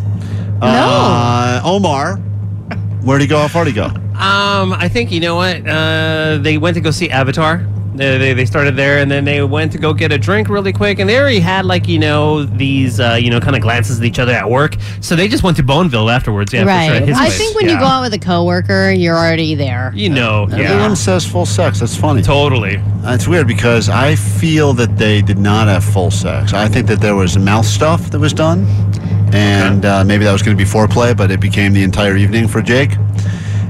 Uh, Omar, where'd he go? How far'd he go?
Um, I think you know what? Uh, they went to go see Avatar. They, they, they started there, and then they went to go get a drink really quick. And they already had like you know these uh, you know kind of glances at each other at work. So they just went to Boneville afterwards. Yeah,
right.
For sure, his
I
place.
think when
Yeah.
you go out with a coworker, you're already there.
you know,
Everyone
yeah.
says full sex. That's funny.
Totally.
It's weird because I feel that they did not have full sex. I think that there was mouth stuff that was done, and uh, maybe that was going to be foreplay, but it became the entire evening for Jake.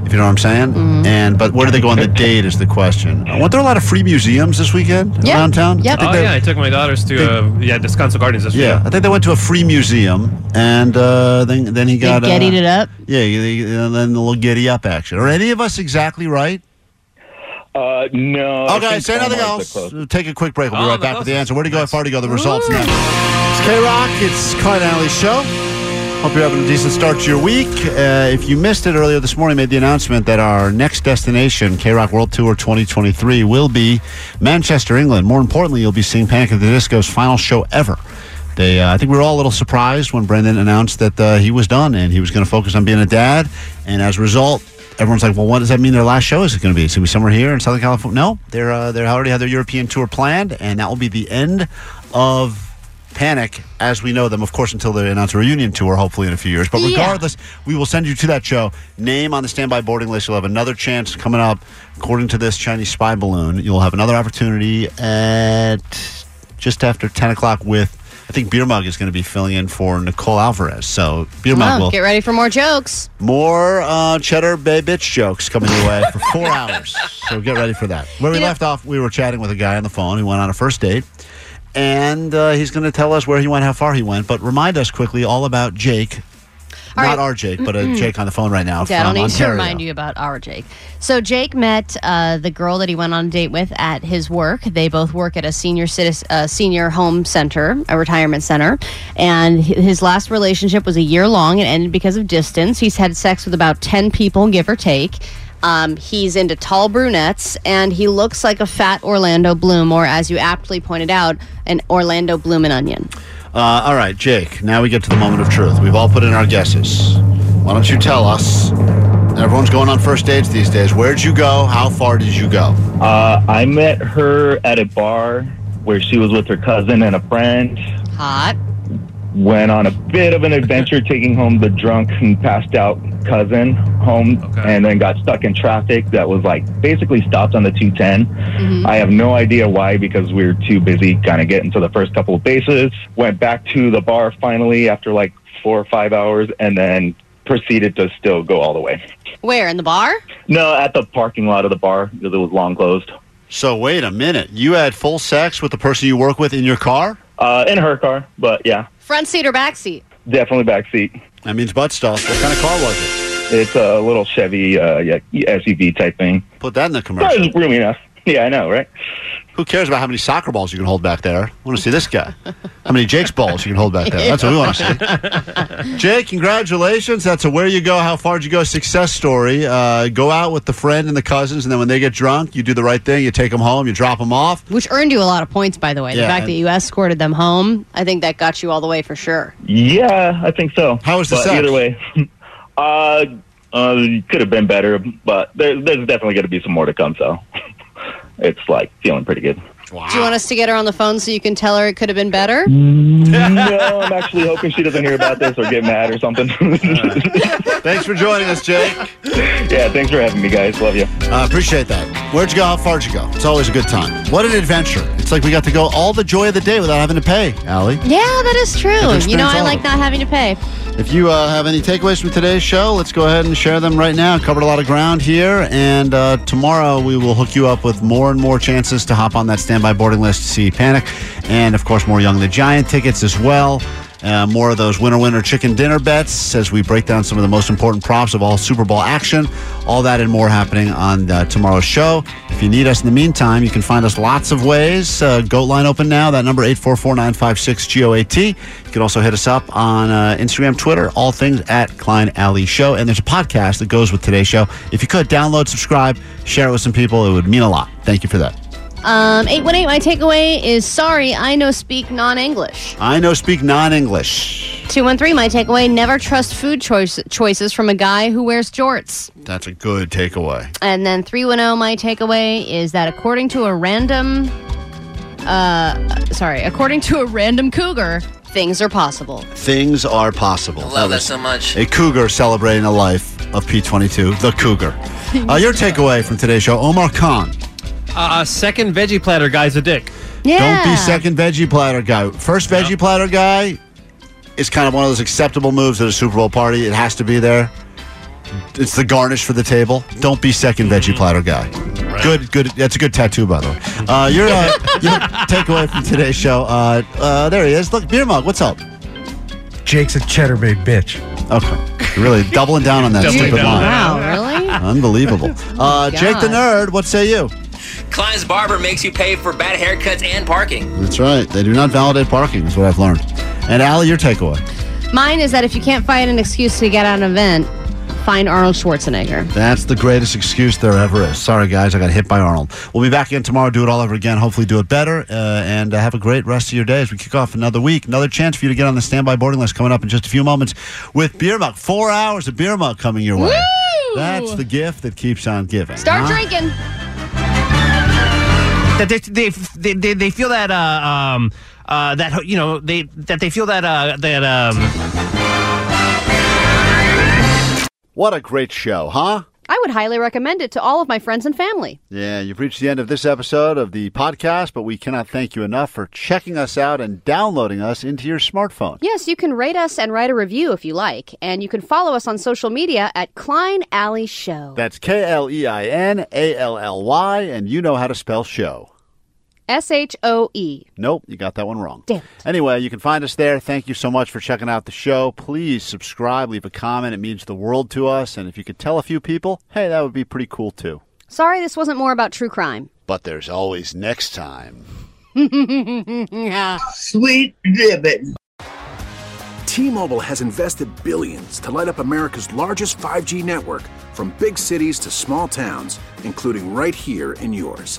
If you know what I'm saying.
Mm-hmm.
And but where do they go
[laughs]
on the date is the question. Uh, weren't there a lot of free museums this weekend
Yeah.
around town? I think
Oh
they-
yeah, I took my daughters to uh, yeah Descanso Gardens this
Yeah, I
weekend.
think they went to a free museum, and uh, then then he got
gettied
uh,
it up?
Yeah, he- he- and then the little giddy up action. Are any of us exactly right?
Uh, no. I
okay,
think
say nothing
Omar's
else. Take a quick break.
Oh,
We'll be right back with the answer. Where to go? How far to go? The results.
Ooh.
Next. It's K Rock. It's Clyde and Ally's show. Hope you're having a decent start to your week. Uh, if you missed it earlier this morning, made the announcement that our next destination, K Rock World Tour 2023, will be Manchester, England. More importantly, you'll be seeing Panic at the Disco's final show ever. They, uh, I think we were all a little surprised when Brendan announced that uh, he was done and he was going to focus on being a dad. And as a result, everyone's like, "Well, what does that mean? Their last show is going to be? It's going to be somewhere here in Southern California." No, they're uh, they already have their European tour planned, and that will be the end of Panic as we know them. Of course, until they announce a reunion tour, hopefully in a few years. But
Yeah.
regardless, we will send you to that show. Name on the standby boarding list. You'll have another chance coming up. According to this Chinese spy balloon, you'll have another opportunity at just after ten o'clock with. I think Beer Mug is going to be filling in for Nicole Alvarez. So Beer Mug
Oh,
will
get ready for more jokes.
more uh, cheddar bay bitch jokes coming your way for [laughs] four hours. So get ready for that. Where we left off, we were chatting with a guy on the phone. He went on a first date, and uh, he's going to tell us where he went, how far he went, but remind us quickly all about Jake.
All
Not
right.
our Jake, but a
Mm-mm.
Jake on the phone right now
Yeah, I
from
don't need
Ontario.
to remind you about our Jake. So Jake met uh, the girl that he went on a date with at his work. They both work at a senior citizen, uh, senior home center, a retirement center. And hi- his last relationship was a year long and ended because of distance. He's had sex with about ten people, give or take. Um, he's into tall brunettes, and he looks like a fat Orlando Bloom, or as you aptly pointed out, an Orlando Bloom and Onion.
Uh, all right, Jake. Now we get to the moment of truth. We've all put in our guesses. Why don't you tell us? Everyone's going on first dates these days. Where'd you go? How far did you go?
Uh, I met her at a bar where she was with her cousin and a friend.
Hot.
Went on a bit of an adventure, taking home the drunk and passed out cousin home, and then got stuck in traffic that was like basically stopped on the 210. I have no idea why because we were too busy kind of getting to the first couple of bases. Went back to the bar finally after like four or five hours, and then proceeded to still go all the way.
Where in the bar?
No, at the parking lot of the bar because it was long closed.
So wait a minute. You had full sex with the person you work with in your car?
Uh, in her car, but yeah,
Front seat or back seat?
definitely backseat.
That means butt stuff. What kind of car was it?
It's a little Chevy uh, yeah, SUV type thing.
Put that in the commercial.
That was roomy enough. Yeah, I know, right?
Who cares about how many soccer balls you can hold back there? I want to see this guy. How many Jake's balls you can hold back there? That's what we want to see. Jake, congratulations. That's a where you go, how far did you go success story. Uh, go out with the friend and the cousins, and then when they get drunk, you do the right thing. You take them home, you drop them off.
Which earned you a lot of points, by the way.
Yeah,
the fact
and-
that you escorted them home, I think that got you all the way for sure.
Yeah, I think so. How
was
the
but
sex?
Either way, [laughs] uh, uh, could have been better, but there, there's definitely going to be some more to come. So [laughs] it's like feeling pretty
[laughs]
good.
Do you want us to get her on the phone so you can tell her it could have been better?
Mm.
no, I'm actually hoping she doesn't hear about this or get mad or something.
Thanks for joining us, Jake.
Yeah, thanks for having me, guys. Love you.
Uh, appreciate that. Where'd you go? How far'd you go? It's always a good time. What an adventure. It's like we got to go all the joy of the day without having to pay, Allie.
Yeah, that is true.
That's
You know,
expense
I
all
like
of
not having to pay.
If you uh, have any takeaways from today's show, let's go ahead and share them right now. Covered a lot of ground here, and uh, tomorrow we will hook you up with more and more chances to hop on that standby boarding list to see Panic, and of course more Young the Giant tickets as well. Uh, more of those winner winner chicken dinner bets as we break down some of the most important props of all Super Bowl action. All that and more happening on uh, tomorrow's show. If you need us in the meantime, you can find us lots of ways. Uh, goat line open now. That number 844-956-GOAT. You can also hit us up on uh, Instagram, Twitter, all things at Klein Alley Show. And there's a podcast that goes with today's show. If you could download, subscribe, share it with some people, it would mean a lot. Thank you for that.
Um, 818, my takeaway is sorry, I know speak non English.
I know speak non-English.
213, my takeaway never trust food choice- choices from a guy who wears jorts.
That's a good takeaway.
And then 310, my takeaway is that according to a random, uh, sorry, according to a random cougar, things are possible.
Things are possible. I
love that so much.
A cougar celebrating a life of P22, the cougar.
[laughs]
Uh, your takeaway from today's show, Omar Khan.
Uh, second veggie platter guy's a dick.
Don't be second veggie platter guy. First veggie platter guy is kind of one of those acceptable moves at a Super Bowl party. It has to be there. It's the garnish for the table. Don't be 2nd
Mm-hmm.
veggie platter guy. Good, good. That's a good tattoo, by the way. Uh, your,
[laughs]
uh, your takeaway from today's show. Uh, uh, there he is. Look, beer mug. What's up?
Jake's a cheddar bay bitch.
Okay, You're really doubling down on that
Doubling
stupid
down.
line.
Wow,
[laughs]
really?
Unbelievable. Uh, Jake the nerd. What say you?
Klein's Barber makes you pay for bad haircuts and parking.
That's right. They do not validate parking, is what I've learned. And Allie, your takeaway.
Mine is that if you can't find an excuse to get out of an event, find Arnold Schwarzenegger.
That's the greatest excuse there ever is. Sorry, guys, I got hit by Arnold. We'll be back again tomorrow, do it all over again, hopefully, do it better, uh, and uh, have a great rest of your day as we kick off another week. Another chance for you to get on the standby boarding list coming up in just a few moments with Beer Mug. Four hours of Beer Mug coming your way.
Woo!
That's the gift that keeps on giving.
Start
huh?
drinking.
that they they they, they, they feel that uh, um uh that you know they that they feel that uh that um
What a great show, huh?
I would highly recommend it to all of my friends and family.
Yeah, you've reached the end of this episode of the podcast, but we cannot thank you enough for checking us out and downloading us into your smartphone.
Yes, you can rate us and write a review if you like, and you can follow us on social media at Klein Alley Show.
That's K L E I N A L L Y, and you know how to spell show.
S H O E.
Nope, you got that one wrong.
Damn it.
Anyway, you can find us there. Thank you so much for checking out the show. Please subscribe, leave a comment. It means the world to us. And if you could tell a few people, hey, that would be pretty cool too.
Sorry, this wasn't more about true crime. [laughs]
But there's always next time.
Sweet
ribbon. T-Mobile has invested billions to light up America's largest 5G network from big cities to small towns, including right here in yours.